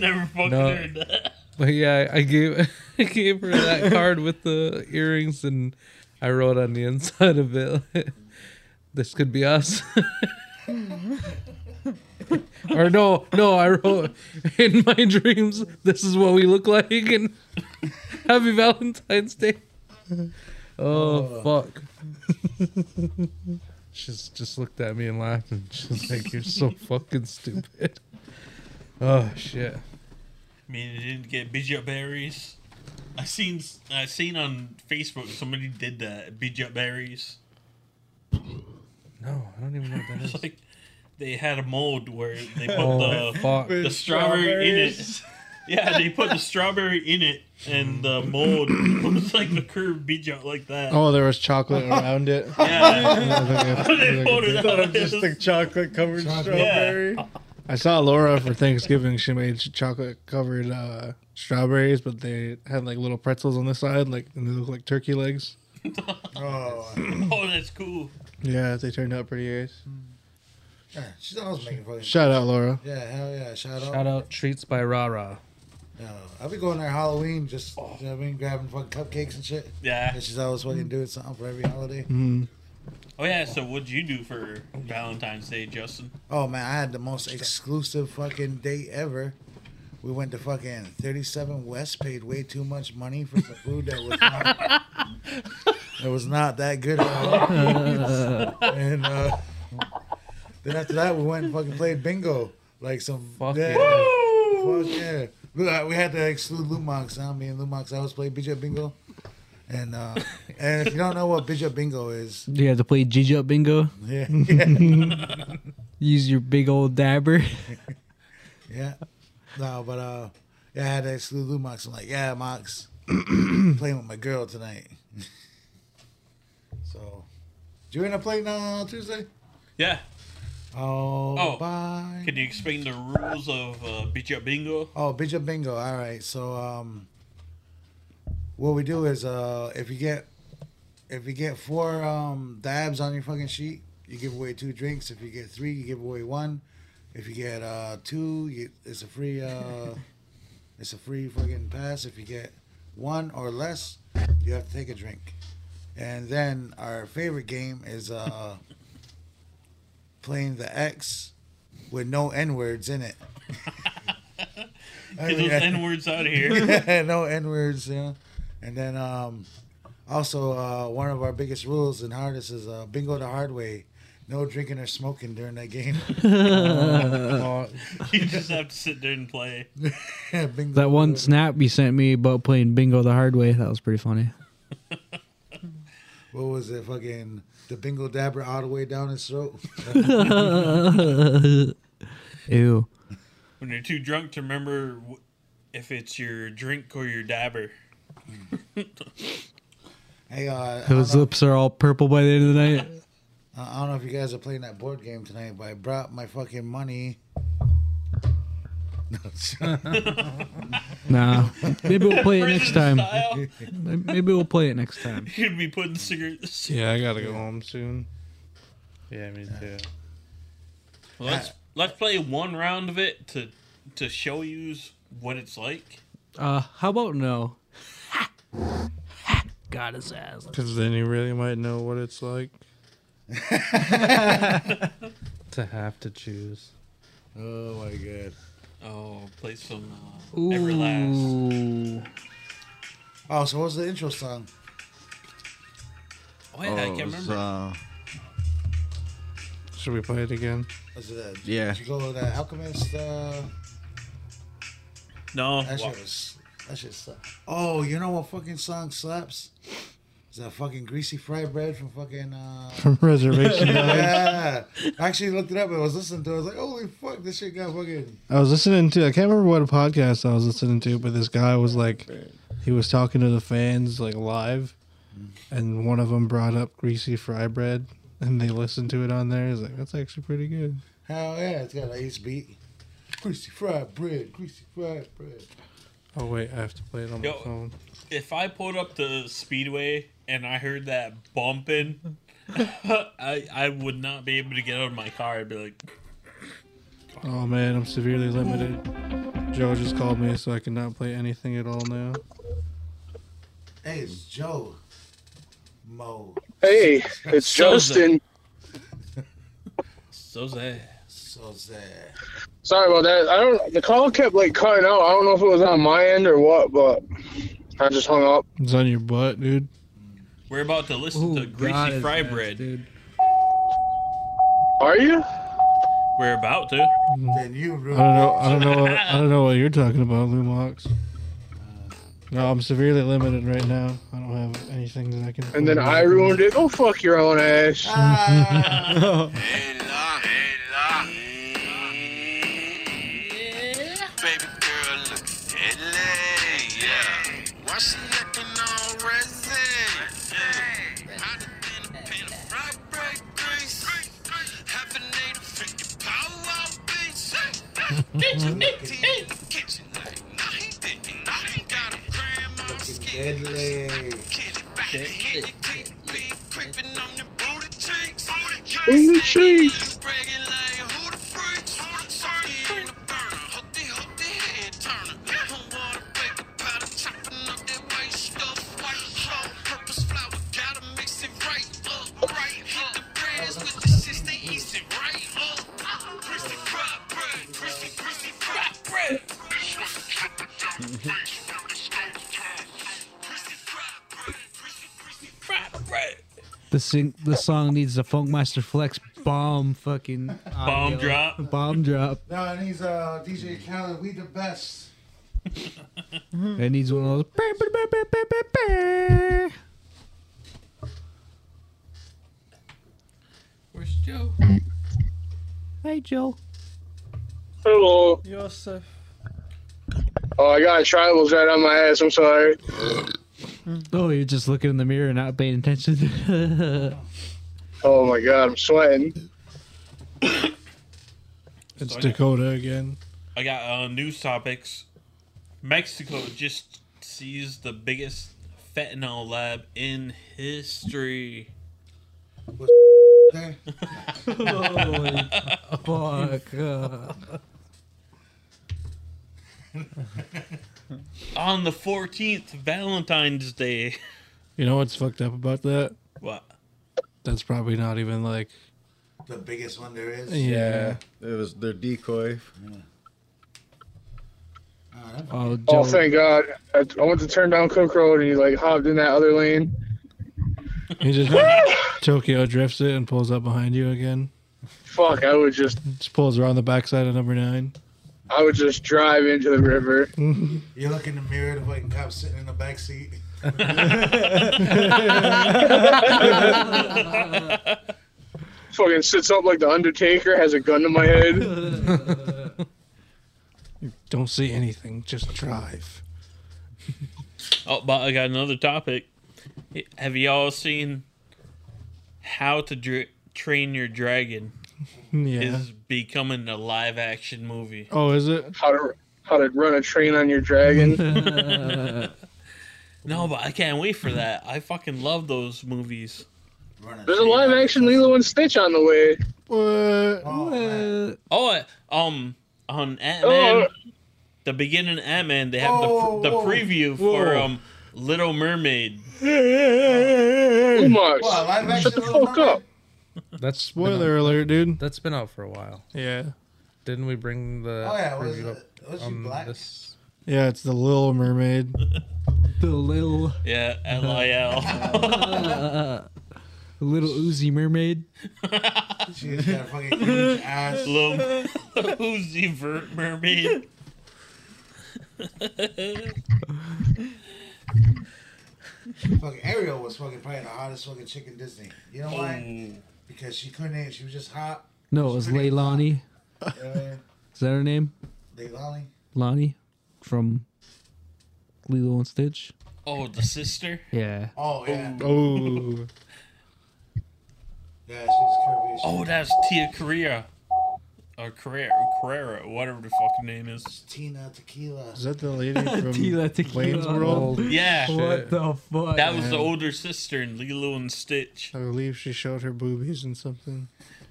Speaker 5: never fucking
Speaker 4: No.
Speaker 5: heard that.
Speaker 4: But yeah, I I gave I gave her that card with the earrings, and I wrote on the inside of it, "This could be us." or no, no, I wrote in my dreams, "This is what we look like," and "Happy Valentine's Day." Oh, fuck! She's Oh. just looked at me and laughed, and she's like, "You're so fucking stupid." Oh shit!
Speaker 5: I mean, they didn't get Bijat berries. I seen I seen on Facebook somebody did that Bijat berries.
Speaker 4: No, I don't even know what that is.
Speaker 5: It's like they had a mold where they put
Speaker 4: Oh,
Speaker 5: the
Speaker 4: fuck.
Speaker 5: the
Speaker 4: With
Speaker 5: strawberry in it.
Speaker 4: strawberries.
Speaker 5: Yeah, they put the strawberry in it, and the mold was like the curved Bijat like that.
Speaker 7: Oh, there was chocolate around it.
Speaker 5: Yeah.
Speaker 7: They folded it up.
Speaker 5: Just
Speaker 8: a chocolate covered
Speaker 5: strawberry.
Speaker 7: I saw Laura for Thanksgiving. She made chocolate covered uh, strawberries, but they had like little pretzels on the side, like and they look like turkey legs.
Speaker 16: Oh,
Speaker 5: oh, that's cool.
Speaker 7: Yeah, they turned out pretty ace.
Speaker 16: Yeah, she's always making fucking.
Speaker 7: Shout out, Laura.
Speaker 16: Yeah, hell yeah, shout out.
Speaker 4: Shout out treats by Rara.
Speaker 7: Oh.
Speaker 16: No, I'll be going there Halloween, just you know what I mean, grabbing fucking cupcakes and shit.
Speaker 5: Oh. Yeah.
Speaker 16: and she's always fucking doing something for every holiday.
Speaker 7: Mm-hmm.
Speaker 5: Oh yeah. So what'd you do for Valentine's Day, Justin?
Speaker 16: Oh man, I had the most exclusive fucking date ever. We went to fucking 37 West, paid way too much money for some food that was not, that was not that good. At all. and uh, then after that, we went and fucking played bingo, like some fuck yeah, fuck yeah. Look, I- We had to exclude Lumox. Huh? Me and Lumox always played BJ bingo, and uh, and if you don't know what BJ bingo is,
Speaker 3: Do you have to play Gigi up bingo?
Speaker 16: Yeah.
Speaker 3: Use your big old dabber.
Speaker 16: Yeah. No, but uh, yeah, I had to exclude Lou Mox. I'm like, yeah, Mox, playing with my girl tonight. so, did you end up playing on Tuesday?
Speaker 5: Yeah.
Speaker 16: Oh,
Speaker 5: Oh.
Speaker 16: bye.
Speaker 5: Can you explain the rules of uh, Bijat Bingo?
Speaker 16: Oh, Bijah Bingo. All right. So, um, what we do is, uh, if you get, if you get four um, dabs on your fucking sheet, you give away two drinks. If you get three, you give away one. If you get uh, two, you, it's a free, uh, it's a free fucking pass. If you get one or less, you have to take a drink. And then our favorite game is uh, playing the X with no N words in it.
Speaker 5: Get those N-words outta here.
Speaker 16: Yeah, no N words, yeah. And then um, also uh, one of our biggest rules and hardest is uh, bingo the hard way. No drinking or smoking during that game.
Speaker 3: Uh,
Speaker 5: you just have to sit there and play.
Speaker 16: bingo.
Speaker 3: That one snap you sent me about playing bingo the hard way, that was pretty funny.
Speaker 16: What was it? Fucking the bingo dabber all the way down his throat.
Speaker 3: Ew.
Speaker 5: When you're too drunk to remember wh- if it's your drink or your dabber.
Speaker 16: hey, uh,
Speaker 3: Those lips are all purple by the end of the night.
Speaker 16: I I don't know if you guys are playing that board game tonight, but I brought my fucking money.
Speaker 3: Nah. Maybe we'll play it next
Speaker 5: Prison
Speaker 3: time.
Speaker 5: style.
Speaker 3: May- Maybe we'll play it next time.
Speaker 5: You could be putting cigarettes.
Speaker 7: Yeah, I gotta go home soon.
Speaker 4: Yeah, me too.
Speaker 5: Let's let's play one round of it to to show you what it's like.
Speaker 3: Uh, how about no? Got his ass.
Speaker 7: Because then you really might know what it's like.
Speaker 4: To have to choose.
Speaker 16: Oh my god.
Speaker 5: Oh, play some uh, Everlast.
Speaker 3: Ooh.
Speaker 16: Oh, so what's the intro song?
Speaker 5: Oh yeah, I
Speaker 8: it
Speaker 5: can't
Speaker 8: was,
Speaker 5: remember.
Speaker 8: uh,
Speaker 7: Should we play it again?
Speaker 16: Was it that?
Speaker 8: Yeah.
Speaker 16: Did you go with that Alchemist? Uh,
Speaker 5: No.
Speaker 16: That
Speaker 5: Wha-
Speaker 16: shit was. That shit sucked. Oh, you know what fucking song slaps? Is that fucking greasy fried bread from fucking uh
Speaker 7: From Reservation Dogs.
Speaker 16: yeah. I actually looked it up and I was listening to it. I was like, holy fuck, this shit got fucking
Speaker 7: I was listening to I can't remember what podcast I was listening to, but this guy was like he was talking to the fans like live and one of them brought up greasy fry bread and they listened to it on there. He's like, That's actually pretty good.
Speaker 16: hell yeah, it's got an ace beat. Greasy fried bread, greasy fried bread.
Speaker 7: Oh wait, I have to play it on my
Speaker 5: Yo.
Speaker 7: phone.
Speaker 5: If I pulled up the speedway and I heard that bumping, I I would not be able to get out of my car. I'd be like,
Speaker 7: Oh man, I'm severely limited. Joe just called me so I cannot play anything at all now.
Speaker 16: Hey, it's Joe. Mo.
Speaker 15: Hey, it's Justin.
Speaker 5: "So's that."
Speaker 16: So sad.
Speaker 15: Sorry about that. I don't. The call kept like cutting out. I don't know if it was on my end or what, but I just hung up.
Speaker 7: It's on your butt, dude.
Speaker 5: We're about to listen to
Speaker 15: God,
Speaker 5: Greasy
Speaker 15: it's
Speaker 5: Fry
Speaker 15: nice,
Speaker 5: Bread.
Speaker 15: Are you?
Speaker 5: We're about to.
Speaker 16: Then you
Speaker 7: Mm. I don't know. I don't know. What, I don't know what you're talking about, Lumox. No, I'm severely limited right now. I don't have anything that I can.
Speaker 15: And then I ruined it. Go fuck your own ass.
Speaker 1: Baby girl, look at LA, yeah. Why she looking all rosy? Yeah. Hotter than a pan of fried bread grease. Hyphenated from your powwow beats. Kitchen, kitchen, like, nah, he didn't. Nah, he got a grandma skin. Kill it back in your teeth. Be creeping on your booty cheeks.
Speaker 15: Booty cheeks.
Speaker 1: Breaking like who the freaks? Who the freaks? Turn the burner. Hook the hook the head turner. Don't wanna break the powder. Chopping up that white stuff. White flour, purpose flour. Gotta mix it right up. Right. Hit the breads with the shit. They eat it right up. Crispy fried bread. Crispy, crispy fried bread. Fried bread.
Speaker 3: The sing the song needs a Funkmaster Flex bomb fucking audio.
Speaker 5: drop.
Speaker 3: bomb drop.
Speaker 16: No, and he's uh, DJ Khaled. We the best.
Speaker 3: It needs one of those.
Speaker 13: Where's Joe?
Speaker 3: Hey, Joe.
Speaker 15: Hello.
Speaker 13: Yosef.
Speaker 15: Oh, I got tribals right on my ass. I'm sorry.
Speaker 3: Oh, you're just looking in the mirror and not paying attention.
Speaker 15: Oh my god, I'm sweating.
Speaker 7: It's Dakota again.
Speaker 5: I got uh, news topics. Mexico just seized the biggest fentanyl lab in history.
Speaker 3: Holy fuck. uh.
Speaker 5: On the 14th, Valentine's Day.
Speaker 7: You know what's fucked up about that?
Speaker 5: What?
Speaker 7: That's probably not even like.
Speaker 16: The biggest one there is.
Speaker 7: Yeah.
Speaker 8: It was their decoy.
Speaker 3: Oh,
Speaker 15: Oh, thank God. I, I went to turn down Cook Road and he like hopped in that other lane.
Speaker 7: He just Tokyo drifts it and pulls up behind you again.
Speaker 15: Fuck, I would just,
Speaker 7: Just pulls around the backside of number nine.
Speaker 15: I would just drive into the river.
Speaker 16: You look in the mirror, the fucking cop sitting in the back seat.
Speaker 15: Fucking sits up like the Undertaker, has a gun to my head.
Speaker 7: Don't see anything. Just drive.
Speaker 5: Oh, but I got another topic. Have y'all seen how to dra- train your dragon?
Speaker 7: Yeah.
Speaker 5: Is becoming a live action movie.
Speaker 7: Oh, is it?
Speaker 15: How to how to run a train on your dragon?
Speaker 5: No, but I can't wait for that. I fucking love those movies.
Speaker 15: There's a live action Lilo and Stitch on the way.
Speaker 7: What?
Speaker 5: Oh, I- um, on Ant
Speaker 16: Uh,
Speaker 5: Man, the beginning of Ant Man, they have the, pr- the
Speaker 15: Whoa,
Speaker 5: preview
Speaker 15: whoa.
Speaker 5: for um Little Mermaid.
Speaker 15: Umar's.
Speaker 16: What, live action
Speaker 15: Shut the
Speaker 16: Little
Speaker 15: fuck up.
Speaker 4: That's
Speaker 7: Spoiler alert, dude.
Speaker 4: That's been out for a while.
Speaker 7: Yeah.
Speaker 4: Didn't we bring the?
Speaker 16: Oh, yeah, was it-
Speaker 4: preview up
Speaker 16: was she
Speaker 4: on
Speaker 16: black?
Speaker 4: this?
Speaker 7: Yeah, it's the Little Mermaid.
Speaker 3: the little.
Speaker 5: Yeah, L I L.
Speaker 3: little Uzi mermaid.
Speaker 16: She's got a fucking huge ass.
Speaker 5: Little Uzi Vert Mermaid.
Speaker 16: Fucking Ariel was fucking probably the hottest fucking chick in Disney. You know why? Because she couldn't. even- She was just hot.
Speaker 3: No, it was Leilani.
Speaker 16: Uh,
Speaker 3: Is that her name?
Speaker 16: they lolly.
Speaker 3: Lonnie from Lilo and Stitch.
Speaker 5: Oh, the sister.
Speaker 3: Yeah.
Speaker 16: Oh yeah.
Speaker 7: Oh.
Speaker 16: Yeah, she was curvy.
Speaker 5: Oh, that's Tia Carrera. Or Carrera, Carrera, whatever the fucking name is.
Speaker 16: Tina Tequila.
Speaker 7: Is that the lady from
Speaker 3: Tila Tequila.
Speaker 7: Wayne's World?
Speaker 5: Yeah.
Speaker 3: What the fuck?
Speaker 5: That was the
Speaker 7: man.
Speaker 5: older sister in Lilo and Stitch.
Speaker 7: I believe she showed her boobies and something.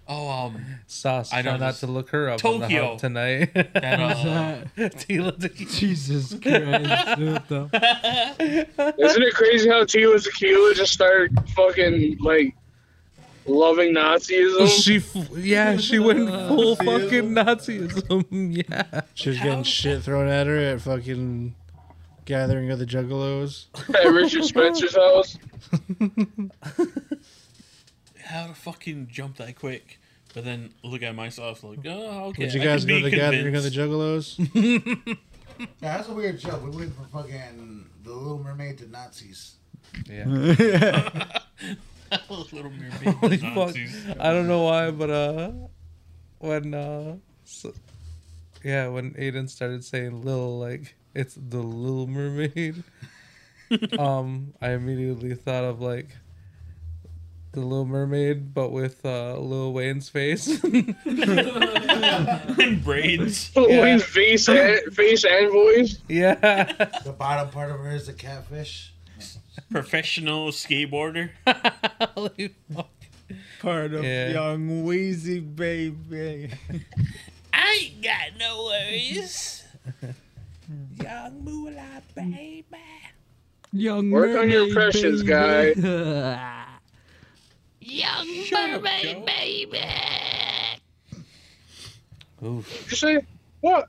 Speaker 5: Oh, um,
Speaker 4: Sauce.
Speaker 5: I
Speaker 4: I
Speaker 5: know
Speaker 4: know not
Speaker 5: this-
Speaker 4: to look her up on the
Speaker 5: Tokyo.
Speaker 4: hub tonight.
Speaker 5: that, uh,
Speaker 4: Tila Tequila.
Speaker 3: Jesus Christ. what the
Speaker 15: Isn't it crazy how Tila Tequila just started fucking like loving Nazism?
Speaker 4: She, f- yeah, she went full fucking Nazism. Yeah.
Speaker 7: She was getting shit thrown at her at fucking Gathering of the Juggalos.
Speaker 15: at Richard Spencer's house.
Speaker 5: how to fucking jump that quick? But then look at myself like, oh, okay.
Speaker 7: Did you
Speaker 5: I
Speaker 7: guys
Speaker 5: can
Speaker 7: go
Speaker 5: be
Speaker 7: to the gathering of the
Speaker 5: convinced.
Speaker 7: Juggalos?
Speaker 16: Yeah, that's a weird joke. We went from fucking The Little Mermaid to Nazis.
Speaker 5: Little
Speaker 13: Holy fuck. I don't know why, but uh, when uh, so, yeah, when Aiden started saying "little," like it's the Little Mermaid, um, I immediately thought of like the Little Mermaid, but with uh, Lil Wayne's face and
Speaker 5: braids.
Speaker 15: Wayne's face eh? and, face and voice.
Speaker 13: Yeah.
Speaker 16: The bottom part of her is the catfish.
Speaker 5: Professional skateboarder.
Speaker 8: Part of
Speaker 5: Yeah.
Speaker 8: young wheezy baby.
Speaker 5: I ain't got no worries. Young moolah baby.
Speaker 3: Young
Speaker 15: Work on your
Speaker 3: mermaid,
Speaker 15: impressions,
Speaker 3: baby.
Speaker 1: Young mermaid baby.
Speaker 15: you say what?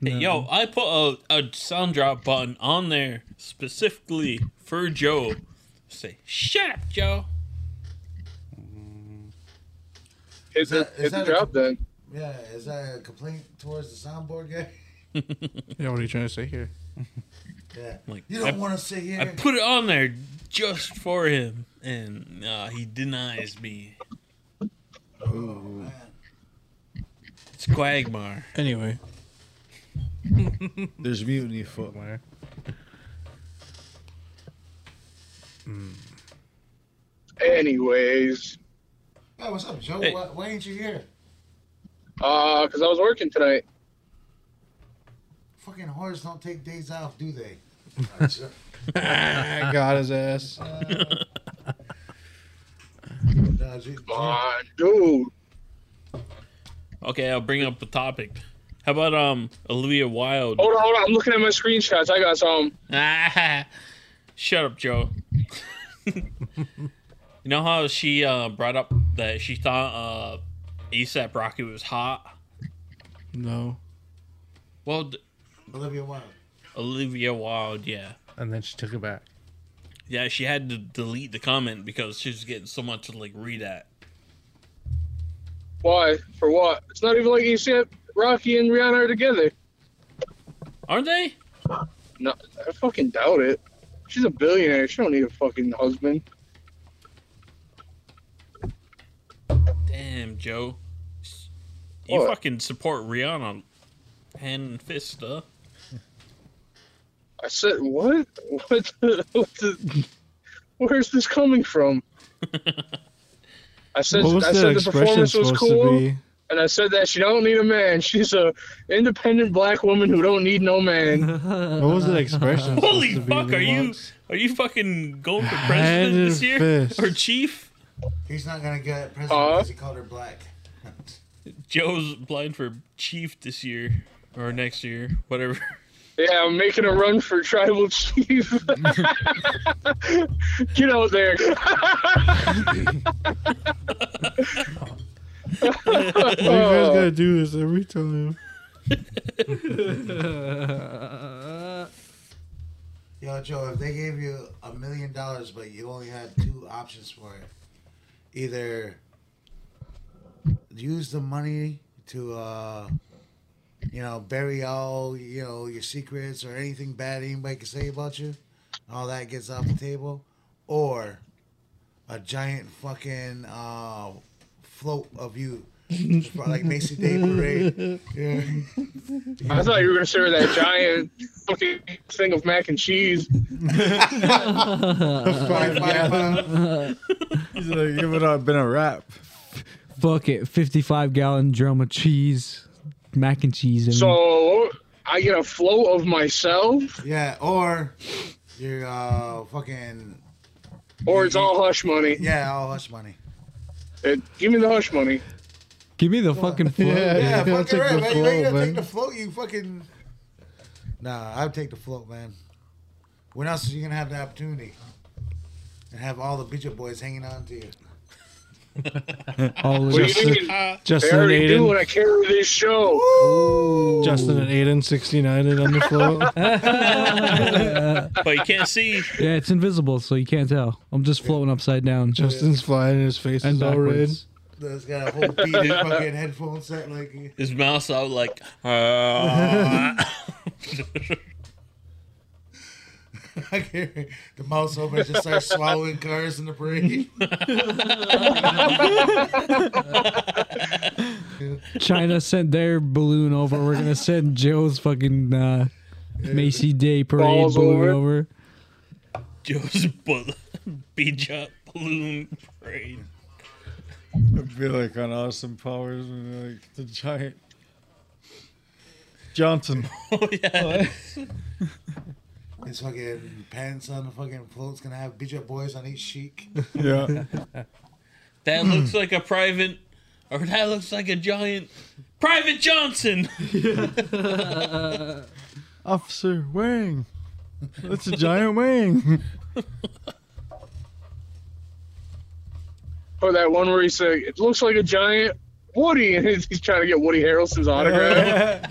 Speaker 5: Hey, yo, I put a, a sound drop button on there specifically for Joe. Say, shut up, Joe.
Speaker 15: Hit the, hit the drop then.
Speaker 16: Yeah, is that a complaint towards the soundboard guy?
Speaker 7: yeah, what are you trying to say here?
Speaker 16: Yeah.
Speaker 5: Like,
Speaker 16: you don't
Speaker 5: I-
Speaker 16: want to sit here.
Speaker 5: I put it on there just for him, and uh, he denies me.
Speaker 16: Oh,
Speaker 5: It's Quagmire.
Speaker 7: Anyway.
Speaker 8: There's mutiny foot.
Speaker 15: Anyways,
Speaker 16: Hey, what's up, Joe?
Speaker 15: Hey.
Speaker 16: Why, why ain't you here?
Speaker 15: uh, because I was working tonight.
Speaker 16: Fucking whores don't take days off, do they?
Speaker 7: I got his ass.
Speaker 16: Uh,
Speaker 15: Ah, dude.
Speaker 5: Okay, I'll bring up the topic. How about um Olivia Wilde?
Speaker 15: Hold on, hold on. I'm looking at my screenshots. I got some.
Speaker 5: Ah, shut up, Joe. you know how she uh, brought up that she thought uh, ASAP Rocky was hot?
Speaker 7: No.
Speaker 5: Well, d-
Speaker 16: Olivia Wilde.
Speaker 5: Olivia Wilde, yeah.
Speaker 4: and then she took it back.
Speaker 5: Yeah, she had to delete the comment because she was getting so much to like read at.
Speaker 15: Why? For what? It's not even like you said Rocky and Rihanna are together.
Speaker 5: Aren't they?
Speaker 15: No, I fucking doubt it. She's a billionaire. She don't need a fucking husband.
Speaker 5: Damn, Joe. You
Speaker 15: What?
Speaker 5: fucking support Rihanna hand and fist, huh?
Speaker 15: I said, what? What? The, what the, where's this coming from? I said,
Speaker 7: What was
Speaker 15: I
Speaker 7: that
Speaker 15: said the
Speaker 7: expression
Speaker 15: performance was
Speaker 7: supposed to
Speaker 15: cool,
Speaker 7: be?
Speaker 15: and I said that she don't need a man. She's a independent black woman who don't need no man.
Speaker 7: What was that expression?
Speaker 5: Holy
Speaker 7: supposed to be
Speaker 5: fuck,
Speaker 7: the
Speaker 5: are you
Speaker 7: ones?
Speaker 5: are you fucking going for
Speaker 7: Hand
Speaker 5: president
Speaker 7: and
Speaker 5: this year?
Speaker 7: fist.
Speaker 5: Or chief?
Speaker 16: He's not gonna get president
Speaker 5: Huh?
Speaker 16: because he called her black.
Speaker 5: Joe's applying for chief this year or next year, whatever.
Speaker 15: Yeah, I'm making a run for tribal chief. Get out there.
Speaker 7: Why you guys gotta do this every time?
Speaker 16: Yo, Joe, if they gave you a million dollars, but you only had two options for it, either use the money to, uh, you know, bury all you know your secrets or anything bad anybody can say about you, all that gets off the table, or a giant fucking uh, float of you, just like Macy Day Parade. Yeah.
Speaker 15: I thought you were gonna serve that giant fucking thing of mac and cheese.
Speaker 8: He's like, it would have been a wrap.
Speaker 3: Fuck it, 55 gallon drum of cheese, mac and cheese. I mean.
Speaker 15: So I get a flow of myself,
Speaker 16: Mm. Yeah, or your uh, fucking
Speaker 15: or it's all hush money.
Speaker 16: yeah, all hush money.
Speaker 15: Uh, give me the hush money.
Speaker 3: Give me the fucking flow.
Speaker 16: yeah,
Speaker 3: man.
Speaker 16: fucking right, man. You ain't gonna
Speaker 3: man.
Speaker 16: take the float, you fucking. Nah, I would take the float, man. When else are you gonna have the opportunity and have all the Beach Boys hanging on to you?
Speaker 7: All
Speaker 15: What do you
Speaker 7: Justin,
Speaker 15: mean? Uh,
Speaker 7: Justin
Speaker 15: they
Speaker 7: and
Speaker 15: already do
Speaker 7: Aiden.
Speaker 15: when I carry this show.
Speaker 7: Justin and Aiden 69 and on the float.
Speaker 5: but you can't see.
Speaker 3: Yeah, it's invisible, so you can't tell. I'm just floating upside down.
Speaker 7: Justin's flying and his face
Speaker 3: And
Speaker 7: is all red.
Speaker 3: backwards.
Speaker 16: That's got a whole beat and fucking headphone set. Like, uh,
Speaker 5: His mouth's out like. "Ah."
Speaker 16: I can't, the mouse over just starts swallowing cars in the parade.
Speaker 3: China sent their balloon over. We're gonna send Joe's fucking uh, Macy Day parade
Speaker 5: Balls
Speaker 3: balloon
Speaker 5: over.
Speaker 3: over.
Speaker 5: Joe's bull- beach up balloon parade.
Speaker 8: I feel like on Austin Powers when like the giant Johnson.
Speaker 5: oh yeah.
Speaker 16: His fucking pants on the fucking float's gonna have beach up boys on each cheek.
Speaker 8: Yeah.
Speaker 5: That looks like a private, or that looks like a giant Private Johnson.
Speaker 8: Officer Wang. That's a giant wang.
Speaker 15: Or Oh, that one where he said, "It looks like a giant Woody," and he's he's trying to get Woody Harrelson's autograph.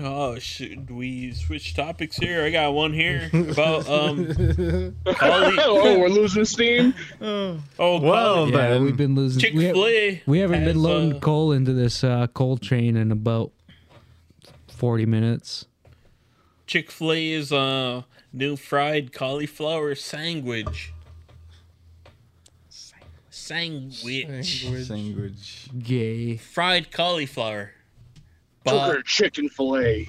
Speaker 5: Oh, should we switch topics here? I got one here about um. collie-
Speaker 15: oh, we're losing steam.
Speaker 5: Oh,
Speaker 3: yeah, we've been losing. we,
Speaker 5: Chick-fil-A
Speaker 3: we haven't
Speaker 5: has,
Speaker 3: been loading coal into this uh, coal train in about forty minutes.
Speaker 5: Chick Fil A is uh, new fried cauliflower sandwich. Sandwich.
Speaker 8: Sandwich.
Speaker 3: Gay.
Speaker 5: Fried cauliflower.
Speaker 15: Took her
Speaker 5: But
Speaker 15: chicken fillet.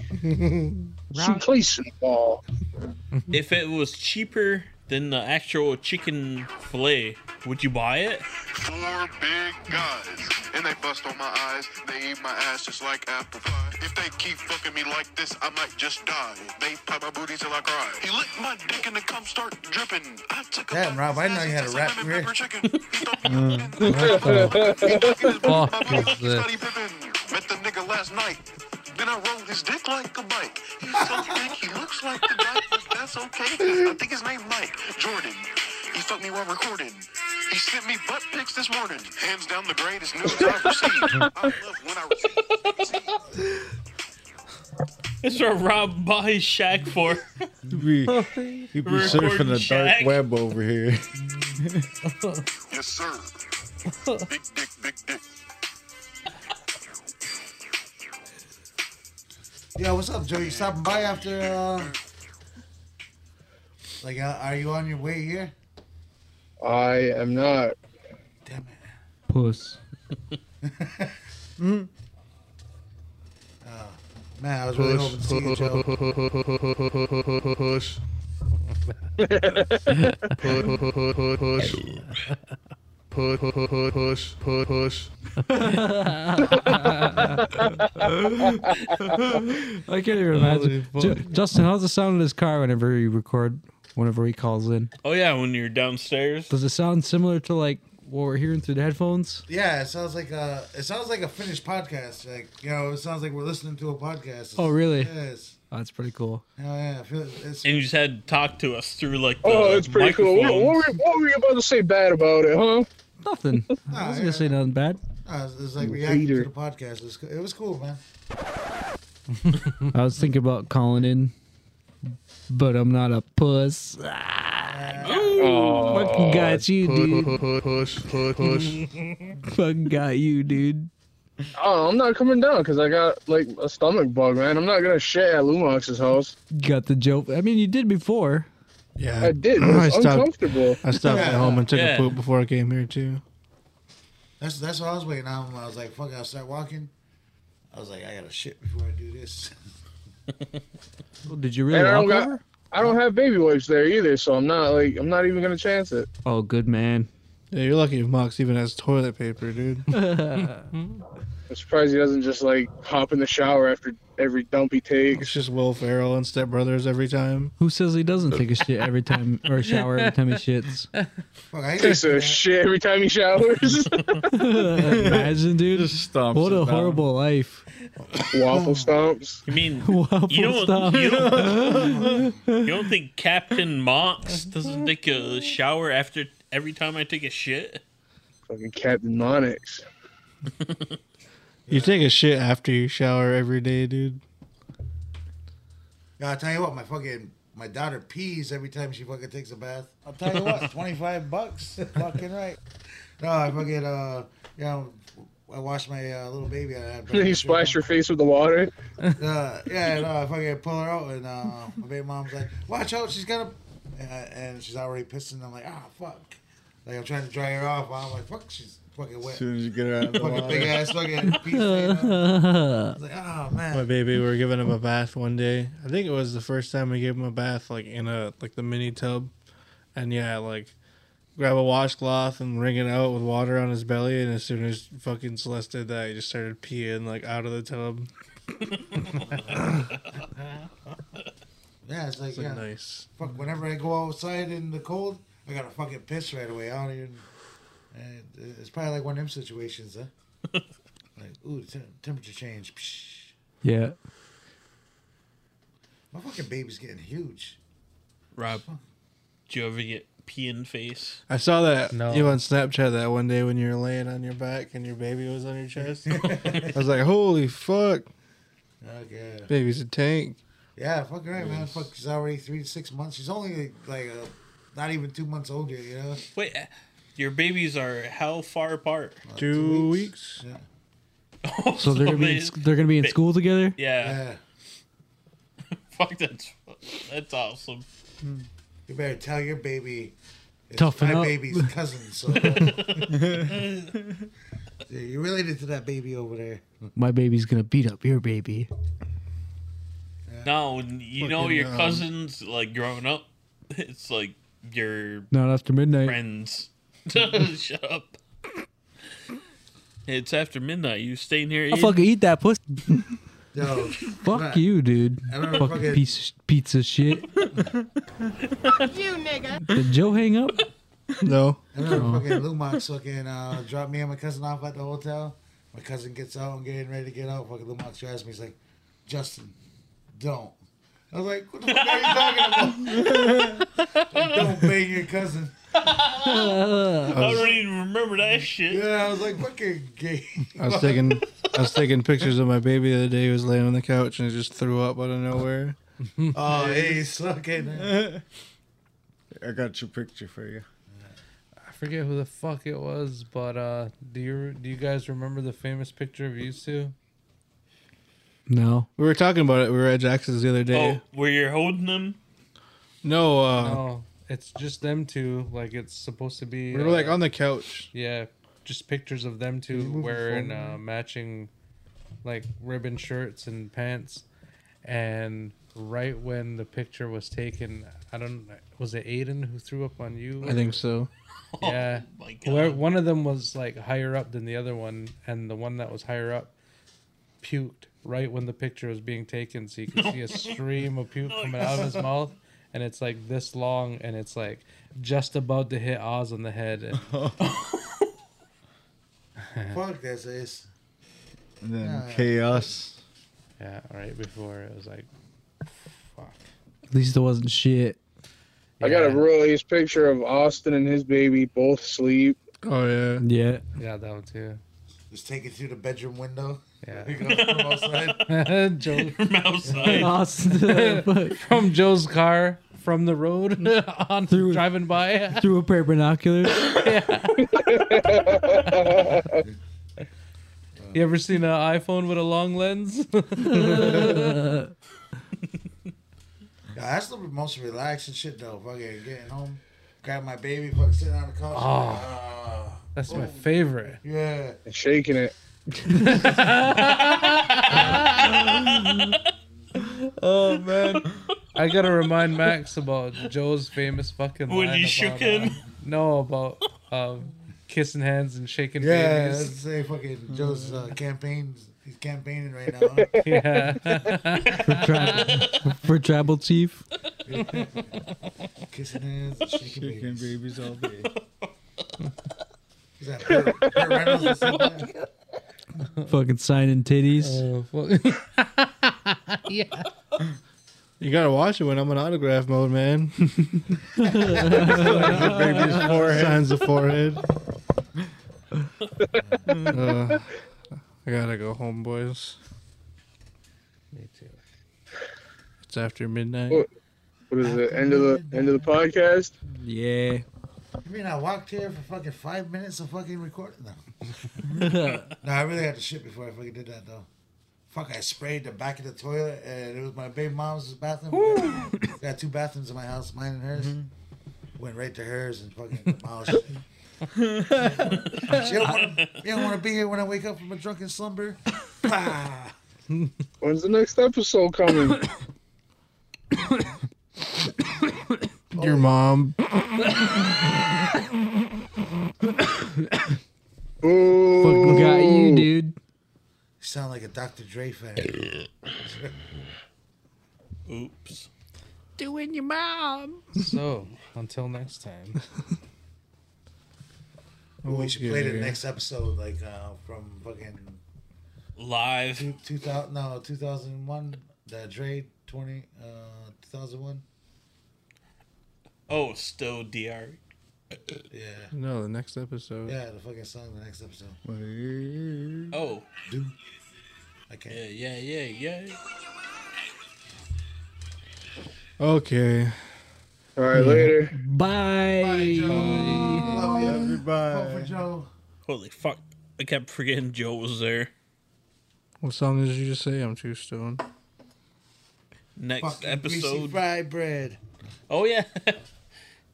Speaker 15: Some place in the ball.
Speaker 5: if it was cheaper than the actual chicken fillet, would you buy it?
Speaker 19: Four big guys, and they bust on my eyes. They eat my ass just like apple pie. If they keep fucking me like this, I might just die. They pop my booty till I cry. He licked my dick and the cum start dripping. I took a
Speaker 16: Damn, Rob, I didn't know you had a rap career.
Speaker 1: Mm.
Speaker 19: Fuck
Speaker 16: is this?
Speaker 19: Scotty Pippen met the nigga last night. Then I rolled his dick like a bike. He's so thick, he looks like a guy, but that's okay. I think his name Mike Jordan. He fucked me while recording. He sent me butt pics this morning. Hands down the greatest news I've received. I love when I receive.
Speaker 5: That's what Rob buys Shaq for.
Speaker 8: We, we be surfing the dark web over here.
Speaker 19: yes, sir. Big dick, big dick.
Speaker 16: Yo, what's up, Joe? You stopping by after? Uh... Like, uh, are you on your way here?
Speaker 15: I am not.
Speaker 3: Puss.
Speaker 16: Uh, Man, I was really hoping to see you, Joe.
Speaker 13: Push. Push. Push. Push. Push.
Speaker 3: I can't even imagine.
Speaker 5: Holy
Speaker 3: Ju-
Speaker 5: fuck.
Speaker 3: Justin, how's the sound of this car whenever you record? Whenever he calls in,
Speaker 5: Oh yeah, when you're downstairs.
Speaker 3: does it sound similar to like what we're hearing through the headphones?
Speaker 16: Yeah, it sounds like a it sounds like a finished podcast. Like you know, it sounds like we're listening to a podcast.
Speaker 3: Oh, really?
Speaker 16: Yes.
Speaker 3: Oh, that's pretty cool.
Speaker 16: Hell yeah, I feel it's
Speaker 5: And you just had to talk to us through like the
Speaker 15: Oh, it's pretty cool. What,
Speaker 5: microphone.
Speaker 15: what, were, what were you about to say bad about it, huh?
Speaker 3: Nothing. I was gonna say nothing bad.
Speaker 16: uh, it's like reacting to the podcast. It was, co- it was cool, man.
Speaker 3: I was thinking about calling in, but I'm not a puss. Ah,
Speaker 13: Oh,
Speaker 3: fucking got you, dude.
Speaker 13: Push. Push. Push.
Speaker 3: Fucking got you, dude.
Speaker 15: Oh, I'm not coming down because I got like a stomach bug, man. I'm not gonna shit at Lumox's house.
Speaker 3: Got the joke. I mean, you did before.
Speaker 7: Yeah,
Speaker 15: I did. It was uncomfortable.
Speaker 7: I stopped at home and took
Speaker 3: Yeah.
Speaker 7: a poop before I came here too.
Speaker 16: That's that's what I was waiting on. I was like, fuck, it, I'll start walking. I was like, I gotta shit before I do this.
Speaker 3: did you
Speaker 15: And I don't got- I don't have baby wipes there either, so I'm not like I'm not even gonna chance it.
Speaker 3: Oh, good man.
Speaker 7: Yeah, you're lucky if Mox even has toilet paper, dude.
Speaker 15: I'm surprised he doesn't just like hop in the shower after every dump he takes.
Speaker 7: it's just Will Ferrell and Step Brothers every time.
Speaker 3: Who says he doesn't take a shit every time or a shower every time he shits?
Speaker 15: Takes a shit every time he showers.
Speaker 3: Imagine, dude. what a horrible life.
Speaker 15: Waffle stomps.
Speaker 5: You mean
Speaker 3: Waffle
Speaker 5: you don't,
Speaker 3: stomp.
Speaker 5: You, don't, you don't think Captain Mox doesn't take a shower after every time I take a shit?
Speaker 15: Fucking Captain Monix.
Speaker 7: You take a shit after you shower every day, dude.
Speaker 16: Yo, I tell you what, my fucking My daughter pees every time she fucking takes a bath. I'll
Speaker 19: tell you what,
Speaker 16: twenty-five bucks, fucking right. No, I fucking uh, you know, I washed my uh, little baby. I had
Speaker 19: You splash your face with the water.
Speaker 16: uh, yeah, no, I fucking pull her out, and uh, my baby mom's like, "Watch out, she's gonna," and, I, and she's already pissing. I'm like, "Ah, fuck!" Like I'm trying to dry her off. I'm like, "Fuck, she's fucking wet."
Speaker 8: As soon as you get her out of the
Speaker 16: fucking
Speaker 8: water.
Speaker 16: big ass fucking piece. I was like, "Oh man."
Speaker 7: My baby, we were giving him a bath one day. I think it was the first time we gave him a bath, like in a like the mini tub, and yeah, like grab a washcloth and wring it out with water on his belly. And as soon as fucking Celeste did that, he just started peeing like out of the tub.
Speaker 16: Yeah, it's like,
Speaker 7: It's, like,
Speaker 16: yeah,
Speaker 7: nice.
Speaker 16: Fuck, whenever I go outside in the cold, I gotta fucking piss right away. I don't even. And uh, it's probably like one of them situations, huh? like, ooh, te- temperature change. Psh.
Speaker 3: Yeah.
Speaker 16: My fucking baby's getting huge.
Speaker 5: Rob, do you ever get pee in face?
Speaker 7: I saw that
Speaker 5: No.
Speaker 7: you on Snapchat that one day when you were laying on your back and your baby was on your chest. I was like, holy fuck,
Speaker 16: Okay.
Speaker 7: baby's a tank.
Speaker 16: Yeah, fucking right, man. Fuck, she's already three to six months. She's only like uh, not even two months old yet, you know?
Speaker 5: Wait, eh, your babies are how far apart?
Speaker 16: Uh,
Speaker 7: Two, weeks.
Speaker 3: So they're gonna be in,
Speaker 5: Oh, man.
Speaker 3: sc- they're gonna be in
Speaker 5: Ba-
Speaker 3: school together.
Speaker 5: Yeah. Fuck that's that's awesome.
Speaker 16: Hmm. You better tell your baby. It's
Speaker 3: Toughen
Speaker 16: my
Speaker 3: up.
Speaker 16: baby's cousin, so. Yeah, You're related to that baby over there.
Speaker 3: My baby's gonna beat up your baby.
Speaker 5: No, when you know
Speaker 16: Fucking,
Speaker 5: your
Speaker 16: um,
Speaker 5: cousins like growing up. It's like your
Speaker 3: Not after midnight.
Speaker 5: friends. Shut up. It's after midnight. You staying here?
Speaker 3: I'll
Speaker 5: Aiden?
Speaker 3: fucking eat that pussy.
Speaker 16: Yo,
Speaker 3: Fuck
Speaker 16: Right.
Speaker 3: you, dude.
Speaker 16: I remember
Speaker 3: Fucking
Speaker 16: fucking-
Speaker 3: piece of, pizza shit.
Speaker 18: you, nigga.
Speaker 3: Did Joe hang up?
Speaker 7: No.
Speaker 16: I remember
Speaker 3: Oh.
Speaker 16: fucking Lumox fucking uh, dropped me and my cousin off at the hotel. My cousin gets out, I'm getting ready to get out. Fucking Lumox drives me. He's like, Justin, don't. I was like, what the fuck are you talking about? Like, don't bang your cousin.
Speaker 5: I don't even remember that shit.
Speaker 16: Yeah, I was like, fucking gay.
Speaker 7: I was taking I was taking pictures of my baby the other day. He was laying on the couch and he just threw up out of nowhere.
Speaker 16: Oh, he's fucking.
Speaker 8: I got your picture for you.
Speaker 4: I forget who the fuck it was, but uh, do you do you guys remember the famous picture of you two?
Speaker 3: No.
Speaker 7: We were talking about it. We were at Jackson's the other day.
Speaker 5: Oh, where you're holding them?
Speaker 7: No, uh,
Speaker 4: no, it's just them two. Like it's supposed to be. uh,
Speaker 7: we were like on the couch.
Speaker 4: Yeah, just pictures of them
Speaker 7: you
Speaker 4: two
Speaker 7: move the
Speaker 4: wearing
Speaker 7: phone,
Speaker 4: uh,
Speaker 7: man?
Speaker 4: matching, like ribbon shirts and pants. And right when the picture was taken, I don't was it Aiden who threw up on you?
Speaker 7: I think so.
Speaker 4: Yeah,
Speaker 5: Oh my God.
Speaker 4: Whoever, one of them was like higher up than the other one, and the one that was higher up puked right when the picture was being taken, so you could see a stream of
Speaker 5: Oh
Speaker 4: puke coming out of his mouth, and it's like this long, and it's like just about to hit Oz on the head. and-
Speaker 16: Fuck, that's ace.
Speaker 8: And then
Speaker 16: Yeah.
Speaker 8: chaos.
Speaker 4: yeah, right before it was like, fuck.
Speaker 3: At least it wasn't shit.
Speaker 15: I got a real ace picture of Austin and his baby both asleep.
Speaker 7: Oh yeah.
Speaker 3: Yeah.
Speaker 4: Yeah, that one too.
Speaker 16: Just take it through the bedroom window.
Speaker 4: Yeah.
Speaker 16: Pick it up from outside.
Speaker 4: Joe.
Speaker 5: From outside.
Speaker 3: Austin,
Speaker 4: from Joe's car from the road on through driving by.
Speaker 3: Through a pair of binoculars.
Speaker 4: You ever seen an iPhone with a long lens?
Speaker 16: Yeah, that's the most relaxing shit though. Fucking getting home, grab my baby, fucking sitting on the couch.
Speaker 4: Oh,
Speaker 16: ah,
Speaker 4: That's my
Speaker 16: boom.
Speaker 4: favorite.
Speaker 16: Yeah.
Speaker 15: shaking it.
Speaker 4: Oh man, I gotta remind Max about Joe's famous fucking.
Speaker 5: When
Speaker 4: line
Speaker 5: you
Speaker 4: about,
Speaker 5: shook
Speaker 4: uh,
Speaker 5: him?
Speaker 4: no, about um, kissing hands and shaking
Speaker 16: Yeah,
Speaker 4: babies. Mm-hmm.
Speaker 16: that's a fucking Joe's uh, campaign. He's campaigning right now.
Speaker 3: for, tra- for tribal chief.
Speaker 16: Kissing hands, and shaking,
Speaker 8: Shaking
Speaker 16: babies.
Speaker 8: babies all day.
Speaker 16: Is that Burt, Burt Reynolds or something?
Speaker 3: Fucking signing titties.
Speaker 4: yeah.
Speaker 7: You gotta watch it when I'm in autograph mode, man. Signs the forehead. Uh, I gotta go home, boys.
Speaker 4: Me too.
Speaker 7: It's after midnight.
Speaker 15: Well, What is it? End of the end of the podcast.
Speaker 3: Yeah.
Speaker 16: You mean I walked here for fucking five minutes of fucking recording? No. no, I really had to shit before I fucking did that though. Fuck, I sprayed the back of the toilet and it was my baby mom's bathroom. Got two bathrooms in my house, mine and hers.
Speaker 3: Mm-hmm.
Speaker 16: Went right to hers and fucking demolished it. you don't want to you don't want to be here when I wake up from a drunken slumber. Ah.
Speaker 15: When's the next episode coming?
Speaker 7: Your mom.
Speaker 15: Fucking
Speaker 3: got you, dude.
Speaker 16: You sound like a Dr. Dre fan.
Speaker 5: Oops.
Speaker 3: Doing your mom.
Speaker 4: So until next time.
Speaker 16: we should play the next episode, like uh, from fucking
Speaker 5: live.
Speaker 16: Two, two thousand no two thousand one. The Dre twenty uh, two thousand one.
Speaker 5: Oh, still DR.
Speaker 16: Yeah.
Speaker 7: No, the next episode.
Speaker 16: Yeah, the fucking song. The next episode.
Speaker 5: Oh.
Speaker 16: Dude. Okay.
Speaker 5: Yeah, yeah, yeah, yeah.
Speaker 7: Okay.
Speaker 15: All right, later.
Speaker 3: Bye.
Speaker 16: Love you, everybody. Vote for Joe.
Speaker 5: Holy fuck. I kept forgetting Joe was there.
Speaker 7: What song did you just say? I'm too stoned.
Speaker 5: Next
Speaker 16: Fucking Greasy
Speaker 5: episode.
Speaker 16: fried bread.
Speaker 5: oh, yeah.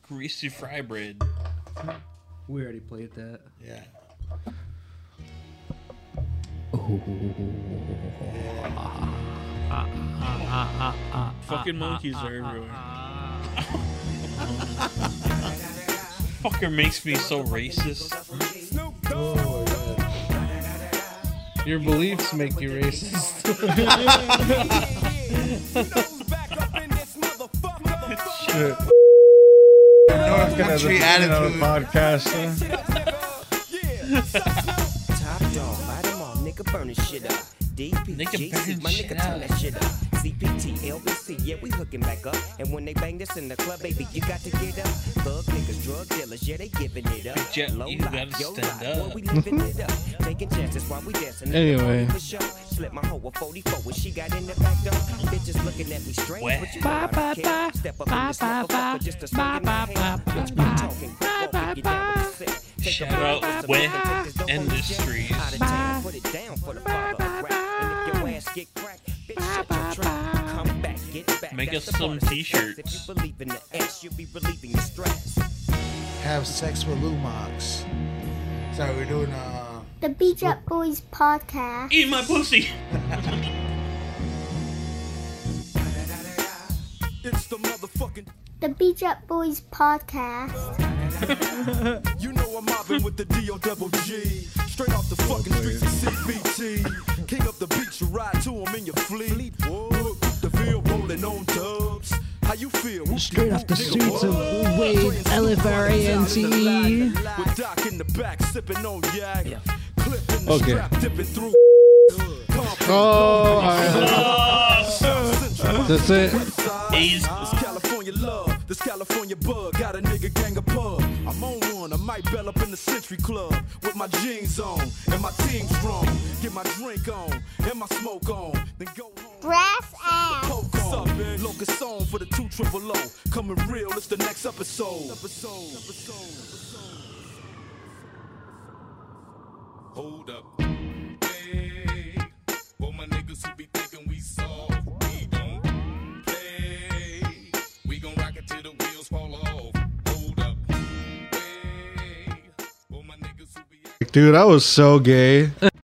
Speaker 5: Greasy fry bread.
Speaker 3: We already played that.
Speaker 16: Yeah.
Speaker 5: Fucking monkeys are everywhere. Fucker makes me so racist.
Speaker 4: Your beliefs make you racist.
Speaker 6: Shit.
Speaker 16: North
Speaker 6: Country attitude. Podcast. huh?
Speaker 20: Top dog, light 'em all, nigga, burn this shit up. DPGC, my nigga, turn that shit up. CPT, LBC, yeah, we hooking back up. And when they bang this in the club, baby, you got to get up. Thug niggas, drug dealers, yeah, they giving it up.
Speaker 5: Bitch, yeah, you gotta stand
Speaker 20: boy,
Speaker 5: up.
Speaker 20: we living it up. Taking chances while we dancing.
Speaker 5: Anyway.
Speaker 20: For show. Slip my hoe with 44 when she got in the back door. Bitches looking at me strange,
Speaker 5: Wah.
Speaker 20: but you know I don't
Speaker 5: Ba, ba,
Speaker 20: care.
Speaker 5: ba.
Speaker 20: Step up
Speaker 5: Ba,
Speaker 20: in this
Speaker 5: ba, ba.
Speaker 20: motherfucker just a
Speaker 5: Ba,
Speaker 20: swing in my
Speaker 5: ba,
Speaker 20: hand.
Speaker 5: ba,
Speaker 20: Bitch,
Speaker 5: ba.
Speaker 20: we talking, walk, we get down with the set. Take a
Speaker 5: Shout
Speaker 20: break,
Speaker 5: out
Speaker 20: put some
Speaker 5: Wah
Speaker 20: fucking tickets over on the jet.
Speaker 5: Industries.
Speaker 20: Out of town, put it down for the father of rap. And if your ass get cracked, bitch, shut your trap. Come back, get back.
Speaker 5: Make
Speaker 20: That's
Speaker 5: us
Speaker 20: the
Speaker 5: some
Speaker 20: part of success.
Speaker 5: t-shirts.
Speaker 20: If you believe in the X, you'll be relieving the stress.
Speaker 16: Have sex with Lumox. Sorry, we're doing uh.
Speaker 21: The Beach Up Boys podcast.
Speaker 5: Eat my pussy.
Speaker 2: It's the motherfucking.
Speaker 21: The Beach Up Boys podcast.
Speaker 2: you know I'm mobbing with the D O double G. Straight off the fucking streets of CBT. King up the beach, you ride to 'em in your fleet. Whoop, the veal rolling on dubs. How you feel? Whoop,
Speaker 3: Straight off the streets of Wave LFRANCE.
Speaker 2: With Doc in the back, sipping on yak. Clipping the
Speaker 6: Okay.
Speaker 2: strap, dipping through.
Speaker 6: Oh, That's it.
Speaker 2: This California love, this California bug, got a nigga gang of pub. I'm on one, I might bell up in the Century Club with my jeans on and my team strong. Get my drink on and my smoke on, then go home.
Speaker 21: Brass ass.
Speaker 2: What's up, man? Locust on for the two triple O. Coming real, it's the next episode. Episode.
Speaker 22: Hold up. Hey, for my niggas who be thinking we soft, we don't play. We gon' rock it till the wheels fall off. Hold up. Hey, for my niggas who be
Speaker 6: Dude, I was so gay.